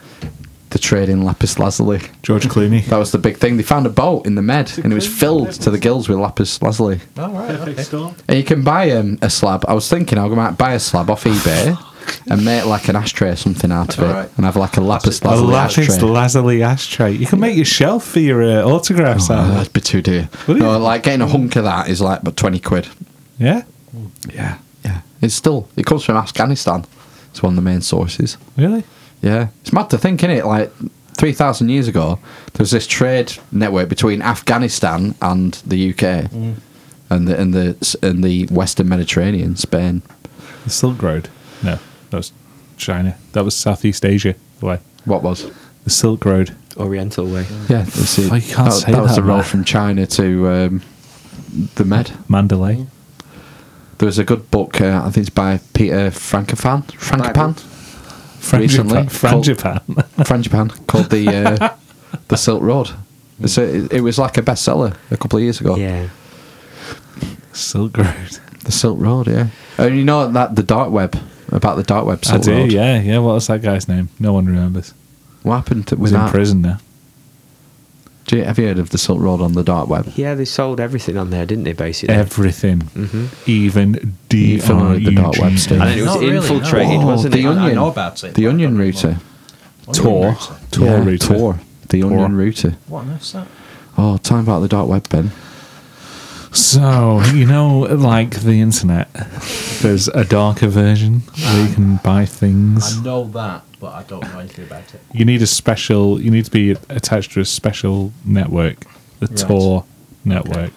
the trade in lapis lazuli.
George Clooney.
That was the big thing. They found a boat in the Med, and it was filled to the gills with lapis lazuli.
All right. Okay.
And you can buy um, a slab. I was thinking I might buy a slab off eBay and make like an ashtray or something out of it,
Alright.
and have like a lapis
A
lazuli
lapis
ashtray.
lazuli ashtray. You can make your shelf for your uh, autographs.
Oh,
out of it.
that'd be too dear.
Would
No,
it?
like getting a hunk of that is like but twenty quid.
Yeah,
Yeah, yeah. It's still it comes from Afghanistan. It's one of the main sources.
really.
Yeah, it's mad to think, innit? Like three thousand years ago, there was this trade network between Afghanistan and the UK,
Mm.
and the and the and the Western Mediterranean, Spain.
The Silk Road. No, that was China. That was Southeast Asia. The way
What was?
the Silk Road.
Oriental way.
Yeah, that's it.
Oh, you can't
that,
say
that was
that,
the road
man.
from China to um, the Med.
Mandalay.
Mm. There was a good book, uh, I think it's by Peter Frankopan, Frankopan, Recently,
Frangipan. Frangipan.
Frankopan, called the uh, the
Hmm.
Silk Road. It's a- it, it was like a bestseller a couple of years ago.
Yeah.
Silk Road.
The Silk Road, yeah. And you know that the dark web about the dark web.
I
Silk
do,
Road.
yeah, yeah. What was that guy's name? No one remembers.
What happened to,
He's
with
in
that?
prison now.
Do you, have you heard of the Silk Road on the dark web?
Yeah, they sold everything on there, didn't they? Basically,
Everything,
Mhm.
even D
Even with Mm-hmm. the dark web still.
and then it was
Not really, no.
infiltrated,
Oh,
wasn't
the
it?
Onion.
I know about it.
The
but I
Onion
don't know
Router.
what- Onion
Tor,
Router.
Tor
yeah,
router.
Tor. The
Tor.
Onion Router.
What on earth's that?
Oh, time about the dark web, Ben.
So you know, like the internet, there's a darker version where you can buy things.
I know that, but I don't know anything about it.
You need a special. You need to be attached to a special network, the
Right.
Tor network.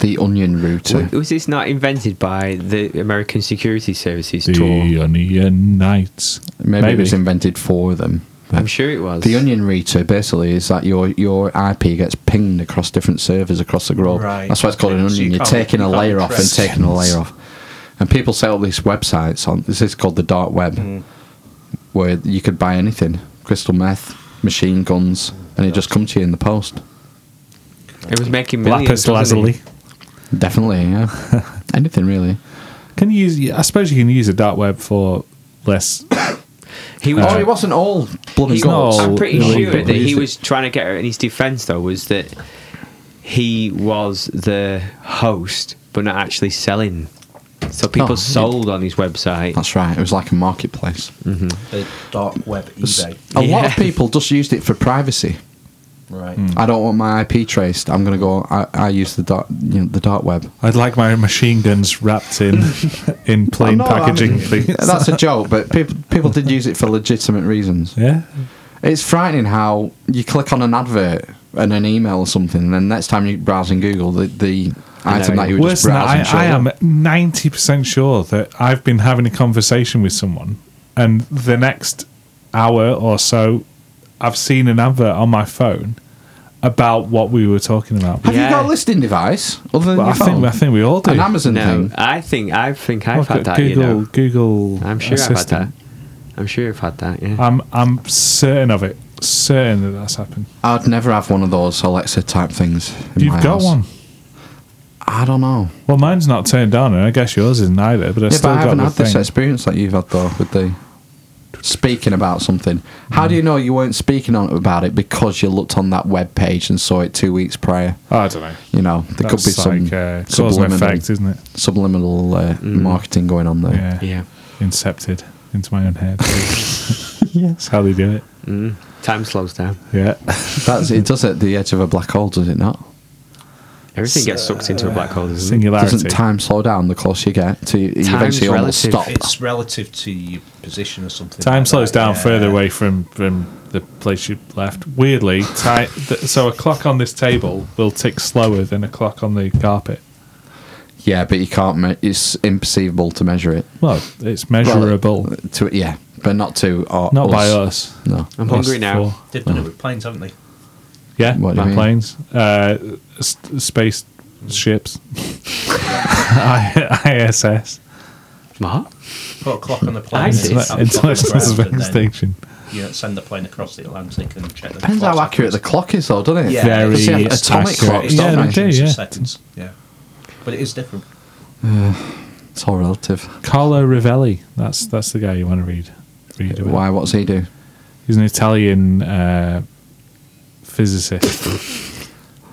The Onion Router.
Was this not invented by the American Security Services
The
tour?
Onion Knights.
Maybe, it was invented for them.
I'm sure it was.
The onion router basically is that your your IP gets pinged across different servers across the globe.
Right.
That's why it's called an
Okay,
onion.
so you
You're
can't-
taking
you
a
can't
layer off and
trust
taking a layer off. And people set up these websites on this is called the dark web,
Mm.
where you could buy anything: crystal meth, machine guns, and it just comes to you in the post.
it was making millions.
Lapis
wasn't it?
Lazuli.
Definitely, yeah. anything really.
Can you use? I suppose you can use a dark web for less.
He was
oh, it wasn't all blood and
It's Uh, not
guts.
all-
I'm pretty
No,
sure
but
that
he's
he
the-
was trying to get her in his defense though was that he was the host but not actually selling.
Oh,
So people
yeah.
sold on his website.
That's right. It was like a marketplace.
The dark web eBay.
A lot of
Yeah.
people just used it for privacy.
Right.
Hmm.
I don't want my IP traced. I'm gonna go. I, I use the dark, you know, the dark web.
I'd like my machine guns wrapped in in plain
not- I mean-
packaging, please.
That's a joke, but people people did use it for legitimate reasons.
Yeah.
It's frightening how you click on an advert and an email or something, and then next time you're browsing Google, the, the item that you were
Worse
just
than that,
browsing.
I, I
showed
am
up.
ninety percent sure that I've been having a conversation with someone, and the next hour or so, I've seen an advert on my phone about what we were talking about.
Have you got
Yeah.
a listing device other than
Well, I
your phone?
think I think we all do.
an Amazon
No,
thing.
I think I think I've
Look
had
at
that.
Google,
You know,
Google.
I'm sure
Assistant.
I've had that. I'm sure I've had that. Yeah.
I'm I'm certain of it. Certain that that's happened.
I'd never have one of those Alexa type things. In
You've
my
got
house.
one.
I don't know.
Well, mine's not turned on, and I guess yours isn't either. But I
yeah,
still
but I
got
haven't
the
had this
thing.
experience that you've had though with the speaking about something. How
Mm.
do you know you weren't speaking on about it because you looked on that web page and saw it two weeks prior?
Oh, I don't know.
You know, there could be
That's
some
like, uh, cause and
subliminal,
effect, isn't it?
subliminal uh, marketing going on there.
Yeah.
yeah.
Incepted into my own head. That's how they do it.
Time slows down.
Yeah.
That's it. Does it at the edge of a black hole, does it not?
Everything gets sucked into a black hole, doesn't it?
Singularity.
Doesn't time slow down the closer you get to you
Time's
eventually almost
relative.
stop?
It's relative to your position or something.
Time
like
slows
that,
down
yeah.
further away from, from the place you left. Weirdly, ti th- so a clock on this table will tick slower than a clock on the carpet.
Yeah, but you can't. Me- it's imperceivable to measure it.
Well, it's measurable,
Well, uh, to yeah, but not to uh,
not by us.
No.
I'm hungry now.
For-
They've done it with planes, haven't they?
Yeah,
What do you mean?
planes, uh, s- space ships, I- ISS,
What?
Put a clock on the plane.
ISIS.
and have a clock on the
International
ground, and
Space
then,
Station.
You know, send the plane across the Atlantic and check the
Depends how accurate the clock is, though, doesn't it?
Yeah. Very
Because they have atomic
accurate.
clocks,
Yeah,
don't
they
they?
do.
is.
yeah.
Seconds. Yeah. But it is different.
It's all relative.
Carlo Rivelli. That's that's the guy you want to read. Read about.
Why? What's he do?
He's an Italian uh, physicist.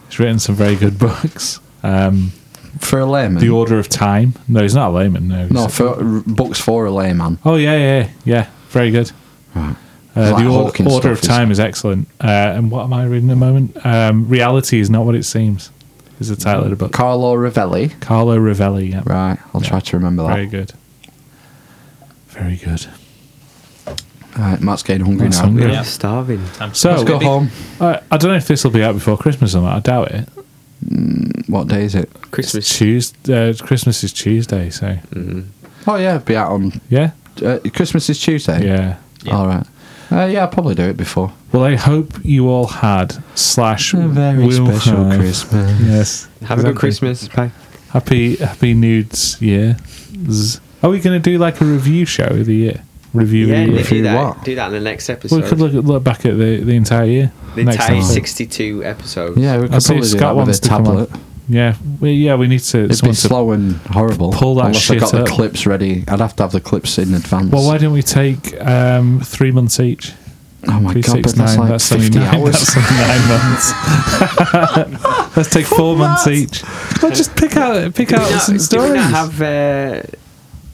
he's written some very good books. Um,
For a layman?
the Order of Time. No, he's not a layman. No. he's
no,
a-
for r- books for a layman.
oh yeah, yeah, yeah. Very good. Uh,
Like
the Or-
Hawking
Order of
stuff is-
Time is excellent. Uh, and what am I reading at the moment? Um, Reality is not what it seems. Is the title of the book.
Carlo Rovelli.
Carlo Rivelli. Yeah.
Right, I'll try to remember that.
Very good. Very good.
Right, Matt's getting hungry
Matt's
now.
hungry.
I'm
Yeah.
starving.
Time
So-
Let's
slows
go
down.
home.
Uh, I don't know if this will be out before Christmas or not. I doubt it.
What day is it?
Christmas. Mm.
Tuesday. Uh, Christmas is Tuesday, so
Oh yeah, it'd be out on
yeah,
uh, Christmas is Tuesday.
yeah.
Yeah.
All right. Uh, yeah, I'll probably do it before.
Well, I hope you all had slash will have-
Christmas.
Yes.
Have a
Exactly.
good Christmas. Bye.
Happy Happy Nudes Year. Z- Are we going to do like a review show of the year? Review.
Yeah,
of the
do,
year.
review
that.
what?
Do that in the next episode.
Well, we could look at, look back at the, the entire year.
the
next
entire
episode.
62 episodes.
Yeah, we could
I'll see
probably
if
do
Scott
that with
wants
a
to come on.
tablet.
Yeah, we, yeah, we need to.
It'd be
someone to-
slow and horrible.
pull that
unless
shit
I got the
up.
clips ready. I'd have to have the clips in advance.
well, why don't we take um, three months each?
oh my
Three,
god,
six,
but that's
nine,
like
that's only
fifty
nine.
hours.
That's only nine months. Let's take four months each. Well, just pick out pick
Do
out
we not,
some
do we
stories.
not have uh,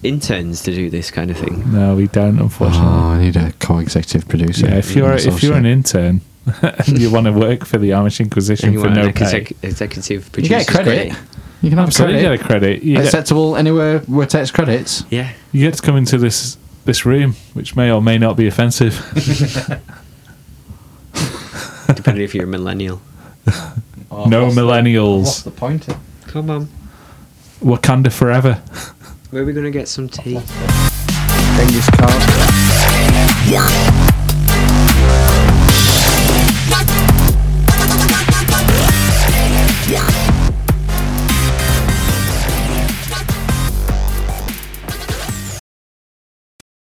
interns to do this kind of thing?
no, we don't. Unfortunately.
Oh, I need a co-executive producer.
yeah, if you're if you're an intern and you want to work for the Amish Inquisition
Anyone,
for no
like
pay,
exec- executive
you
producer
get credit. You can have
absolutely
credit.
get a credit. You get,
Acceptable anywhere where it takes credits.
Yeah.
you get to come into this this room, which may or may not be offensive.
depending if you're a millennial.
no millennials.
pointer.
Come on,
Wakanda forever.
where are we going to get some tea?
Genghis Khan.